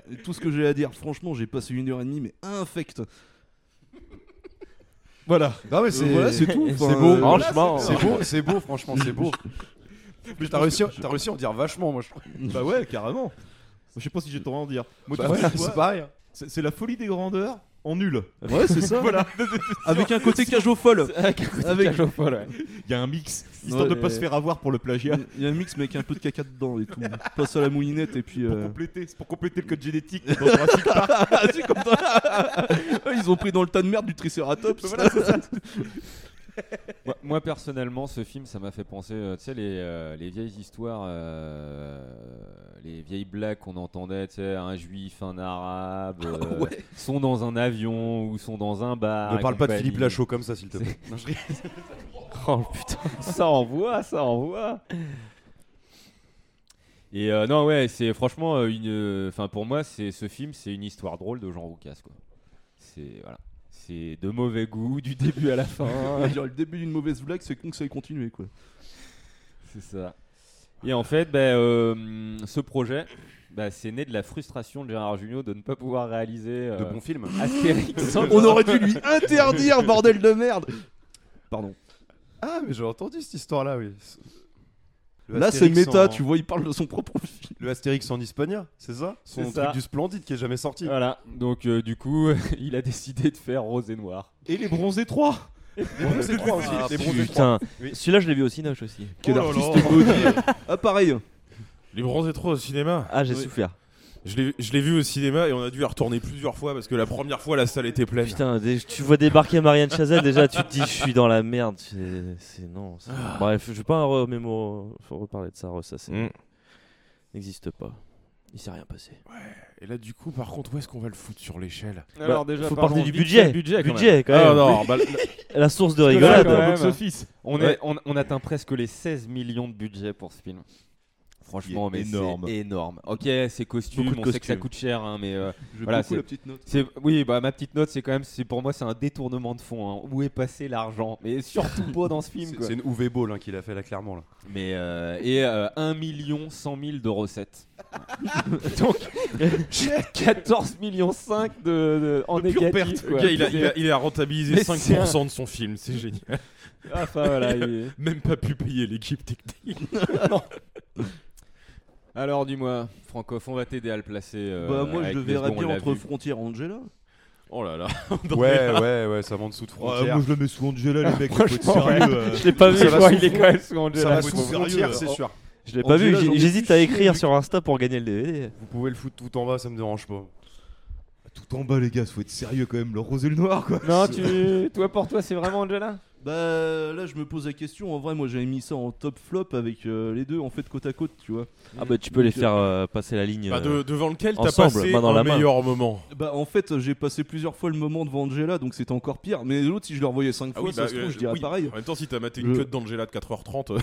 Et tout ce que j'ai à dire, franchement, j'ai passé une heure et demie, mais infecte. Voilà.
Non, mais c'est
Voilà, c'est tout.
C'est
Enfin,
beau,
euh,
franchement. C'est beau, c'est beau, franchement, c'est beau.
Mais
T'as réussi, t'as réussi à en dire vachement, moi je trouve.
Bah ouais, carrément. Je sais pas si j'ai tendance à en dire. Moi,
Bah
tout ce que
ouais,
je vois,
c'est pareil.
C'est c'est la folie des grandeurs en nul.
Ouais, c'est ça.
voilà.
Avec un côté cageophole. Avec un côté cageophole, ouais.
Il y a un mix, histoire
Ouais,
de pas
et-
se faire avoir pour le plagiat.
Il y a un mix, mais avec un peu de caca dedans et tout. Passe à la moulinette et puis. euh, Ah,
Compléter, C'est pour compléter le code génétique dans Jurassic Park.
C'est comme toi. Ils ont pris dans le tas de merde du Triceratops.
moi, moi, personnellement, ce film, ça m'a fait penser, euh, tu sais, les, euh, les vieilles histoires, euh, les vieilles blagues qu'on entendait, tu sais, un juif, un
Ah
arabe, euh,
Ouais.
sont dans un avion ou sont dans un bar.
Ne
et
parle pas de
compagnie.
Philippe Lachaud comme ça, s'il te plaît.
C'est-
Non, je rigole.
oh putain, ça envoie, ça envoie. Et euh, non, ouais, c'est franchement euh, une. euh, Enfin, pour moi, c'est ce film, c'est une histoire drôle de Jean Roucas, quoi. C'est voilà, c'est de mauvais goût du début à la fin.
Genre, le début d'une mauvaise blague, c'est con que ça ait continué, quoi.
C'est ça. Et en fait, ben, euh, ce projet, ben, c'est né de la frustration de Gérard Jugnot de ne pas pouvoir réaliser euh,
De bons films.
Astérix.
On aurait dû lui interdire, bordel de merde. Pardon.
Ah, mais j'ai entendu cette histoire-là, oui. Le
Là, c'est
Astérix
méta,
en-
tu vois, il parle de son propre film.
Le Astérix en Hispania, c'est ça Son
C'est
truc
ça.
du Splendide qui est jamais sorti.
Voilà, donc euh, du coup, il a décidé de faire Rose et Noir.
Et les bronzés 3
Les
bronzés
trois aussi,
Ah,
les bronzés
Putain,
trois. Oui.
celui-là je l'ai vu au Cinoche aussi.
Quel Oh là artiste là. maudit.
Ah, pareil.
Les Bronzés 3 au cinéma
Ah, j'ai Oui. souffert.
Je l'ai- je l'ai vu au cinéma et on a dû y retourner plusieurs fois parce que la première fois la salle était pleine.
Putain, dès- tu vois débarquer Marianne Chazelle, déjà tu te dis je suis dans la merde. C'est- C'est non. c'est- Bref, je vais pas en remémo- faut reparler de ça, ressasser. N'existe pas. Il s'est rien passé.
Et là, du coup, par contre, où est-ce qu'on va le foutre sur l'échelle
Alors, Bah, déjà, faut parler parlons du vite budget. fait budget, quand Budget, même. quand
Ah,
même.
non, bah,
La source de
Parce que là,
rigolade.
quand
Au
même,
box-office.
On,
Ouais.
est, on, on atteint presque les 16 millions de budget pour ce film. Franchement,
Ce qui est
mais
énorme.
c'est énorme. Ok, c'est costume, on
Beaucoup de
sait que ça
costumes.
coûte cher, hein, mais euh,
J'aime
voilà,
beaucoup
c'est-
la petite note.
c'est- oui, bah ma petite note, c'est quand même, c'est pour moi, c'est un détournement de fond. hein. Où est passé l'argent Mais surtout pas dans ce film.
C'est-
quoi.
C'est une UV Ball hein, qu'il a fait là, clairement. Là.
Mais euh, et euh, 1 million 100 000 de recettes. Donc 14 millions 5 de, de- en
Pure
négatif.
perte. Le
quoi.
gars, il, a, il a- il a rentabilisé
Mais
5%
c'est un-
de son film, c'est génial.
Ah, enfin, voilà,
Il a
il-
Même pas pu payer l'équipe technique.
Alors dis-moi, Francoff, on va t'aider à le placer. euh,
bah, moi, je
avec
le
Mesgon,
verrais
on
bien
l'a
entre
vu.
Frontières et Angela.
Oh là là.
Ouais, ouais, ouais, ça monte sous de frontières.
Oh, moi, je le mets sous Angela,
Ah,
les mecs, faut être
Franchement,
sérieux.
ouais.
euh.
Je l'ai pas vu,
Ça
je
va
crois,
sous
il est
fond-
quand même sous Angela.
Ça va
Faut
sous hein.
être sérieux,
frontières,
euh,
c'est
oh.
sûr.
Je l'ai pas vu,
Angela, j'en ai
j'ai- j'hésite
plus
à
chier,
écrire
mec.
sur Insta pour gagner le DVD.
Vous pouvez le foutre tout en bas, ça me dérange pas.
Tout en bas, les gars, faut être sérieux quand même. Le rose et le noir, quoi.
Non, tu, toi pour toi, c'est vraiment Angela
Bah là je me pose la question, en vrai moi j'avais mis ça en top flop avec euh, les deux en fait côte à côte tu vois.
Ah bah tu peux les
Donc, euh,
faire euh, passer la ligne.
Bah, de-
euh,
devant lequel t'as
ensemble,
passé
main dans
un
la main.
meilleur moment.
Bah en fait j'ai passé plusieurs fois le moment devant Angela donc c'était encore pire mais l'autre si je le revoyais 5 fois ça
bah,
se trouve
euh,
je dirais
oui.
pareil.
En même temps, si t'as maté une
Je-
queue d'Angela de 4h30.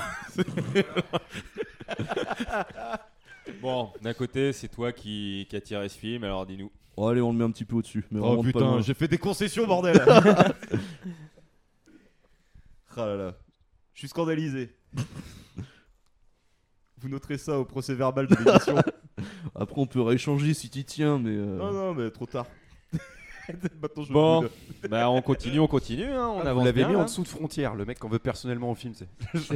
Bon, d'un côté, c'est toi qui, qui a tiré ce film, alors dis-nous.
Oh, allez on le met un petit peu au dessus.
Oh, putain, j'ai fait des concessions, bordel. Ah là là. Je suis scandalisé. Vous noterez ça au procès verbal de l'émission.
Après on peut rééchanger si t'y tiens mais... euh,
non, non, mais trop tard. Maintenant, je
Bon,
brûle.
bah on continue, on continue, hein, on
Ah,
avance
vous l'avez
bien,
mis
là.
en dessous de frontières, le mec qu'on veut personnellement au film, c'est.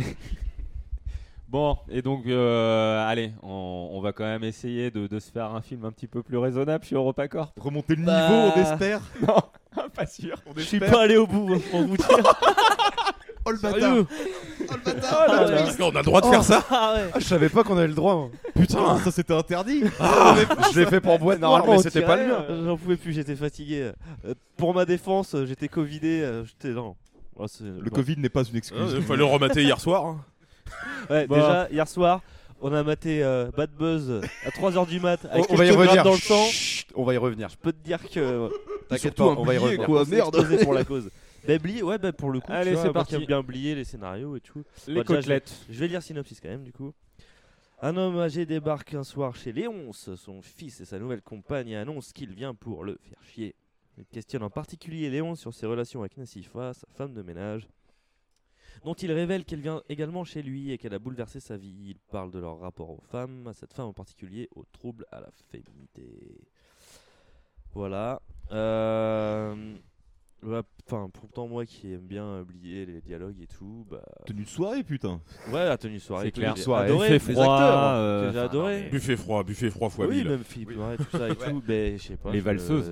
Bon, et donc, euh, allez, on, on va quand même essayer de, de se faire un film un petit peu plus raisonnable chez EuropaCorp.
Remonter le
Bah,
niveau, on espère.
Non, pas sûr.
Je suis pas allé au bout, on vous dire.
Oh le
bâtard.
Oh le
bâtard. Oh là là. Parce qu'on a le droit de faire ça. Ah ouais.
Je savais pas qu'on avait le droit. moi.
Putain, ça c'était interdit.
Ah.
Je l'ai fait pour boire, normalement, mais c'était pas le mien.
euh, J'en pouvais plus, j'étais fatigué. Euh, pour ma défense, euh, j'étais covidé. euh, J'étais non. Oh, c'est-
Le Covid n'est pas une excuse.
Il fallait le remater hier soir. hein.
Ouais,
Bah.
déjà, hier soir, on a maté euh, Bad Buzz à 3h du mat. Avec
On- on va y
quelques
revenir.
grammes dans le sang.
Chut, on va y revenir.
Je peux te dire que.
T'inquiète Surtout pas, un on va y billet, revenir. quoi,
On s'est
merde.
explosé pour la cause. Bah, Blier, ouais, bah, pour le coup,
Allez,
tu vois,
c'est
moi qui
parti.
aime bien oublier les scénarios et tout.
Les
déjà, je-
côtelettes.
Je, vais lire synopsis quand même, du coup. Un homme âgé débarque un soir chez Léonce. Son fils et sa nouvelle compagne annoncent qu'il vient pour le faire chier. Il questionne en particulier Léonce sur ses relations avec Nassifa, sa femme de ménage, dont il révèle qu'elle vient également chez lui et qu'elle a bouleversé sa vie. Il parle de leur rapport aux femmes, à cette femme en particulier, aux troubles à la féminité. Voilà. Euh... ouais, Enfin, pourtant, moi qui aime bien oublier les dialogues et tout, bah.
Tenue de soirée, putain.
Ouais, la tenue de soirée.
C'est
et tout,
clair.
j'ai
Soirée,
adoré.
il fait
Les
froid,
acteurs,
euh,
que J'ai
enfin,
adoré.
non, mais-
Buffet froid, buffet froid fois
oui,
mille.
même Philippe,
Oui.
ouais, tout ça et
Ouais.
tout. Mais je sais pas.
Les
je-
valseuses.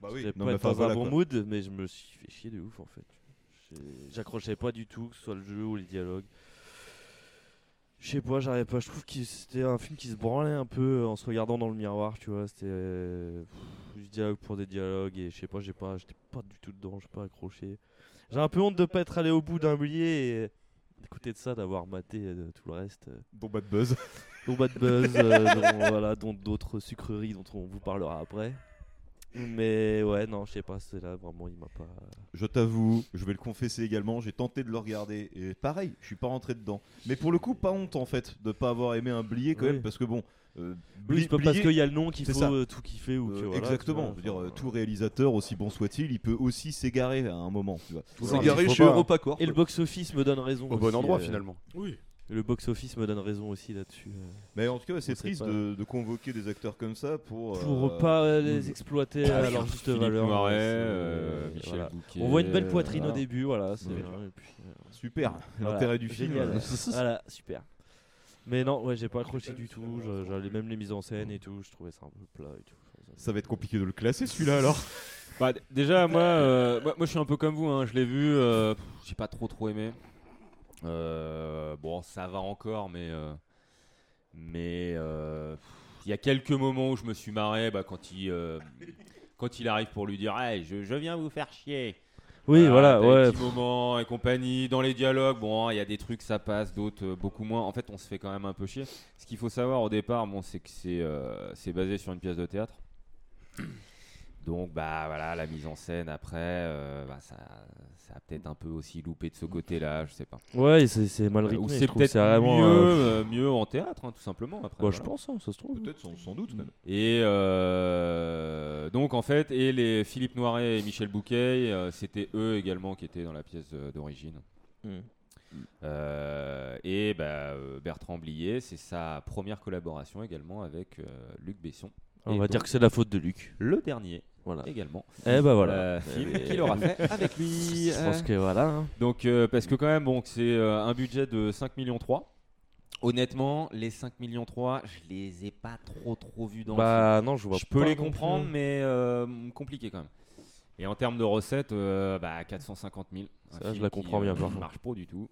Bah oui.
J'étais
Non,
pas
mais enfin,
dans
voilà,
un bon
quoi.
mood, mais je me suis fait chier de ouf en fait. J'ai- J'accrochais pas du tout, que ce soit le jeu ou les dialogues. Je sais pas, j'arrivais pas. Je trouve que c'était un film qui se branlait un peu euh, en se regardant dans le miroir, tu vois. C'était euh, pff, du dialogue pour des dialogues et je sais pas, j'ai pas, j'étais pas du tout dedans, j'ai pas accroché. J'ai un peu honte de pas être allé au bout d'un billet et d'écouter de ça, d'avoir maté euh, tout le reste.
Dont Bad Buzz.
Dont Bad Buzz, euh, dont, voilà, dont d'autres sucreries dont on vous parlera après. Mais ouais, non, je sais pas, c'est là vraiment, il m'a pas. euh,
Je t'avoue, je vais le confesser également, j'ai tenté de le regarder et pareil, je suis pas rentré dedans. Mais pour le coup, pas honte en fait de pas avoir aimé un blier quand
Oui.
même parce que bon, euh,
Oui, c'est pas parce qu'il y a le nom qu'il
c'est
faut,
ça.
euh, tout kiffer ou que voilà, tu vois,
exactement, je veux dire euh, tout réalisateur aussi bon soit-il, il peut aussi s'égarer à un moment, tu vois.
Voilà, il faut pas- Et le box-office me donne raison.
Au bon
aussi,
endroit,
euh,
finalement. Oui.
Le box-office me donne raison aussi là-dessus. euh.
Mais en tout cas,
On
c'est
sait
triste
pas.
de, de convoquer des acteurs comme ça pour
Pour
euh,
pas euh, les exploiter à leur juste
Philippe
valeur.
Noiret,
ouais, c'est-
euh, Michel
voilà.
Bouquet, euh,
On voit une belle poitrine
voilà.
au début, voilà. c'est
Une belle
bien,
poitrine.
et puis, euh,
Super,
voilà,
l'intérêt du film.
génial, ouais. voilà, super. Mais non, ouais, j'ai pas accroché du tout. je- J'allais même les mises en scène et tout. Je trouvais ça un peu plat et tout.
Ça va être compliqué de le classer celui-là alors.
Bah, d- déjà, moi, euh, moi, moi, je suis un peu comme vous. hein, Je l'ai vu, euh, pff, j'ai pas trop trop aimé. Euh, bon, ça va encore, mais euh, mais euh, pff, il y a quelques moments où je me suis marré. Bah, quand il euh, quand il arrive pour lui dire, Hey, je, je viens vous faire chier.
Oui, voilà,
t'as les
ouais,
petits moments et compagnie dans les dialogues. Bon, hein, il y a des trucs ça passe, d'autres euh, beaucoup moins. En fait, on se fait quand même un peu chier. Ce qu'il faut savoir au départ, bon, c'est que c'est euh, c'est basé sur une pièce de théâtre. Donc bah voilà, la mise en scène après, euh, bah, ça, ça a peut-être un peu aussi loupé de ce côté-là, je sais pas.
Ouais, et c'est- c'est mal
Euh, Ou
rythmé, je
c'est
trouve,
peut-être
c'est vraiment,
mieux,
euh,
euh, mieux en théâtre, hein, tout simplement. Après,
Bah, je
voilà.
pense, hein, ça se trouve.
Peut-être sans, sans doute même.
Et euh, donc en fait, et les Philippe Noiret et Michel Bouquet, euh, c'était eux également qui étaient dans la pièce euh, d'origine.
Mm.
Euh, et bah, euh, Bertrand Blier, c'est sa première collaboration également avec euh, Luc Besson.
On
Et
va
donc,
dire que c'est de la faute de Luc.
Le dernier.
Voilà.
Également.
Eh ben voilà.
Euh, film
Eh ben-
qu'il aura fait avec lui.
Je pense
euh.
que voilà, hein.
Donc, euh, parce que quand même, bon, c'est euh, un budget de 5,3 millions Honnêtement, les 5,3 millions je les ai pas trop trop vus dans
Bah,
le film.
non, je vois
Je peux
pas
les
non plus.
comprendre, mais euh, compliqué quand même. Et en termes de recettes, euh, bah 450 000. Un
Ça,
film
je la
qui, euh,
comprends bien,
qui
par contre.
marche pas du tout.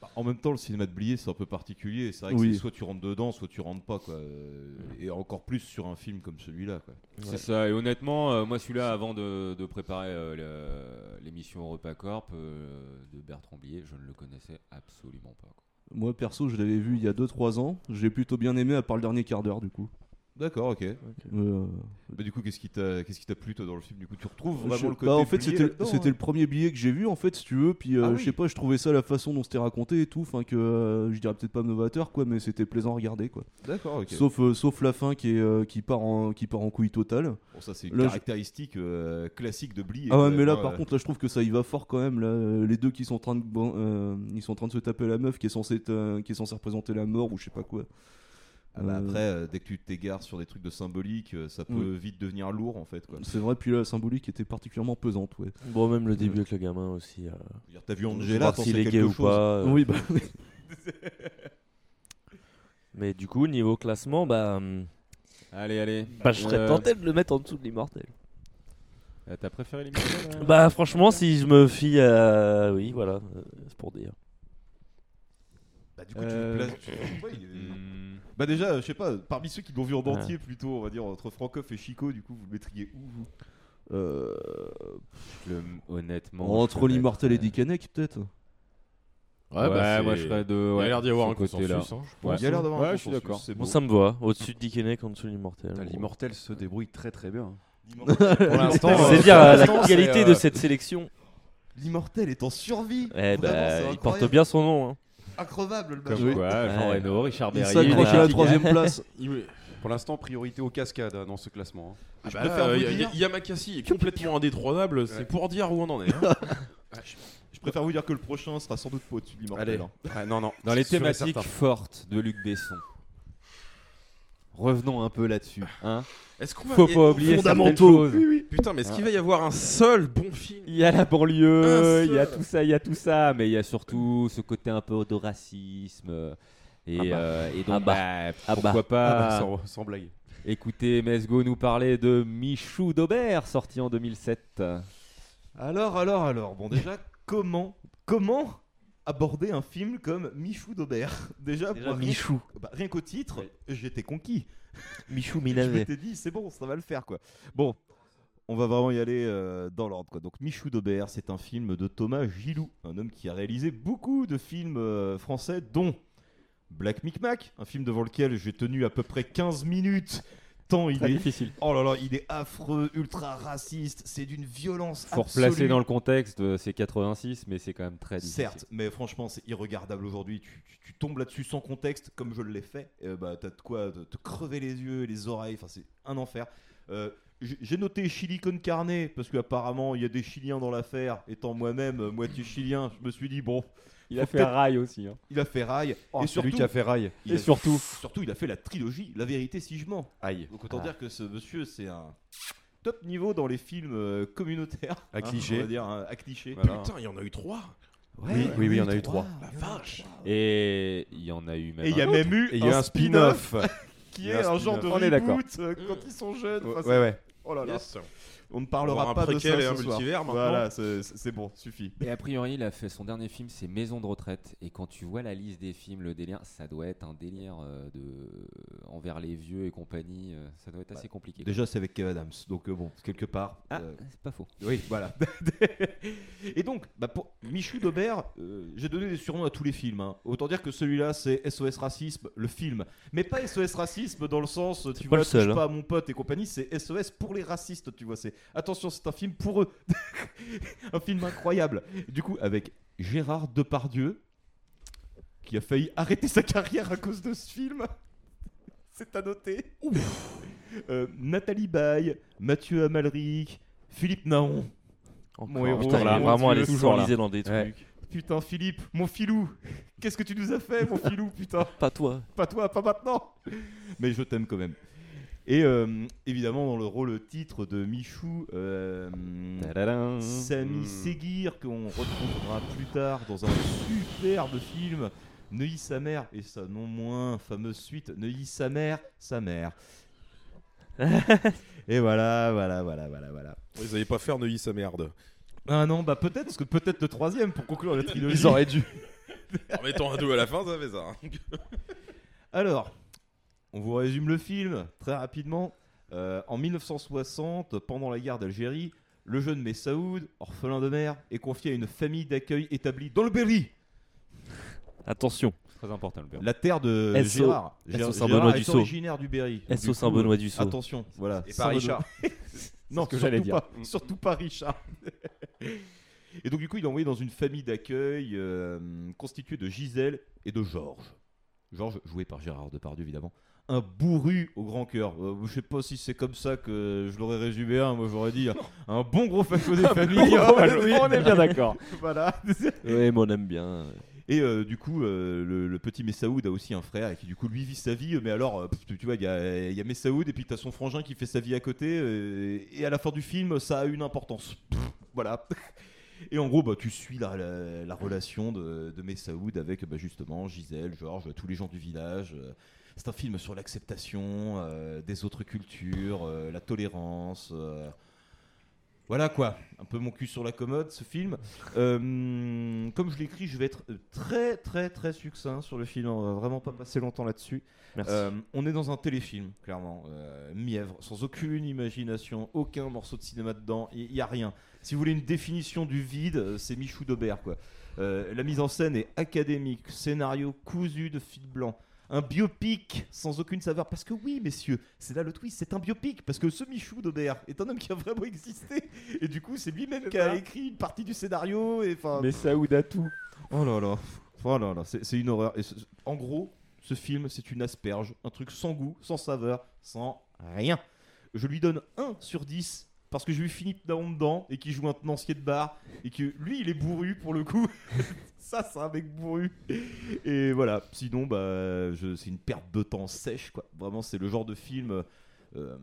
Bah, En même temps, le cinéma de Blier, c'est un peu particulier. C'est vrai que
Oui.
c'est soit tu rentres dedans, soit tu rentres pas. Quoi. Euh, Et encore plus sur un film comme celui-là. quoi.
C'est ça. Et honnêtement, euh, moi, celui-là, avant de, de préparer euh, le- l'émission Europa Corp euh, de Bertrand Blier, je ne le connaissais absolument pas. quoi.
Moi perso, je l'avais vu il y a 2-3 ans. J'ai plutôt bien aimé à part le dernier quart d'heure du coup.
D'accord, ok.
Euh,
Bah, du coup, qu'est-ce qui t'a qu'est-ce qui t'a plu toi, dans le film Du coup, tu retrouves
Je-
vraiment le côté.
bah, en fait,
Blier
c'était le-
là-dedans,
c'était
hein.
le premier billet que j'ai vu, en fait, si tu veux. Puis, euh,
Ah
je
oui.
sais pas, je trouvais ça la façon dont c'était raconté et tout. Enfin, que euh, je dirais peut-être pas novateur, quoi, mais c'était plaisant à regarder, quoi.
D'accord, ok.
Sauf, euh, sauf la fin qui, est, euh, qui, part en, qui part en couille totale.
Bon, ça, c'est une
Là, je-
caractéristique euh, classique de Blier.
Ah
quand
ouais,
même,
mais là,
hein.
par contre, là, je trouve que ça y va fort quand même. Là, Euh, les deux qui sont en train de, bon, euh, ils sont en train de se taper la meuf qui est censée, être, euh, qui est censée représenter la mort ou je sais pas quoi.
Ah bah,
Euh,
après, euh, dès que tu t'égares sur des trucs de symbolique, euh, ça peut
Oui.
vite devenir lourd en fait. quoi.
c'est vrai. Puis là, la symbolique était particulièrement pesante, ouais.
Bon, même le début avec le gamin aussi. euh,
dire, t'as vu Angela,
voir
t'en
s'il
sais
est
quelque
gay ou
chose.
pas. euh.
Oui, bah oui.
Mais du coup, niveau classement, bah. hum,
Allez, allez.
Bah, je serais
Euh,
tenté de le mettre en dessous de l'immortel.
euh, T'as préféré l'émission là
Bah, franchement, si je me fie à. Oui, voilà, euh, c'est pour dire.
Bah, du coup, tu
Euh,
le places-
Euh,
tu- je sais pas, il
hmm.
est- Bah, déjà, euh, je sais pas, parmi ceux qui l'ont vu en entier plutôt, on va dire entre Francoff et Chico, du coup, vous le mettriez où vous
Euh,
Le- honnêtement. je
Entre
le
l'immortel et
euh,
Dick Henneck, peut-être.
Ouais, bah, moi, je ferais de-
Il y a
ouais,
l'air d'y avoir
ce
un consensus.
côté-là.
hein, je
Ouais.
pense.
Il y a l'air d'avoir un Ouais, je suis consensus, d'accord.
Bon,
c'est beau.
ça me va. Au-dessus de Dick Henneck, en dessous de l'immortel.
Putain,
Bon.
L'immortel se débrouille très très bien.
euh, Pour l'instant, C'est euh, dire, pour euh, la l'instant, qualité c'est, euh, de cette sélection.
L'immortel est en survie.
Eh
Vraiment,
bah,
c'est
il
incroyable.
porte bien son nom. hein.
Incroyable
bah,
le
Comme
machin.
quoi, Jean
Ouais.
Reno, Richard
Il
Berry.
s'accroche
Nicolas
à la
Kigan.
troisième place.
Il-
Pour l'instant, priorité aux cascades hein, dans ce classement. hein.
Ah
Je
bah,
préfère
euh,
vous
y-
dire-
y- Yamakasi est complètement indétrônable, c'est pour dire où on en est. hein.
Je préfère vous dire que le prochain sera sans doute pas au-dessus de l'immortel.
Allez.
hein.
Ah, non, non.
Dans les
Sûr et
thématiques
certain.
fortes de Luc Besson. Revenons un peu là-dessus. Hein
Est-ce qu'on va-
Faut
et-
pas oublier
fondamentaux.
certaines choses. Hein.
Oui, oui. Putain, mais est-ce
Ah.
qu'il va y avoir un seul bon film
Il y a la
Un
banlieue,
seul.
il y a tout ça, il y a tout ça, mais il y a surtout ce côté un peu de racisme. euh, Et,
Ah bah.
euh, et donc,
Ah bah.
bah,
Ah bah.
pourquoi pas
Ah bah, sans- sans blague.
Écoutez, Mesgo nous parlait de Michou Daubert, sorti en 2007.
Alors, alors, alors. Bon, déjà, comment, comment aborder un film comme Michou d'Aubert Déjà,
Déjà,
moi, rien-
Michou.
bah, rien qu'au titre, j'étais conquis.
Michou
Je
Minavet.
m'étais dit, c'est bon, ça va le faire, quoi. Bon, on va vraiment y aller euh, dans l'ordre, quoi. Donc, Michou d'Aubert, c'est un film de Thomas Gilou, un homme qui a réalisé beaucoup de films euh, français, dont Black Micmac, un film devant lequel j'ai tenu à peu près 15 minutes. Tant il
Très
est
difficile.
Oh là là, il est affreux, ultra raciste, c'est d'une violence
Faut replacer
absolue.
dans le contexte, euh, c'est 86, mais c'est quand même très difficile.
Certes, mais franchement, c'est irregardable aujourd'hui. Tu, tu- tu tombes là-dessus sans contexte, comme je l'ai fait. euh, bah, t'as de quoi te, te crever les yeux et les oreilles. Enfin, c'est un enfer. Euh, j- j'ai noté Chili con carne parce qu'apparemment il y a des Chiliens dans l'affaire. Étant moi-même euh, moitié Chilien, je me suis dit bon.
Il a
faut
fait
peut-être-
rail aussi. hein.
Il a fait rail.
Oh,
et
c'est lui
surtout,
qui a fait rail.
il
Et
a-
surtout-
surtout, il a fait la trilogie. La vérité, si je mens.
Aïe.
Donc autant
Ah.
dire que ce monsieur, c'est un top niveau dans les films euh, communautaires.
À
hein,
clichés.
On va dire hein, à clichés.
Voilà.
Putain, il y en a eu trois.
oui,
Ouais, ouais,
oui, oui, il y en a eu
trois. Ah,
trois.
La
vache.
Et il y en a eu même.
Et il y a
un
même
autre.
eu
Et il
un spin-off qui
Il y
est
a
un, genre de
spin-off.
reboot
On est d'accord.
euh, quand ils sont jeunes.
Ouais,
Enfin,
ouais,
c'est-
ouais.
Oh là là.
Yes.
On ne
On va
parlera
avoir
pas
un
de ça
préquel et
ce
un
soir.
multivers, maintenant.
Voilà, c'est- c'est c'est bon, suffit.
Et a priori, il a fait son dernier film, c'est Maison de retraite. Et quand tu vois la liste des films, le délire, ça doit être un délire euh, de envers les vieux et compagnie. euh, Ça doit être assez compliqué.
Déjà, c'est avec Kev Adams, donc euh, bon, quelque part.
Ah,
euh,
c'est pas faux.
Oui, voilà. et donc, bah, pour Michu Daubert, euh, j'ai donné des surnoms à tous les films. hein. Autant dire que celui-là, c'est SOS Racisme, le film. Mais pas SOS Racisme dans le sens, euh, tu
pas
vois,
le seul,
touche
hein.
pas à mon pote et compagnie, c'est SOS pour les racistes, tu vois. C'est Attention, c'est un film pour eux. un film incroyable. Du coup, avec Gérard Depardieu, qui a failli arrêter sa carrière à cause de ce film. C'est à noter. Euh, Nathalie Baye, Mathieu Amalric, Philippe Naon. mon héros,
Putain, il est
mon
vraiment
Dieu.
allé s'enliser dans des
Ouais.
trucs.
Putain, Philippe, mon filou, qu'est-ce que tu nous as fait, mon filou, putain
Pas toi.
Pas toi, pas maintenant Mais je t'aime quand même. Et euh, évidemment, dans le rôle titre de Michou, euh,
Tadadam.
Samy
Hmm.
Mm.
Seguir, qu'on retrouvera plus tard dans un superbe film, Neuilly sa mère, et sa non moins fameuse suite, Neuilly sa mère, sa mère. et voilà, voilà, voilà, voilà, voilà.
Ils n'avaient pas faire Neuilly sa merde.
Ah non, bah peut-être, parce que peut-être le troisième pour conclure la trilogie.
Ils auraient dû. En mettant un deux à la fin, ça hein. fait ça.
Alors, on vous résume le film très rapidement. Euh, en 1960, pendant la guerre d'Algérie, le jeune Messaoud, orphelin de mère, est confié à une famille d'accueil établie dans le Berry,
Attention.
Très important le père.
la terre de
SO.
Euh, Gérard.
SO
Gérard-
Saint-Benoît
Gérard
du
est
Sceau.
originaire du Berry.
SO
Du coup, euh,
Saint-Benoît du Sceau.
Attention, voilà.
Et pas
Saint-Benoît.
Richard.
non,
ce que
surtout
j'allais dire.
pas. Surtout pas Richard. et donc du coup, il est envoyé dans une famille d'accueil euh, constituée de Gisèle et de Georges. Georges, joué par Gérard Depardieu, évidemment. Un bourru au grand cœur. Euh, je sais pas si c'est comme ça que je l'aurais résumé. hein. Moi, j'aurais dit un bon gros facho des
Un
familles.
bon
hein.
facho, oui, on est bien d'accord.
voilà.
Ouais, mais on aime bien.
Et euh, du coup, euh, le, le petit Messaoud a aussi un frère et qui, du coup, lui vit sa vie. euh, Mais alors, euh, pff, tu, tu vois, il y a, il y a Messaoud et puis t'as son frangin qui fait sa vie à côté. euh, et à la fin du film, ça a une importance. Pff, voilà. Et en gros, bah, tu suis la, la- la relation de, de Messaoud avec bah, justement Gisèle, Georges, tous les gens du village. euh. C'est un film sur l'acceptation euh, des autres cultures, euh, la tolérance. euh, voilà quoi, un peu mon cul sur la commode ce film. Euh, comme je l'écris, je vais être très très très succinct sur le film, on va vraiment pas passer longtemps là-dessus.
Merci.
Euh, on est dans un téléfilm, clairement, euh, mièvre, sans aucune imagination, aucun morceau de cinéma dedans, il n'y a rien. Si vous voulez une définition du vide, euh, c'est Michou Daubert quoi. Euh, la mise en scène est académique, scénario cousu de fil blanc. un biopic sans aucune saveur. Parce que oui, messieurs, c'est là le twist, c'est un biopic. Parce que ce Michou d'Aubert est un homme qui a vraiment existé. Et du coup, c'est lui-même qui a écrit une partie du scénario. Et, enfin,
Mais Saouda tout.
Oh là là. Oh là là, c'est c'est une horreur. Et ce- en gros, ce film, c'est une asperge, un truc sans goût, sans saveur, sans rien. Je lui donne 1 sur 10 parce que j'ai eu Philippe Daon dedans et qui joue un tenancier de bar et que lui, il est bourru pour le coup. Ça, c'est un mec bourru. Et voilà, sinon, bah, je- c'est une perte de temps sèche, quoi. Vraiment, c'est le genre de film. euh,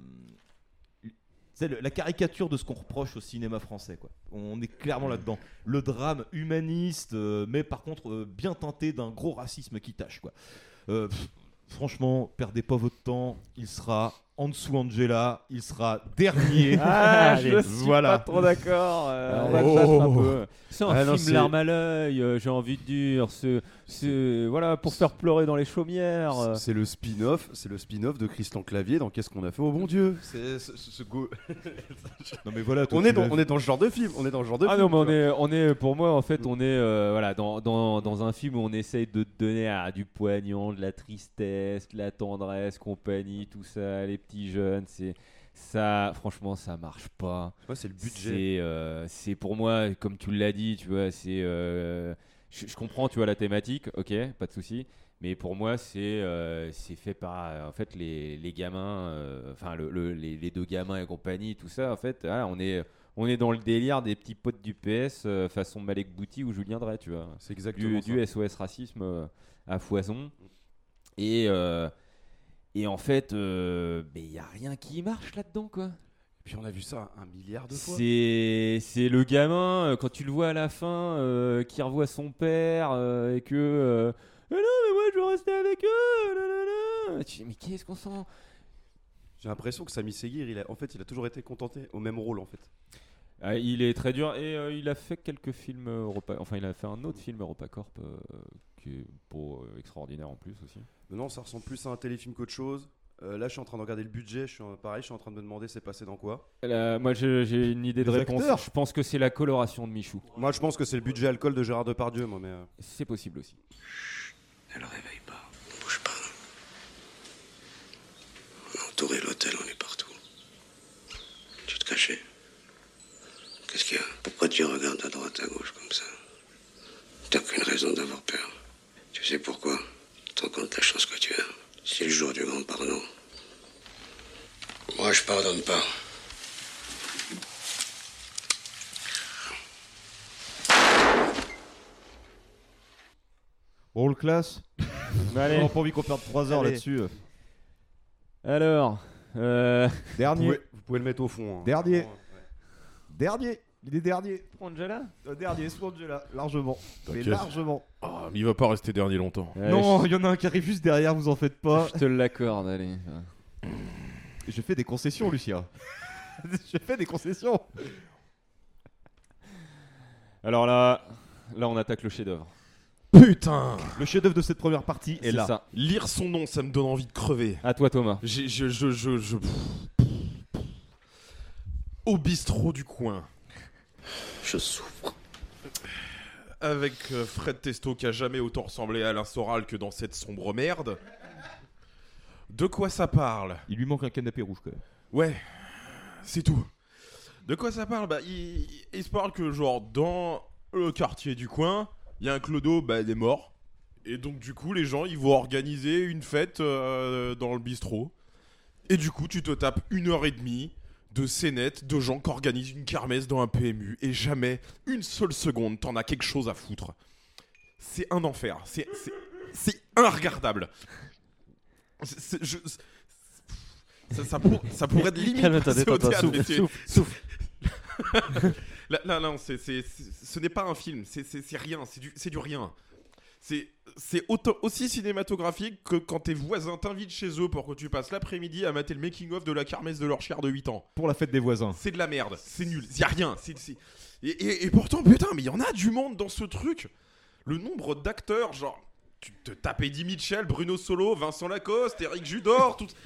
c'est le- la caricature de ce qu'on reproche au cinéma français. Quoi. On est clairement là-dedans. Le drame humaniste, euh, mais par contre euh, bien teinté d'un gros racisme qui tâche. Quoi. Euh, pff, franchement, perdez pas votre temps. Il sera en dessous Angela. Il sera dernier.
Ah, je suis
voilà.
pas trop d'accord. euh, on va
Oh.
te battre un peu. C'est un
Ah non,
film
c'est-
larme à l'œil, euh, j'ai envie de dire. Ce, ce- voilà, pour faire pleurer dans les chaumières. euh.
C'est le spin-off, c'est le spin-off de Christian Clavier dans Qu'est-ce qu'on a fait au bon Dieu C'est ce, ce- ce go-
Non mais voilà, toi,
on
tu
est dans
l'as
on est dans ce genre de film, on est dans ce genre de
Ah
film.
non, mais on
tu vois.
est, on est, pour moi, en fait, on est euh, voilà, dans, dans, dans un film où on essaye de te donner ah, du poignant, de la tristesse, de la tendresse, compagnie, tout ça, les petits jeunes, c'est. Ça, franchement, ça marche pas.
Ouais, c'est le budget.
C'est, euh, c'est pour moi, comme tu l'as dit, tu vois, c'est. euh, je, je comprends, tu vois, la thématique, ok, pas de souci. Mais pour moi, c'est, euh, c'est fait par. euh, En fait, les, les gamins, euh, enfin, le- le- les, les deux gamins et compagnie, tout ça, en fait, voilà, on est. On est dans le délire des petits potes du PS euh, façon Malek Bouti ou Julien Drey, tu vois.
C'est exactement
du, du SOS racisme euh, à foison. Et, euh, et en fait, euh, mais il n'y a rien qui marche là-dedans, quoi.
Et puis on a vu ça un milliard de fois.
C'est c'est le gamin euh, quand tu le vois à la fin euh, qui revoit son père euh, et que euh, Mais non mais moi je veux rester avec eux. là, là, là. Tu dis, mais qu'est-ce qu'on sent
J'ai l'impression que Sami Seguir, il a, en fait, il a toujours été contenté au même rôle en fait.
Ah, Il est très dur et euh, il a fait quelques films Europa. Enfin il a fait un autre film EuropaCorp euh, qui est beau, euh, extraordinaire en plus aussi.
Maintenant, ça ressemble plus à un téléfilm qu'autre chose. Euh, là, je suis en train de regarder le budget. Je suis en- pareil, je suis en train de me demander c'est passé dans quoi.
Là, moi je- j'ai une idée de
Les
réponse.
acteurs.
Je pense que c'est la coloration de Michou.
Moi, je pense que c'est le budget alcool de Gérard Depardieu, moi. Mais euh.
c'est possible aussi.
Entouré l'hôtel, on est partout. Tu te cachais. Qu'est-ce qu'il y a Pourquoi tu regardes à droite, à gauche comme ça T'as aucune raison d'avoir peur. Tu sais pourquoi Tu te rends compte de la chance que tu as. C'est le jour du grand pardon. Moi, je pardonne pas.
All class.
Allez.
On a pas envie qu'on perde 3 heures
Allez.
là-dessus. euh.
Alors euh,
Dernier.
Vous pouvez, vous pouvez le mettre au fond. hein.
Dernier. Dernier. Il est dernier. Euh,
Angela
Dernier, sous Angela, largement. Mais
T'inquiète.
largement.
Ah, mais il va pas rester dernier longtemps.
non, il y en a un qui arrive juste derrière, vous en faites pas.
Je te l'accorde, allez.
J'ai fait des concessions, Lucia. J'ai fait des concessions.
Alors là, là on attaque le chef-d'œuvre.
Putain
Le chef-d'œuvre de cette première partie
est là. ça.
Lire son nom, ça me donne envie de crever.
À toi, Thomas.
Je, je, je, je- pff. Au bistrot du coin.
Je souffre.
Avec euh, Fred Testo qui a jamais autant ressemblé à Alain Soral que dans cette sombre merde. De quoi ça parle
Il lui manque un canapé rouge quand même.
Ouais, c'est tout. De quoi ça parle Bah, il, il- il se parle que, genre, dans le quartier du coin, il y a un clodo, bah, il est mort. Et donc, du coup, les gens, ils vont organiser une fête euh, dans le bistrot. Et du coup, tu te tapes une heure et demie de scénettes de gens qui organisent une kermesse dans un PMU. Et jamais, une seule seconde, t'en as quelque chose à foutre. C'est un enfer. C'est- C'est c'est inregardable. C'est- c'est- je- c'est- ça, ça pour- ça pourrait être limite.
Calme-toi,
passer au
détends-toi,
théâtre,
souffle,
mais c'est-
souffle, souffle.
là, là, non, c'est- c'est- c'est- ce n'est pas un film, c'est- c'est c'est rien, c'est du, c'est du rien. C'est c'est autant- aussi cinématographique que quand tes voisins t'invitent chez eux pour que tu passes l'après-midi à mater le making-of de la kermesse de leur chair de 8 ans.
Pour la fête des voisins.
C'est de la merde, c'est nul, y a rien. c'est- c'est- Et, et- et pourtant, putain, mais il y en a du monde dans ce truc. Le nombre d'acteurs, genre, tu te tapes Eddie Mitchell, Bruno Solo, Vincent Lacoste, Eric Judor, tout.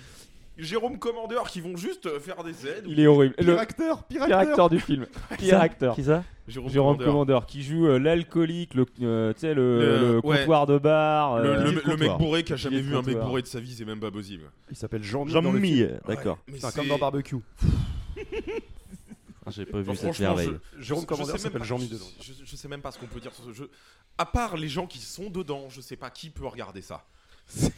Jérôme Commandeur qui vont juste euh, faire des aides.
Il est horrible.
Pire acteur, pire acteur.
acteur du film.
Qui
Pire
ça
acteur.
Qui ça Jérôme
Jérôme
Commandeur.
Commandeur qui joue euh, l'alcoolique, le, euh, tu sais, le,
Le-
le
ouais.
comptoir de bar.
Le-
euh,
le- le
Guy
mec
comptoir.
bourré qui a jamais
Guy
vu un mec
comptoir.
bourré de sa vie, c'est même pas possible.
Il s'appelle Jean
mi
Mi dans le
mi,
film. d'accord. Enfin, comme dans Barbecue.
Ah, J'ai pas vu
Genre,
cette
franchement,
merveille.
je- je-
Jérôme
je
Commandeur
sais même
s'appelle
pas-
Jean-Mi
je-
dedans.
Je, je sais même pas ce qu'on peut dire sur ce jeu. À part les gens qui sont dedans, je sais pas qui peut regarder ça. C'est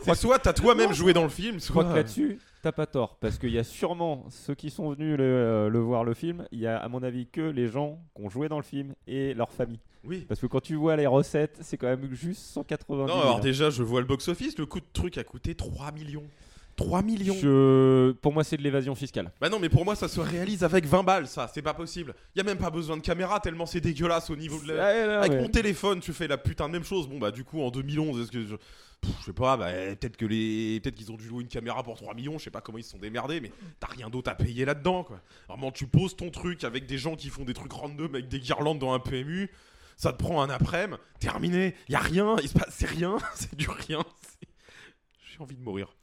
crois que-
soit t'as toi-même
Non,
joué dans le film,
Je crois
soit
que là-dessus, t'as pas tort. Parce qu'il y a sûrement ceux qui sont venus le, euh, le voir le film, il y a à mon avis que les gens qui ont joué dans le film et leur famille.
Oui.
Parce que quand tu vois les recettes, c'est quand même juste 180
Non,
000.
alors déjà, je vois le box-office, le coût de truc a coûté 3 millions. 3 millions
Je- Pour moi, c'est de l'évasion fiscale.
Bah non, mais pour moi, ça se réalise avec 20 balles, ça, c'est pas possible. Y a même pas besoin de caméra, tellement c'est dégueulasse au niveau de la.
Ah Ouais, non,
avec
mais-
mon téléphone, tu fais la putain de même chose. Bon, bah, du coup, en 2011, est-ce que. Je... Pff, je sais pas, bah, peut-être que les. Peut-être qu'ils ont dû louer une caméra pour 3 millions, je sais pas comment ils se sont démerdés, mais t'as rien d'autre à payer là-dedans, quoi. Vraiment, tu poses ton truc avec des gens qui font des trucs random avec des guirlandes dans un PMU. Ça te prend un après-midi, terminé, y a rien, il se passe, c'est rien, c'est du rien. c'est- J'ai envie de mourir.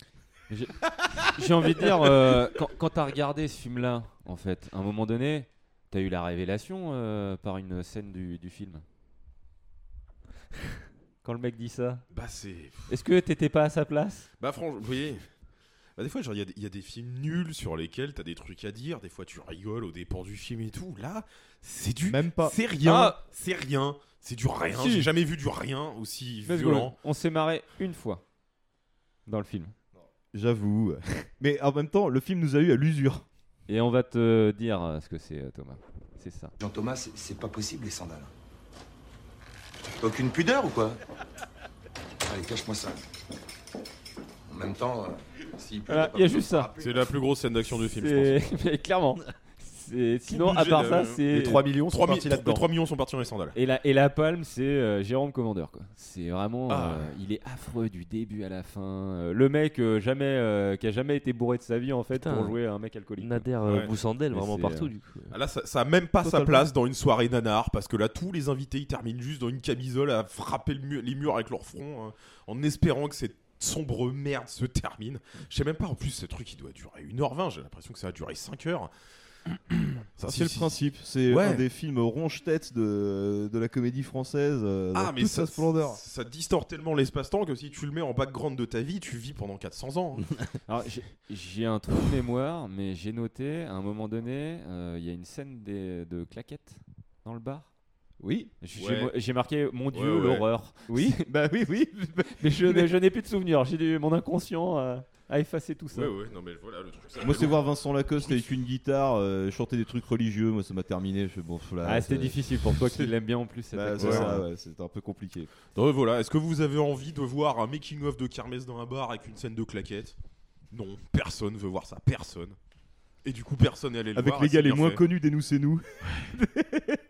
J'ai- J'ai envie de dire, euh, quand, quand t'as regardé ce film-là, en fait, à un moment donné, t'as eu la révélation euh, par une scène du, du film. Quand le mec dit ça.
Bah, c'est-
Est-ce que t'étais pas à sa place
Bah franchement, vous voyez. Bah, des fois, genre, il y a des- il y, a des films nuls sur lesquels t'as des trucs à dire. Des fois, tu rigoles aux dépens du film et tout. Là, c'est du.
Même pas.
C'est rien.
Ah.
C'est rien. C'est du rien.
Si.
J'ai jamais vu du rien aussi
Let's go.
violent.
On s'est marré une fois dans le film.
J'avoue. Mais en même temps, le film nous a eu à l'usure.
Et on va te dire euh, ce que c'est, euh, Thomas. C'est ça.
Jean-Thomas, c'est- c'est pas possible les sandales. Aucune pudeur ou quoi Allez, cache-moi ça. En même temps, euh, s'il pleut,
Voilà,
t'as pas
il y a
besoin
juste
de te
ça.
rappeler.
C'est la plus grosse scène d'action du film,
C'est-
je pense.
Mais clairement. C'est-
Tout
Sinon, à
budget
part
de-
ça, c'est.
Les 3 millions sont
Trois mi-
partis là-dedans.
les trois Et la, et la palme, c'est euh, Jérôme Commandeur. quoi. C'est vraiment.
Ah.
euh, il est affreux du début à la fin. Euh, le mec euh, jamais, euh, qui a jamais été bourré de sa vie, en fait,
Putain.
pour jouer à un mec alcoolique.
Nader, euh, Ouais. Boussandel,
Mais
vraiment
c'est,
partout,
euh,
du coup.
Ah, Là, ça, ça a même pas sa
Totalement.
place dans une soirée nanar parce que là, tous les invités ils terminent juste dans une camisole à frapper le mur- les murs avec leur front hein, en espérant que cette sombre merde se termine. Je sais même pas en plus, ce truc il doit durer 1h20, j'ai l'impression que ça va durer 5 heures. Ça,
c'est le principe. C'est
Ouais.
un des films ronge-tête de, de la comédie française. euh, dans
Ah, mais
toute
ça,
sa splendeur.
ça distord tellement l'espace-temps que si tu le mets en background de ta vie, tu vis pendant 400 ans. hein.
Alors, j'ai- j'ai un trou de mémoire, mais j'ai noté à un moment donné, euh, il y a une scène des- de claquettes dans le bar.
Oui.
J'ai
Ouais.
mo- j'ai marqué mon
Ouais,
Dieu,
ouais.
l'horreur.
Oui, bah oui, oui.
mais je n'ai- je n'ai plus de souvenirs. J'ai dû- mon inconscient euh, a, a effacé tout ça.
Ouais, ouais, non, mais voilà le truc. ça
Moi,
fait
c'est
loin.
voir Vincent Lacoste avec une guitare euh, chanter des trucs religieux. Moi, ça m'a terminé. Je fais, bon, voilà,
Ah, c'était
c'est-
difficile pour toi qui l'aime bien en plus. cette
Bah, c'est
acteur.
ça, ouais, c'était un peu compliqué.
Donc voilà, est-ce que vous avez envie de voir un making-of de Kermesse dans un bar avec une scène de claquettes Non, personne veut voir ça, personne. Et du coup, personne est allé le
Avec
voir.
les
et
gars
c'est
les
bien
moins
fait.
connus des nous, c'est nous.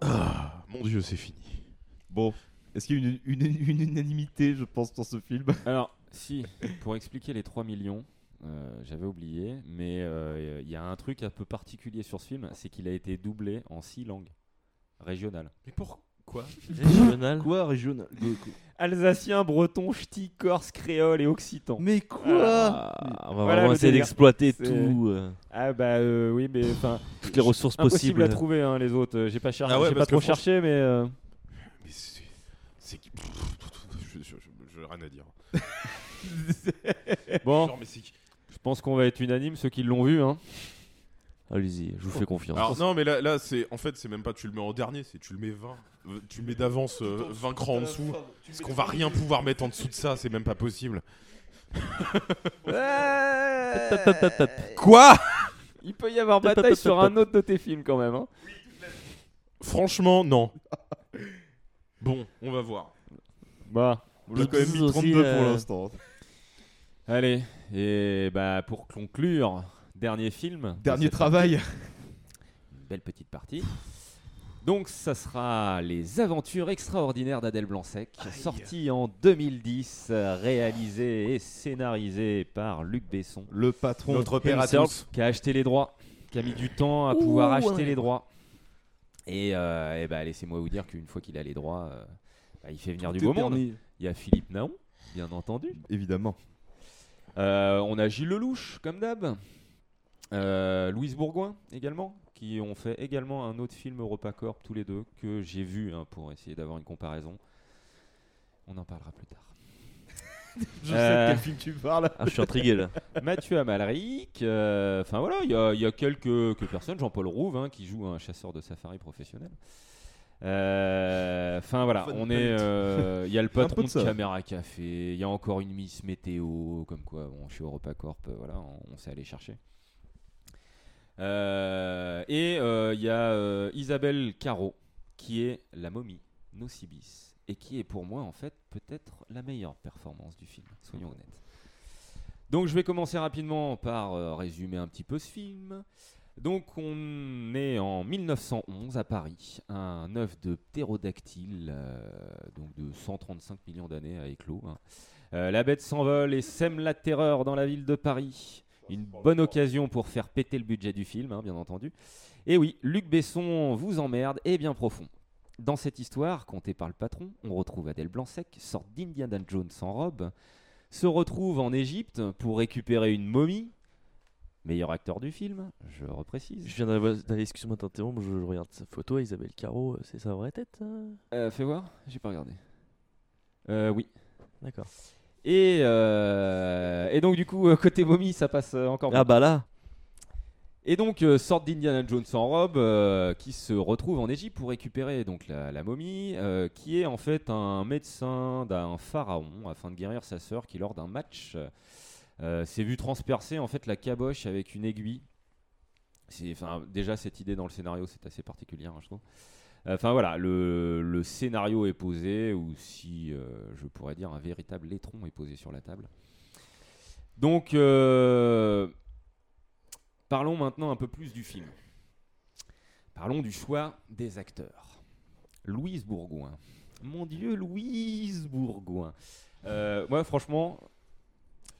Ah, mon dieu, c'est fini.
Bon, est-ce qu'il y a une, une- une unanimité, je pense, dans ce film
Alors, si, pour expliquer les 3 millions, euh, j'avais oublié, mais euh, il y a un truc un peu particulier sur ce film, c'est qu'il a été doublé en 6 langues régionales.
Mais pourquoi
Régional
Quoi, régional
Alsacien, breton, ch'ti, corse, créole et occitan.
Mais quoi
on va vraiment essayer d'exploiter tout, euh.
Ah bah euh, oui, mais enfin.
Toutes les ressources
impossible
possibles.
à trouver hein, les autres. Euh, J'ai pas cherché,
Ah ouais,
j'ai pas
parce que
trop
franch-
cherché, mais. euh,
Mais c'est. c'est qui- Je, je- je- je- rien à dire.
Bon,
Genre, mais c'est qui-
je pense qu'on va être unanime ceux qui l'ont vu. Hein.
Allez-y, je vous fais confiance.
Oh. Alors, non, mais là, là c'est en fait, c'est même pas tu le mets en dernier, c'est tu le mets 20. Euh, Tu le mets d'avance euh, 20 crans en dessous. Parce qu'on va rien pouvoir mettre en dessous de ça, c'est même pas possible. Quoi
Il peut y avoir
Tap, tap,
bataille
tap,
sur
tap,
un autre de tes films quand même. hein.
Franchement, non. Bon, on va voir.
Bah,
On l'a quand même mis 32 pour l'instant.
euh, Allez, et bah pour conclure, dernier film. de
Dernier
cette
travail.
partie. Une belle petite partie. Donc ça sera Les Aventures extraordinaires d'Adèle Blanc-Sec, sorti en 2010, euh, réalisé et scénarisé par Luc Besson.
Le patron Notre père à
himself,
tous.
qui a acheté les droits, qui a mis du temps à
Ouh,
pouvoir
ouais.
acheter les droits. Et, euh, eh ben, laissez-moi vous dire qu'une fois qu'il a les droits, euh, bah, il fait venir
Tout
du
est
beau monde.
permis.
Il y a Philippe Naon, bien entendu.
Évidemment.
Euh, on a Gilles Lelouch, comme d'hab. Euh, Louise Bourgoin également, qui ont fait également un autre film EuropaCorp tous les deux que j'ai vu hein, pour essayer d'avoir une comparaison. On en parlera plus tard.
Je sais de quel film tu parles.
Ah, je suis intrigué, là.
Mathieu Amalric, euh, enfin voilà, il y a- il y, a quelques, quelques personnes, Jean-Paul Rouve hein, qui joue un chasseur de safari professionnel. Euh, Enfin voilà,
Fun
on
fact.
est, euh, il y a le
Un peu de
patron de
ça.
Caméra Café, il y a encore une Miss Météo, comme quoi, bon, je suis EuropaCorp, euh, voilà, on, on s'est allé chercher. Euh, et euh, il y a euh, Isabelle Caro, qui est la momie Nocibis, et qui est pour moi, en fait, peut-être la meilleure performance du film, soyons honnêtes. Donc je vais commencer rapidement par euh, résumer un petit peu ce film. Donc on est en 1911 à Paris, un œuf de ptérodactyle, euh, donc de 135 millions d'années à éclos. hein. Euh, la bête s'envole et sème la terreur dans la ville de Paris. Une bonne occasion pour faire péter le budget du film, hein, bien entendu. Et oui, Luc Besson vous emmerde et bien profond. Dans cette histoire, contée par le patron, on retrouve Adèle Blanc-Sec, sorte d'Indiana Jones en robe, se retrouve en Égypte pour récupérer une momie. Meilleur acteur du film, je reprécise.
Je viens d'avoir- d'aller, excuse-moi de t'interrompre, je regarde sa photo, Isabelle Caro, euh, c'est sa vraie tête
Euh, Fais voir, j'ai pas regardé. Euh, oui.
D'accord.
Et, euh, et donc, du coup, euh, côté momie, ça passe euh, encore
Ah
mieux.
bah là
Et donc, euh, sorte d'Indiana Jones en robe, euh, qui se retrouve en Égypte pour récupérer donc la, la momie, euh, qui est en fait un médecin d'un pharaon afin de guérir sa sœur qui, lors d'un match, euh, s'est vu transpercer en fait la caboche avec une aiguille. C'est- enfin, déjà cette idée dans le scénario c'est assez particulière hein, je trouve enfin voilà le, le scénario est posé ou si euh, je pourrais dire un véritable laitron est posé sur la table donc euh, parlons maintenant un peu plus du film parlons du choix des acteurs Louise Bourgoin mon dieu Louise Bourgoin Euh, moi franchement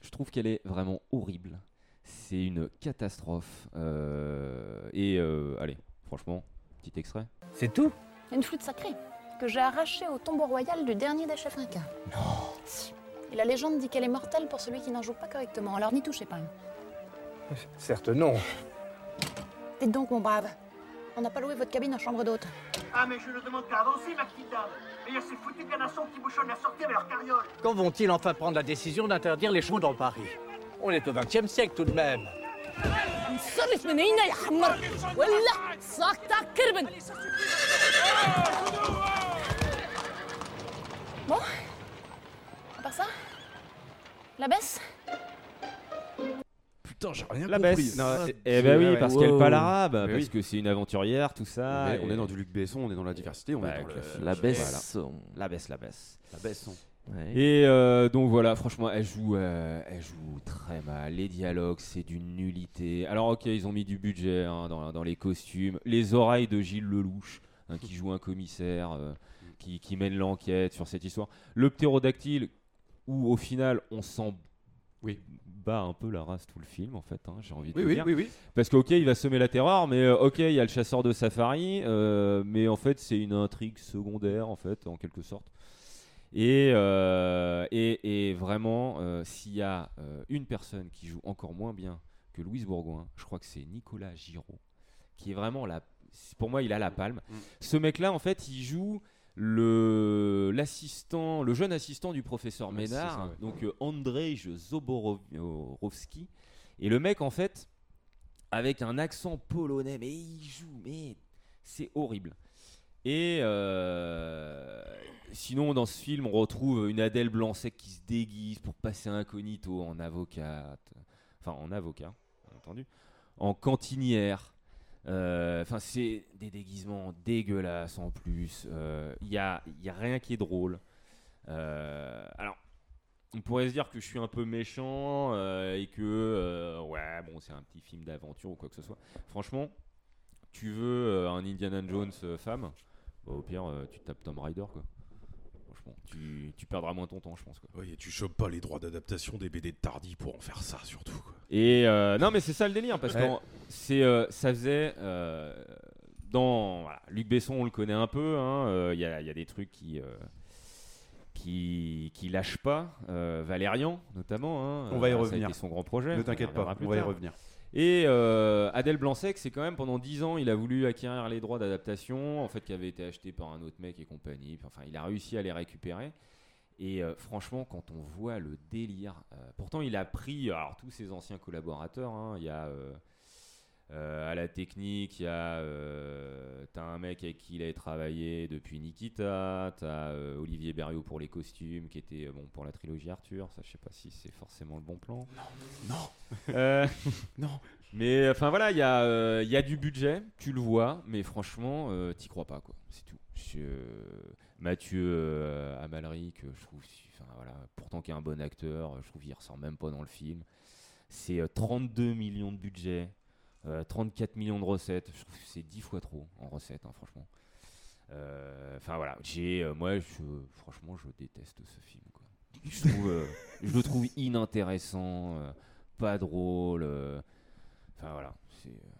je trouve qu'elle est vraiment horrible. C'est une catastrophe. Euh, et euh, allez, franchement, petit extrait.
C'est tout
Une flûte sacrée que j'ai arrachée au tombeau royal du dernier des chefs incas.
Non.
Et la légende dit qu'elle est mortelle pour celui qui n'en joue pas correctement, alors n'y touchez pas.
Certes, non.
Dites donc, mon brave, on n'a pas loué votre cabine en chambre d'hôte.
Ah, mais je ne demande qu'à avancer, ma petite dame. Et il y a ces foutus canassons qui bouchonnent la sortie avec leur carriole.
Quand vont-ils enfin prendre la décision d'interdire les chevaux dans Paris On est au XXe siècle tout de même.
Bon, à part ça, la baisse
Putain, j'ai rien
La
compris.
baisse. Eh ben oui, parce qu'elle parle arabe, parce que c'est une aventurière, tout ça.
Mais on
et- Bah,
est dans du Luc Besson, on est dans la diversité, on est dans le-
la baisse,
Voilà.
La baisse, la baisse. hein.
La baisse, on-
Et euh, donc voilà, franchement, elle joue, euh, elle joue très mal. Les dialogues, c'est d'une nullité. Alors ok, ils ont mis du budget hein, dans, dans les costumes, les oreilles de Gilles Lelouch, hein, qui joue un commissaire, euh, qui, qui mène l'enquête sur cette histoire. Le ptérodactyle, où au final, on s'en bat un peu la race tout le film en fait. hein, J'ai envie de
Oui,
le
oui,
dire.
oui, oui.
Parce que, ok, il va semer la terreur, mais euh, ok, il y a le chasseur de safari, euh, mais en fait, c'est une intrigue secondaire, en fait, en quelque sorte. Et, euh, et, et vraiment, euh, s'il y a euh, une personne qui joue encore moins bien que Louise Bourgoin, je crois que c'est Nicolas Giraud, qui est vraiment la. Pour moi, il a la palme.
Mm.
Ce mec-là, en fait, il joue le l'assistant, le jeune assistant du professeur
Ouais, c'est
Ménard,
ça, ouais.
donc euh, Andrzej Zoborowski. Et le mec, en fait, avec un accent polonais, mais il joue, mais c'est horrible. Et euh, sinon, dans ce film, on retrouve une Adèle Blanc-Sec qui se déguise pour passer incognito en avocate, enfin en avocat, bien entendu, en cantinière. Euh, Enfin, c'est des déguisements dégueulasses en plus. Euh, Il n'y a, y a rien qui est drôle. Euh, alors, on pourrait se dire que je suis un peu méchant euh, et que, euh, ouais, bon, c'est un petit film d'aventure ou quoi que ce soit. Franchement, tu veux euh, un Indiana Jones euh, femme, bah, au pire, euh, tu tapes Tom Rider, quoi. Franchement, tu, tu perdras moins ton temps, je pense. Quoi.
Oui, et tu chopes pas les droits d'adaptation des BD de Tardy pour en faire ça, surtout. quoi.
Et euh, non, mais c'est ça le délire parce
Ouais.
que c'est euh, ça faisait euh, dans voilà, Luc Besson, on le connaît un peu. hein, euh, Il y, a- il y a des trucs qui euh, qui, qui lâche pas, euh, Valérian notamment. hein,
On va y
ça a
revenir.
été son grand projet.
Ne
on y
t'inquiète pas,
reviendra plus
on va y
tard.
revenir.
Et euh, Adèle Blanc-Sec, c'est quand même pendant 10 ans, il a voulu acquérir les droits d'adaptation, en fait, qui avaient été achetés par un autre mec et compagnie. Puis, Enfin, il a réussi à les récupérer. Et euh, franchement, quand on voit le délire, euh, pourtant, il a pris alors, tous ses anciens collaborateurs. hein. il y a euh, euh, à la technique, il y a euh, t'as un mec avec qui il a travaillé depuis Nikita, t'as euh, Olivier Berriot pour les costumes, qui était euh, bon pour la trilogie Arthur. Ça, je sais pas si c'est forcément le bon plan.
Non, non.
non. Mais enfin voilà, il y, a, euh, il y a du budget, tu le vois, mais franchement, euh, t'y crois pas quoi. C'est tout. Je- euh, Mathieu euh, Amalric, euh, je trouve, enfin voilà, pourtant qui est un bon acteur, euh, je trouve qu'il ressort même pas dans le film. C'est euh, 32 millions de budget, euh, 34 millions de recettes. Je trouve que c'est 10 fois trop en recettes, hein, franchement. Euh, Enfin voilà, j'ai, euh, moi, je, franchement, je déteste ce film. Quoi. Je, trouve, euh, je le trouve inintéressant, euh, pas drôle. euh, Enfin voilà. c'est, euh,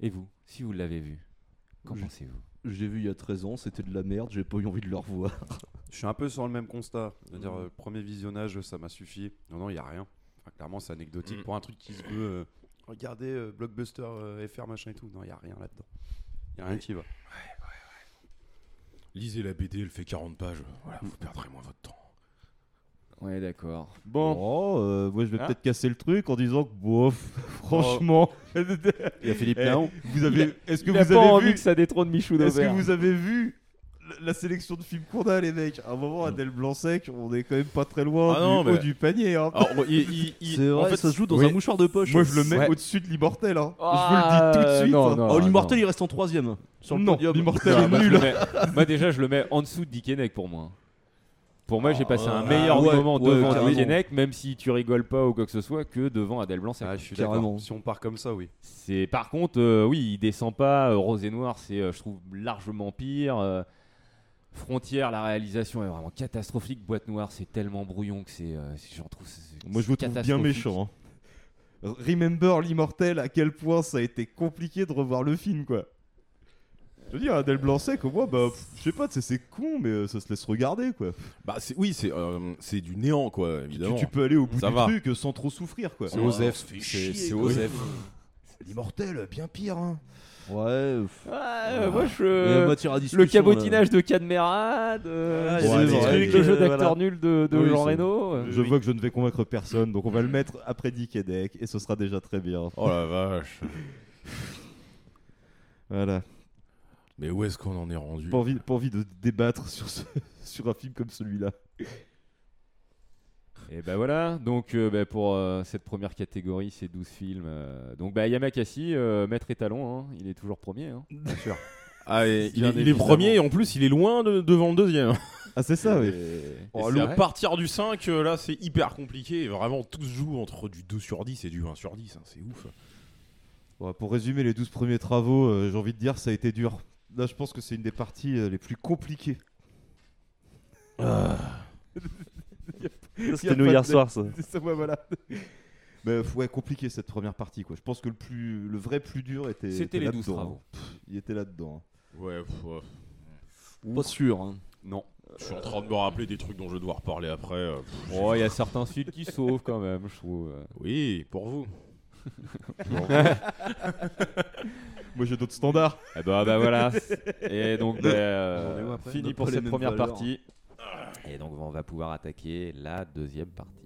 Et vous, si vous l'avez vu, qu'en pensez-vous
J'ai vu il y a 13 ans, c'était de la merde, j'ai pas eu envie de le revoir.
Je suis un peu sur le même constat. C'est-à-dire,
Mm.
Mhm.
euh, premier visionnage, ça m'a suffi. Non, non, il n'y a rien. Enfin, clairement, c'est
Mm.
anecdotique. Pour un truc qui se veut, euh, regardez euh, Blockbuster euh, FR, machin et tout. Non, il n'y a rien là-dedans. Il n'y a rien qui va.
Lisez la BD, elle fait 40 pages. Voilà, vous perdrez moins votre temps.
Ouais, d'accord.
Bon.
Oh, euh, moi je vais
Ah.
peut-être casser le truc en disant que, bof, franchement.
Oh. Il y a Philippe
Eh,
Laon.
Vous
Il
avez.
a-
Est-ce que
il
vous
a
avez
pas
vu
envie que ça détrône Michou
Est-ce que
Daubert.
vous avez vu la- la sélection de films qu'on a, les mecs À un moment, Adèle Blanc-Sec, on est quand même pas très loin
Ah
du
non, mais-
haut du panier. hein.
Alors, il- il- il- C'est en vrai, fait, ça se joue dans un mouchoir de poche.
Moi, je le mets
Ouais.
au-dessus de l'immortel. hein.
Ah,
je vous le dis tout
euh,
de suite.
non,
hein.
non,
Oh,
l'immortel, il reste en troisième. Sur le
Non,
podium.
l'immortel
Non, moi, je le mets- moi déjà je le mets en dessous de Dick Henneck pour moi. Pour moi j'ai
Ah,
passé un
ouais.
meilleur
Ouais,
moment
ouais,
devant
carrément.
Dick Henneck même si tu rigoles pas ou quoi que ce soit que devant Adèle Blanc. Ah, je suis
d'accord. Si on part comme ça oui.
C'est par contre euh, oui il descend pas euh, Rose et Noir c'est euh, je trouve largement pire. euh, Frontière, la réalisation est vraiment catastrophique. Boîte noire, c'est tellement brouillon que c'est, euh, c'est- j'en trouve. c'est-
Moi, je vous trouve bien
catastrophique.
méchant. hein. Remember l'immortel, à quel point ça a été compliqué de revoir le film, quoi. Je veux dire, Adèle Blanc-Sec, au moins, bah, pff, je sais pas, tu sais, c'est con, mais euh, ça se laisse regarder, quoi.
Bah, c'est, oui, c'est, euh, c'est du néant, quoi,
Tu,
évidemment.
tu peux aller au bout
ça
du
va.
truc euh, sans trop souffrir, quoi.
C'est Osef, c'est- c'est Osef.
L'immortel, bien pire, hein.
Ouais.
euh, moi, je-
Le cabotinage de Cadmerade, euh,
Bon, allez, allez.
le jeu d'acteur nul de, de
Oui,
Jean
c'est-
Reno. euh.
Je vois que je ne vais convaincre personne, donc on va le mettre après Dick et Deck, et ce sera déjà très bien.
Oh la vache.
Voilà.
Mais où est-ce qu'on en est rendu
Pas envie, pas envie de débattre sur, ce- sur un film comme celui-là.
Et ben voilà, donc euh, bah, pour euh, cette première catégorie, c'est 12 films. euh, donc bah, Yamakasi, euh, maître étalon, hein, il est toujours premier. Hein. Bien
sûr.
Ah, et il,
Bien
est- il est
évidemment.
premier et en plus il est loin de- devant le deuxième.
Ah c'est ça oui.
Oh, le partir du 5 euh, là c'est hyper compliqué et vraiment tout se joue entre du 2 sur 10 et du 1 sur 10 hein, c'est ouf.
Bon, pour résumer les 12 premiers travaux, euh, j'ai envie de dire ça a été dur. Là, je pense que c'est une des parties euh, les plus compliquées.
C'était nous hier soir, ça.
ouais, voilà. Mais f- ouais, compliqué cette première partie quoi. Je pense que le plus le vrai plus dur était
C'était
était
les 12
là-dedans,
travaux.
hein. Pff, il était là-dedans. hein.
Ouais, pff, ouais.
Pas sûr. hein.
Non.
Euh,
Je suis en train de me rappeler des trucs dont je dois reparler après. euh, pff,
Oh, il y a certains films qui sauvent quand même, je trouve.
Oui, pour vous.
Moi j'ai d'autres standards.
Eh bah, bah voilà. Et donc, bah, euh,
On en est où après
fini
On a
pour
pas les
cette
mêmes
première
valeurs.
partie. Et donc, on va pouvoir attaquer la deuxième partie.